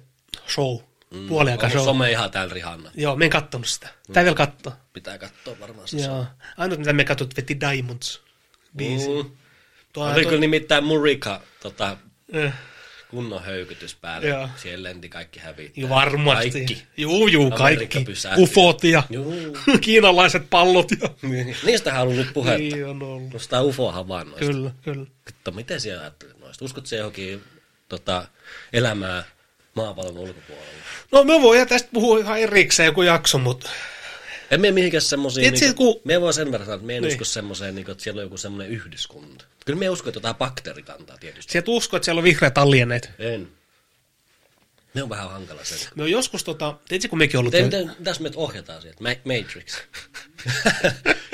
Speaker 2: show. Mm, Puoliaika
Speaker 1: Onko Mm.
Speaker 2: show.
Speaker 1: some ihan täällä Rihanna?
Speaker 2: Joo, me en kattonut sitä. Tää vielä katsoa.
Speaker 1: Pitää katsoa varmaan se.
Speaker 2: Joo. Ainut mitä me katsot veti Diamonds. Biisi. Mm.
Speaker 1: Mm. Oli kyllä nimittäin Murika tota,
Speaker 2: Eh,
Speaker 1: kunnon höykytys päälle.
Speaker 2: Joo.
Speaker 1: Siellä lenti kaikki hävittää.
Speaker 2: Joo, varmasti.
Speaker 1: Kaikki.
Speaker 2: Juu, juu,
Speaker 1: Amerikka
Speaker 2: kaikki.
Speaker 1: pysähtyi.
Speaker 2: Ufot ja
Speaker 1: Juu.
Speaker 2: kiinalaiset pallot ja...
Speaker 1: Niistä on ollut nyt puhetta.
Speaker 2: Niin on ollut.
Speaker 1: No sitä UFO-havainnoista.
Speaker 2: Kyllä, kyllä.
Speaker 1: Vittu, miten siellä ajattelet noista? Uskot se johonkin tota, elämää maapallon ulkopuolella.
Speaker 2: No me voidaan tästä puhua ihan erikseen joku jakso, mutta
Speaker 1: En mene mihinkään semmoisiin,
Speaker 2: Tiedätkö,
Speaker 1: niin,
Speaker 2: kun-
Speaker 1: kun... me voi sen verran sanoa, että me en
Speaker 2: siis Niin.
Speaker 1: niin. usko semmoiseen, niin, että siellä on joku semmoinen yhdyskunta. Kyllä me usko, että jotain bakteerikantaa tietysti.
Speaker 2: sieltä usko, että siellä on vihreät alieneet.
Speaker 1: En. Ne on vähän hankala se.
Speaker 2: Me on joskus tota, tiedätkö kun mekin ollut...
Speaker 1: Miten, miten, mitäs me ohjataan sieltä? Ma- Matrix.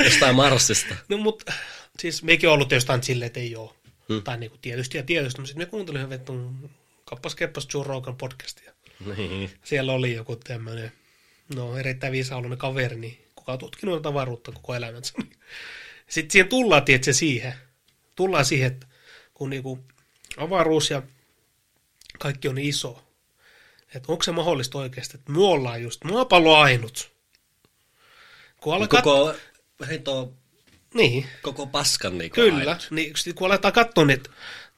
Speaker 1: Jostain Marsista.
Speaker 2: No mut, siis mekin on ollut jostain silleen, että ei oo. Hmm.
Speaker 1: Hmm.
Speaker 2: Tai niinku tietysti ja tietysti, mutta sitten me kuuntelin ihan vettu kappas keppas Joe Rogan podcastia.
Speaker 1: Niin.
Speaker 2: Siellä oli joku tämmönen, no erittäin viisaallinen kaveri, niin kuka on tutkinut tavaruutta koko elämänsä. Sitten siihen tullaan, tiedätkö, siihen. Tullaan siihen, että kun niinku avaruus ja kaikki on niin iso, että onko se mahdollista oikeasti, että me ollaan just maapallo ainut. Kun alkaa...
Speaker 1: Koko, hito,
Speaker 2: Niin.
Speaker 1: koko paskan niin
Speaker 2: Kyllä, niin sit kun aletaan katsoa niitä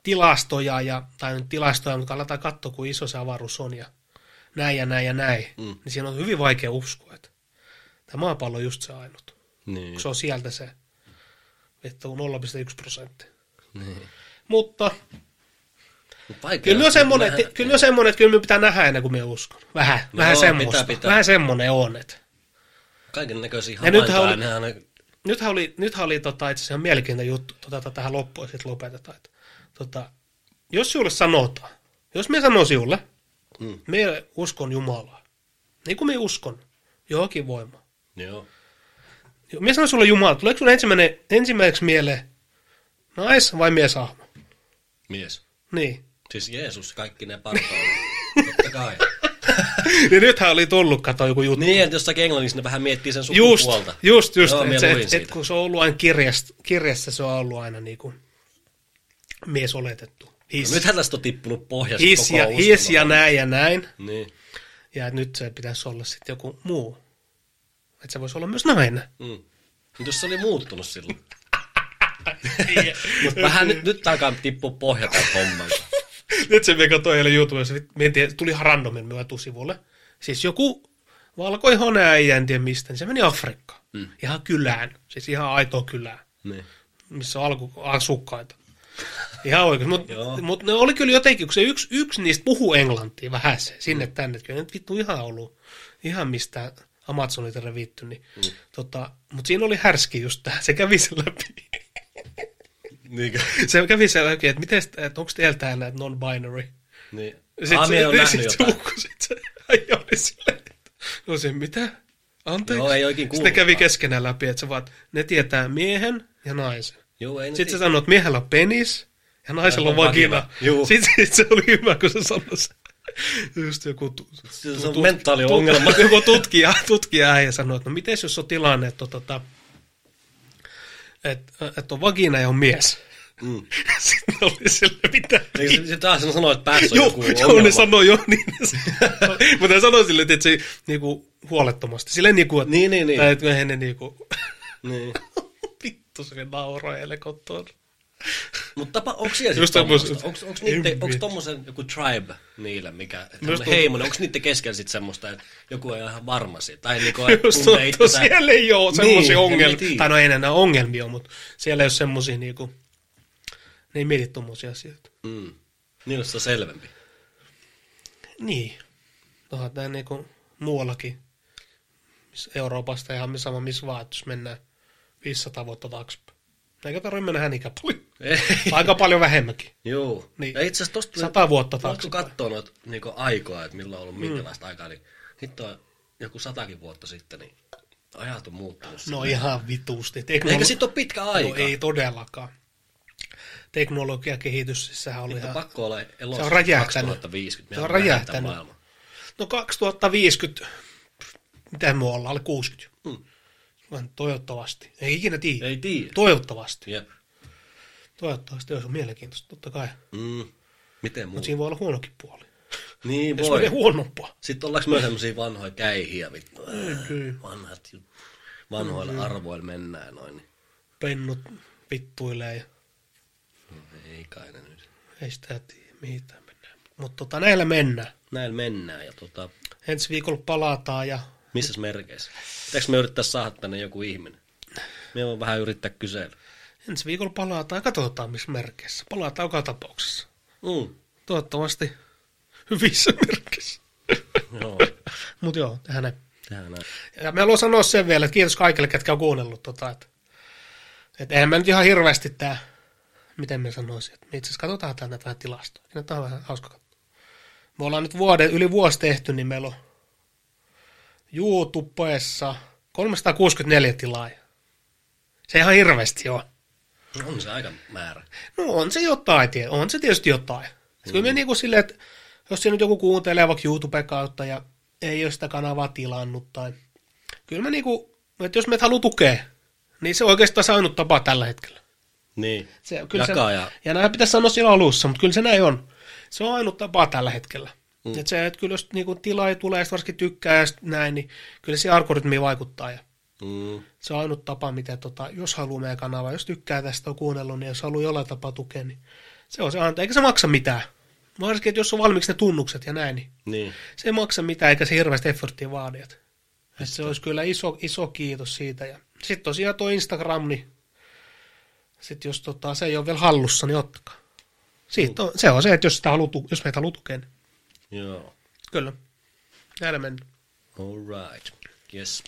Speaker 2: tilastoja, ja, tai nyt tilastoja, mutta kun aletaan katsoa, kuin iso se avaruus on, ja näin ja näin ja näin, mm.
Speaker 1: Mm.
Speaker 2: niin siinä on hyvin vaikea uskoa, että tämä maapallo on just se ainut.
Speaker 1: Niin.
Speaker 2: Se on sieltä se, että on 0,1 prosenttia.
Speaker 1: niin.
Speaker 2: Mutta
Speaker 1: Mut vaikea
Speaker 2: kyllä me on
Speaker 1: on
Speaker 2: semmoinen, että,
Speaker 1: nähdä.
Speaker 2: kyllä me on semmoinen, että kyllä me pitää nähdä ennen kuin me uskon. Vähän,
Speaker 1: No
Speaker 2: vähän
Speaker 1: joo,
Speaker 2: semmoista.
Speaker 1: pitää, pitää.
Speaker 2: Vähän semmoinen on, että
Speaker 1: Kaiken näköisiä
Speaker 2: Ja nythän
Speaker 1: havaintoja.
Speaker 2: oli-
Speaker 1: nehän on-
Speaker 2: nythän oli, nythän oli tota, itse asiassa ihan mielenkiintoinen juttu, tota, tota, tähän loppuun ja sitten lopetetaan. Että, tota, jos sinulle sanotaan, jos me sanon sinulle, mm.
Speaker 1: Mm.
Speaker 2: me uskon Jumalaa, niin kuin me uskon johonkin voimaan.
Speaker 1: Joo.
Speaker 2: Me sanon sinulle Jumala, tuleeko sinulle ensimmäinen, ensimmäiseksi mieleen nais- vai mieshahmo?
Speaker 1: Mies.
Speaker 2: Niin.
Speaker 1: Siis Jeesus, kaikki ne partaalla. Totta kai.
Speaker 2: niin nythän oli tullut, kato joku juttu.
Speaker 1: Niin, että jossakin Englannissa ne vähän miettii sen
Speaker 2: Just,
Speaker 1: sukupuolta.
Speaker 2: just, just.
Speaker 1: Joo,
Speaker 2: et
Speaker 1: minä
Speaker 2: se-
Speaker 1: luin
Speaker 2: et, et,
Speaker 1: siitä.
Speaker 2: kun se on ollut aina kirjassa, kirjassa se on ollut aina niinku mies oletettu. His,
Speaker 1: No, nythän tästä on tippunut pohjasta
Speaker 2: his,
Speaker 1: koko
Speaker 2: ja,
Speaker 1: uskonto.
Speaker 2: his ja näin ja näin.
Speaker 1: Niin.
Speaker 2: Ja et nyt se pitäisi olla sitten joku muu. Että se voisi olla myös nainen.
Speaker 1: Mm. Nyt jos se oli muuttunut silloin.
Speaker 2: Niin,
Speaker 1: Mutta vähän nyt, nyt alkaa tippua pohjata hommalta.
Speaker 2: nyt se mikä toi eilen YouTubessa, vit- me en tiedä, tuli ihan randomin me etusivulle. Siis joku valkoihonen äijä, en tiedä mistä, niin se meni Afrikkaan. Mm. Ihan kylään, siis ihan aitoa kylään.
Speaker 1: Niin.
Speaker 2: missä on alku, asukkaita. Ihan oikein. Mutta
Speaker 1: Joo.
Speaker 2: mut ne oli kyllä jotenkin, kun se yksi, yksi niistä puhuu englantia vähän se, sinne mm. tänne. Kyllä ne nyt vittu ihan ollut, ihan mistä Amazonita revitty. Niin, mm. tota, mutta siinä oli härski just tää, se kävi sen läpi.
Speaker 1: Niinkö?
Speaker 2: Se kävi sen läpi, että, miten, että onko teillä täällä näitä non-binary.
Speaker 1: Niin.
Speaker 2: Sitten
Speaker 1: Aa,
Speaker 2: se,
Speaker 1: mie on nähnyt
Speaker 2: sit se,
Speaker 1: jotain.
Speaker 2: ukko, sit se äijä oli silleen, että no se mitä? Anteeksi.
Speaker 1: Joo, ei oikein
Speaker 2: Sitten ne kävi
Speaker 1: kuullutkaan.
Speaker 2: keskenään läpi, että se vaan, että ne tietää miehen ja naisen.
Speaker 1: Joo, ei
Speaker 2: Sitten
Speaker 1: nyt...
Speaker 2: sä sanoit, että miehellä on penis ja naisella on
Speaker 1: Aivan
Speaker 2: vagina.
Speaker 1: vagina. Juu.
Speaker 2: Sitten sit se oli hyvä, kun se sanoi se. Just joku tu-
Speaker 1: Se on mentaaliongelma.
Speaker 2: tut- joku tutkija, tutkija ja sanoi, että no miten jos on tilanne, että, on tota, että, että on vagina ja on mies.
Speaker 1: Mm.
Speaker 2: Sitten ne oli sille mitä.
Speaker 1: Eikö se- se taas ne sanoo, että päässä on
Speaker 2: Joo,
Speaker 1: joku
Speaker 2: joo ne
Speaker 1: ongelma.
Speaker 2: sanoi jo, niin ne sanoi. Mutta ne sanoi sille, että se niinku huolettomasti. Silleen niinku, että,
Speaker 1: Niin, niin, niin.
Speaker 2: tai että me ne niinku,
Speaker 1: Niin.
Speaker 2: vittu se nauroi eilen kotona.
Speaker 1: Mutta tapa, onko siellä
Speaker 2: Just
Speaker 1: siis tommoista?
Speaker 2: tommos-
Speaker 1: Onko, onko,
Speaker 2: en
Speaker 1: niitte, onko
Speaker 2: viitsi.
Speaker 1: tommosen joku tribe niillä, mikä,
Speaker 2: Myös
Speaker 1: Myös
Speaker 2: tuntuu-
Speaker 1: heimonen, onko niitten keskellä sit semmoista, että joku ei ole ihan varma siitä? Tai niinku,
Speaker 2: Just
Speaker 1: tuntee
Speaker 2: tuntuu,
Speaker 1: itsensä-
Speaker 2: siellä ei ole semmoisia
Speaker 1: Niin,
Speaker 2: niin,
Speaker 1: en
Speaker 2: ongelmia.
Speaker 1: mä tiedä.
Speaker 2: Tai no ei enää ongelmia, ole, mutta siellä ei ole semmoisia niinku, ne ei mieti tommosia asioita.
Speaker 1: Mm. Niillä se on selvempi.
Speaker 2: Niin. Onhan tää niinku muuallakin, missä Euroopasta ihan sama missä vaan, että jos mennään 500 vuotta taaksepäin. Eikä tarvitse mennä hän ikään paljon.
Speaker 1: Ei.
Speaker 2: Aika paljon vähemmänkin.
Speaker 1: Joo.
Speaker 2: Niin.
Speaker 1: Niin. Ja itse asiassa tosta tuli-
Speaker 2: Sata vuotta
Speaker 1: Tuolla kun
Speaker 2: taaksepäin. Mm.
Speaker 1: katsoo noita niinku aikoja, että milloin on ollut minkälaista aikaa, niin hitto on joku satakin vuotta sitten, niin ajat on muuttunut.
Speaker 2: No ihan vituusti. Teknolo-
Speaker 1: Eikä sit ole pitkä aika.
Speaker 2: No ei todellakaan. Teknologiakehitys, siis sehän oli
Speaker 1: Hitto
Speaker 2: ihan...
Speaker 1: pakko olla elossa
Speaker 2: Se on räjähtänyt.
Speaker 1: 2050.
Speaker 2: Se on
Speaker 1: Me ollaan
Speaker 2: räjähtänyt.
Speaker 1: tämän maailman.
Speaker 2: No 2050, mitä me ollaan, alle 60. Mm.
Speaker 1: Mm.
Speaker 2: Vaan toivottavasti. Ei ikinä tiedä.
Speaker 1: Ei tiedä.
Speaker 2: Toivottavasti.
Speaker 1: Jep.
Speaker 2: Toivottavasti olisi mielenkiintoista, totta kai.
Speaker 1: Mm. Miten muu?
Speaker 2: Mutta siinä voi olla huonokin puoli.
Speaker 1: Niin
Speaker 2: Jos menee
Speaker 1: voi.
Speaker 2: huonompaa.
Speaker 1: Sitten ollaanko me semmosia vanhoja käihiä, vittu.
Speaker 2: Kyllä.
Speaker 1: Vanhat jut- vanhoilla arvoilla mennään noin. niin
Speaker 2: Pennut vittuilee ja
Speaker 1: Ei kai ne nyt.
Speaker 2: ei sitä tiedä, mihin tää mennään. Mutta tota, näillä mennään.
Speaker 1: Näin mennään ja tota,
Speaker 2: Ensi viikolla palataan ja
Speaker 1: Missäs merkeissä? Pitääkö me yrittää saada tänne joku ihminen? Me voin vähän yrittää kysellä.
Speaker 2: ensi viikolla palataan ja katsotaan missä merkeissä. Palataan joka tapauksessa.
Speaker 1: Mm.
Speaker 2: Toivottavasti hyvissä merkissä.
Speaker 1: Joo,
Speaker 2: Mutta joo, tehdään näin.
Speaker 1: tehdään näin.
Speaker 2: Ja mä haluan sanoa sen vielä, että kiitos kaikille, ketkä on kuunnellut tota, että, että eihän mä nyt ihan hirveästi tää, miten mä sanoisin, että me itse asiassa katsotaan täältä näitä vähän tilastoja, niin tää on vähän hauska katsoa. Me ollaan nyt vuoden, yli vuosi tehty, niin meillä on YouTubessa 364 tilaajaa. Se ei ihan hirveästi on.
Speaker 1: On se aika määrä.
Speaker 2: No on se jotain, tie- on se tietysti jotain. Mm. Kyllä me niinku silleen, että jos siinä nyt joku kuuntelee vaikka YouTuben kautta ja ei ole sitä kanavaa tilannut tai... Kyllä mä niinku, että jos meitä haluaa tukea, niin se on oikeastaan se ainut tapa tällä hetkellä.
Speaker 1: Niin.
Speaker 2: Se,
Speaker 1: Jakaa
Speaker 2: se,
Speaker 1: ja-
Speaker 2: ja näinhän pitäisi sanoa siinä alussa, mutta kyllä se näin on. Se on ainut tapa tällä hetkellä. Mm. Et se, että kyllä jos niinku tilaa tulee, ja sit varsinkin tykkää ja sit näin, niin kyllä se algoritmi vaikuttaa. Ja
Speaker 1: Mm.
Speaker 2: se on ainut tapa, mitä tota, jos haluaa meidän kanavaa, jos tykkää tästä, on kuunnellut, niin jos haluaa jollain tapaa tukea, niin se on se antaa. Eikä se maksa mitään. Varsinkin, että jos on valmiiksi ne tunnukset ja näin, niin
Speaker 1: Niin.
Speaker 2: se ei maksa mitään, eikä se hirveästi efforttia vaadi. Et, et se olisi kyllä iso, iso kiitos siitä. Ja sitten tosiaan tuo Instagram, niin sit jos tota, se ei ole vielä hallussa, niin ottakaa. Siitä on, se on se, että jos, sitä haluaa, tu- jos meitä haluaa tukea, niin
Speaker 1: Joo.
Speaker 2: kyllä. Näillä mennään.
Speaker 1: All right. Yes.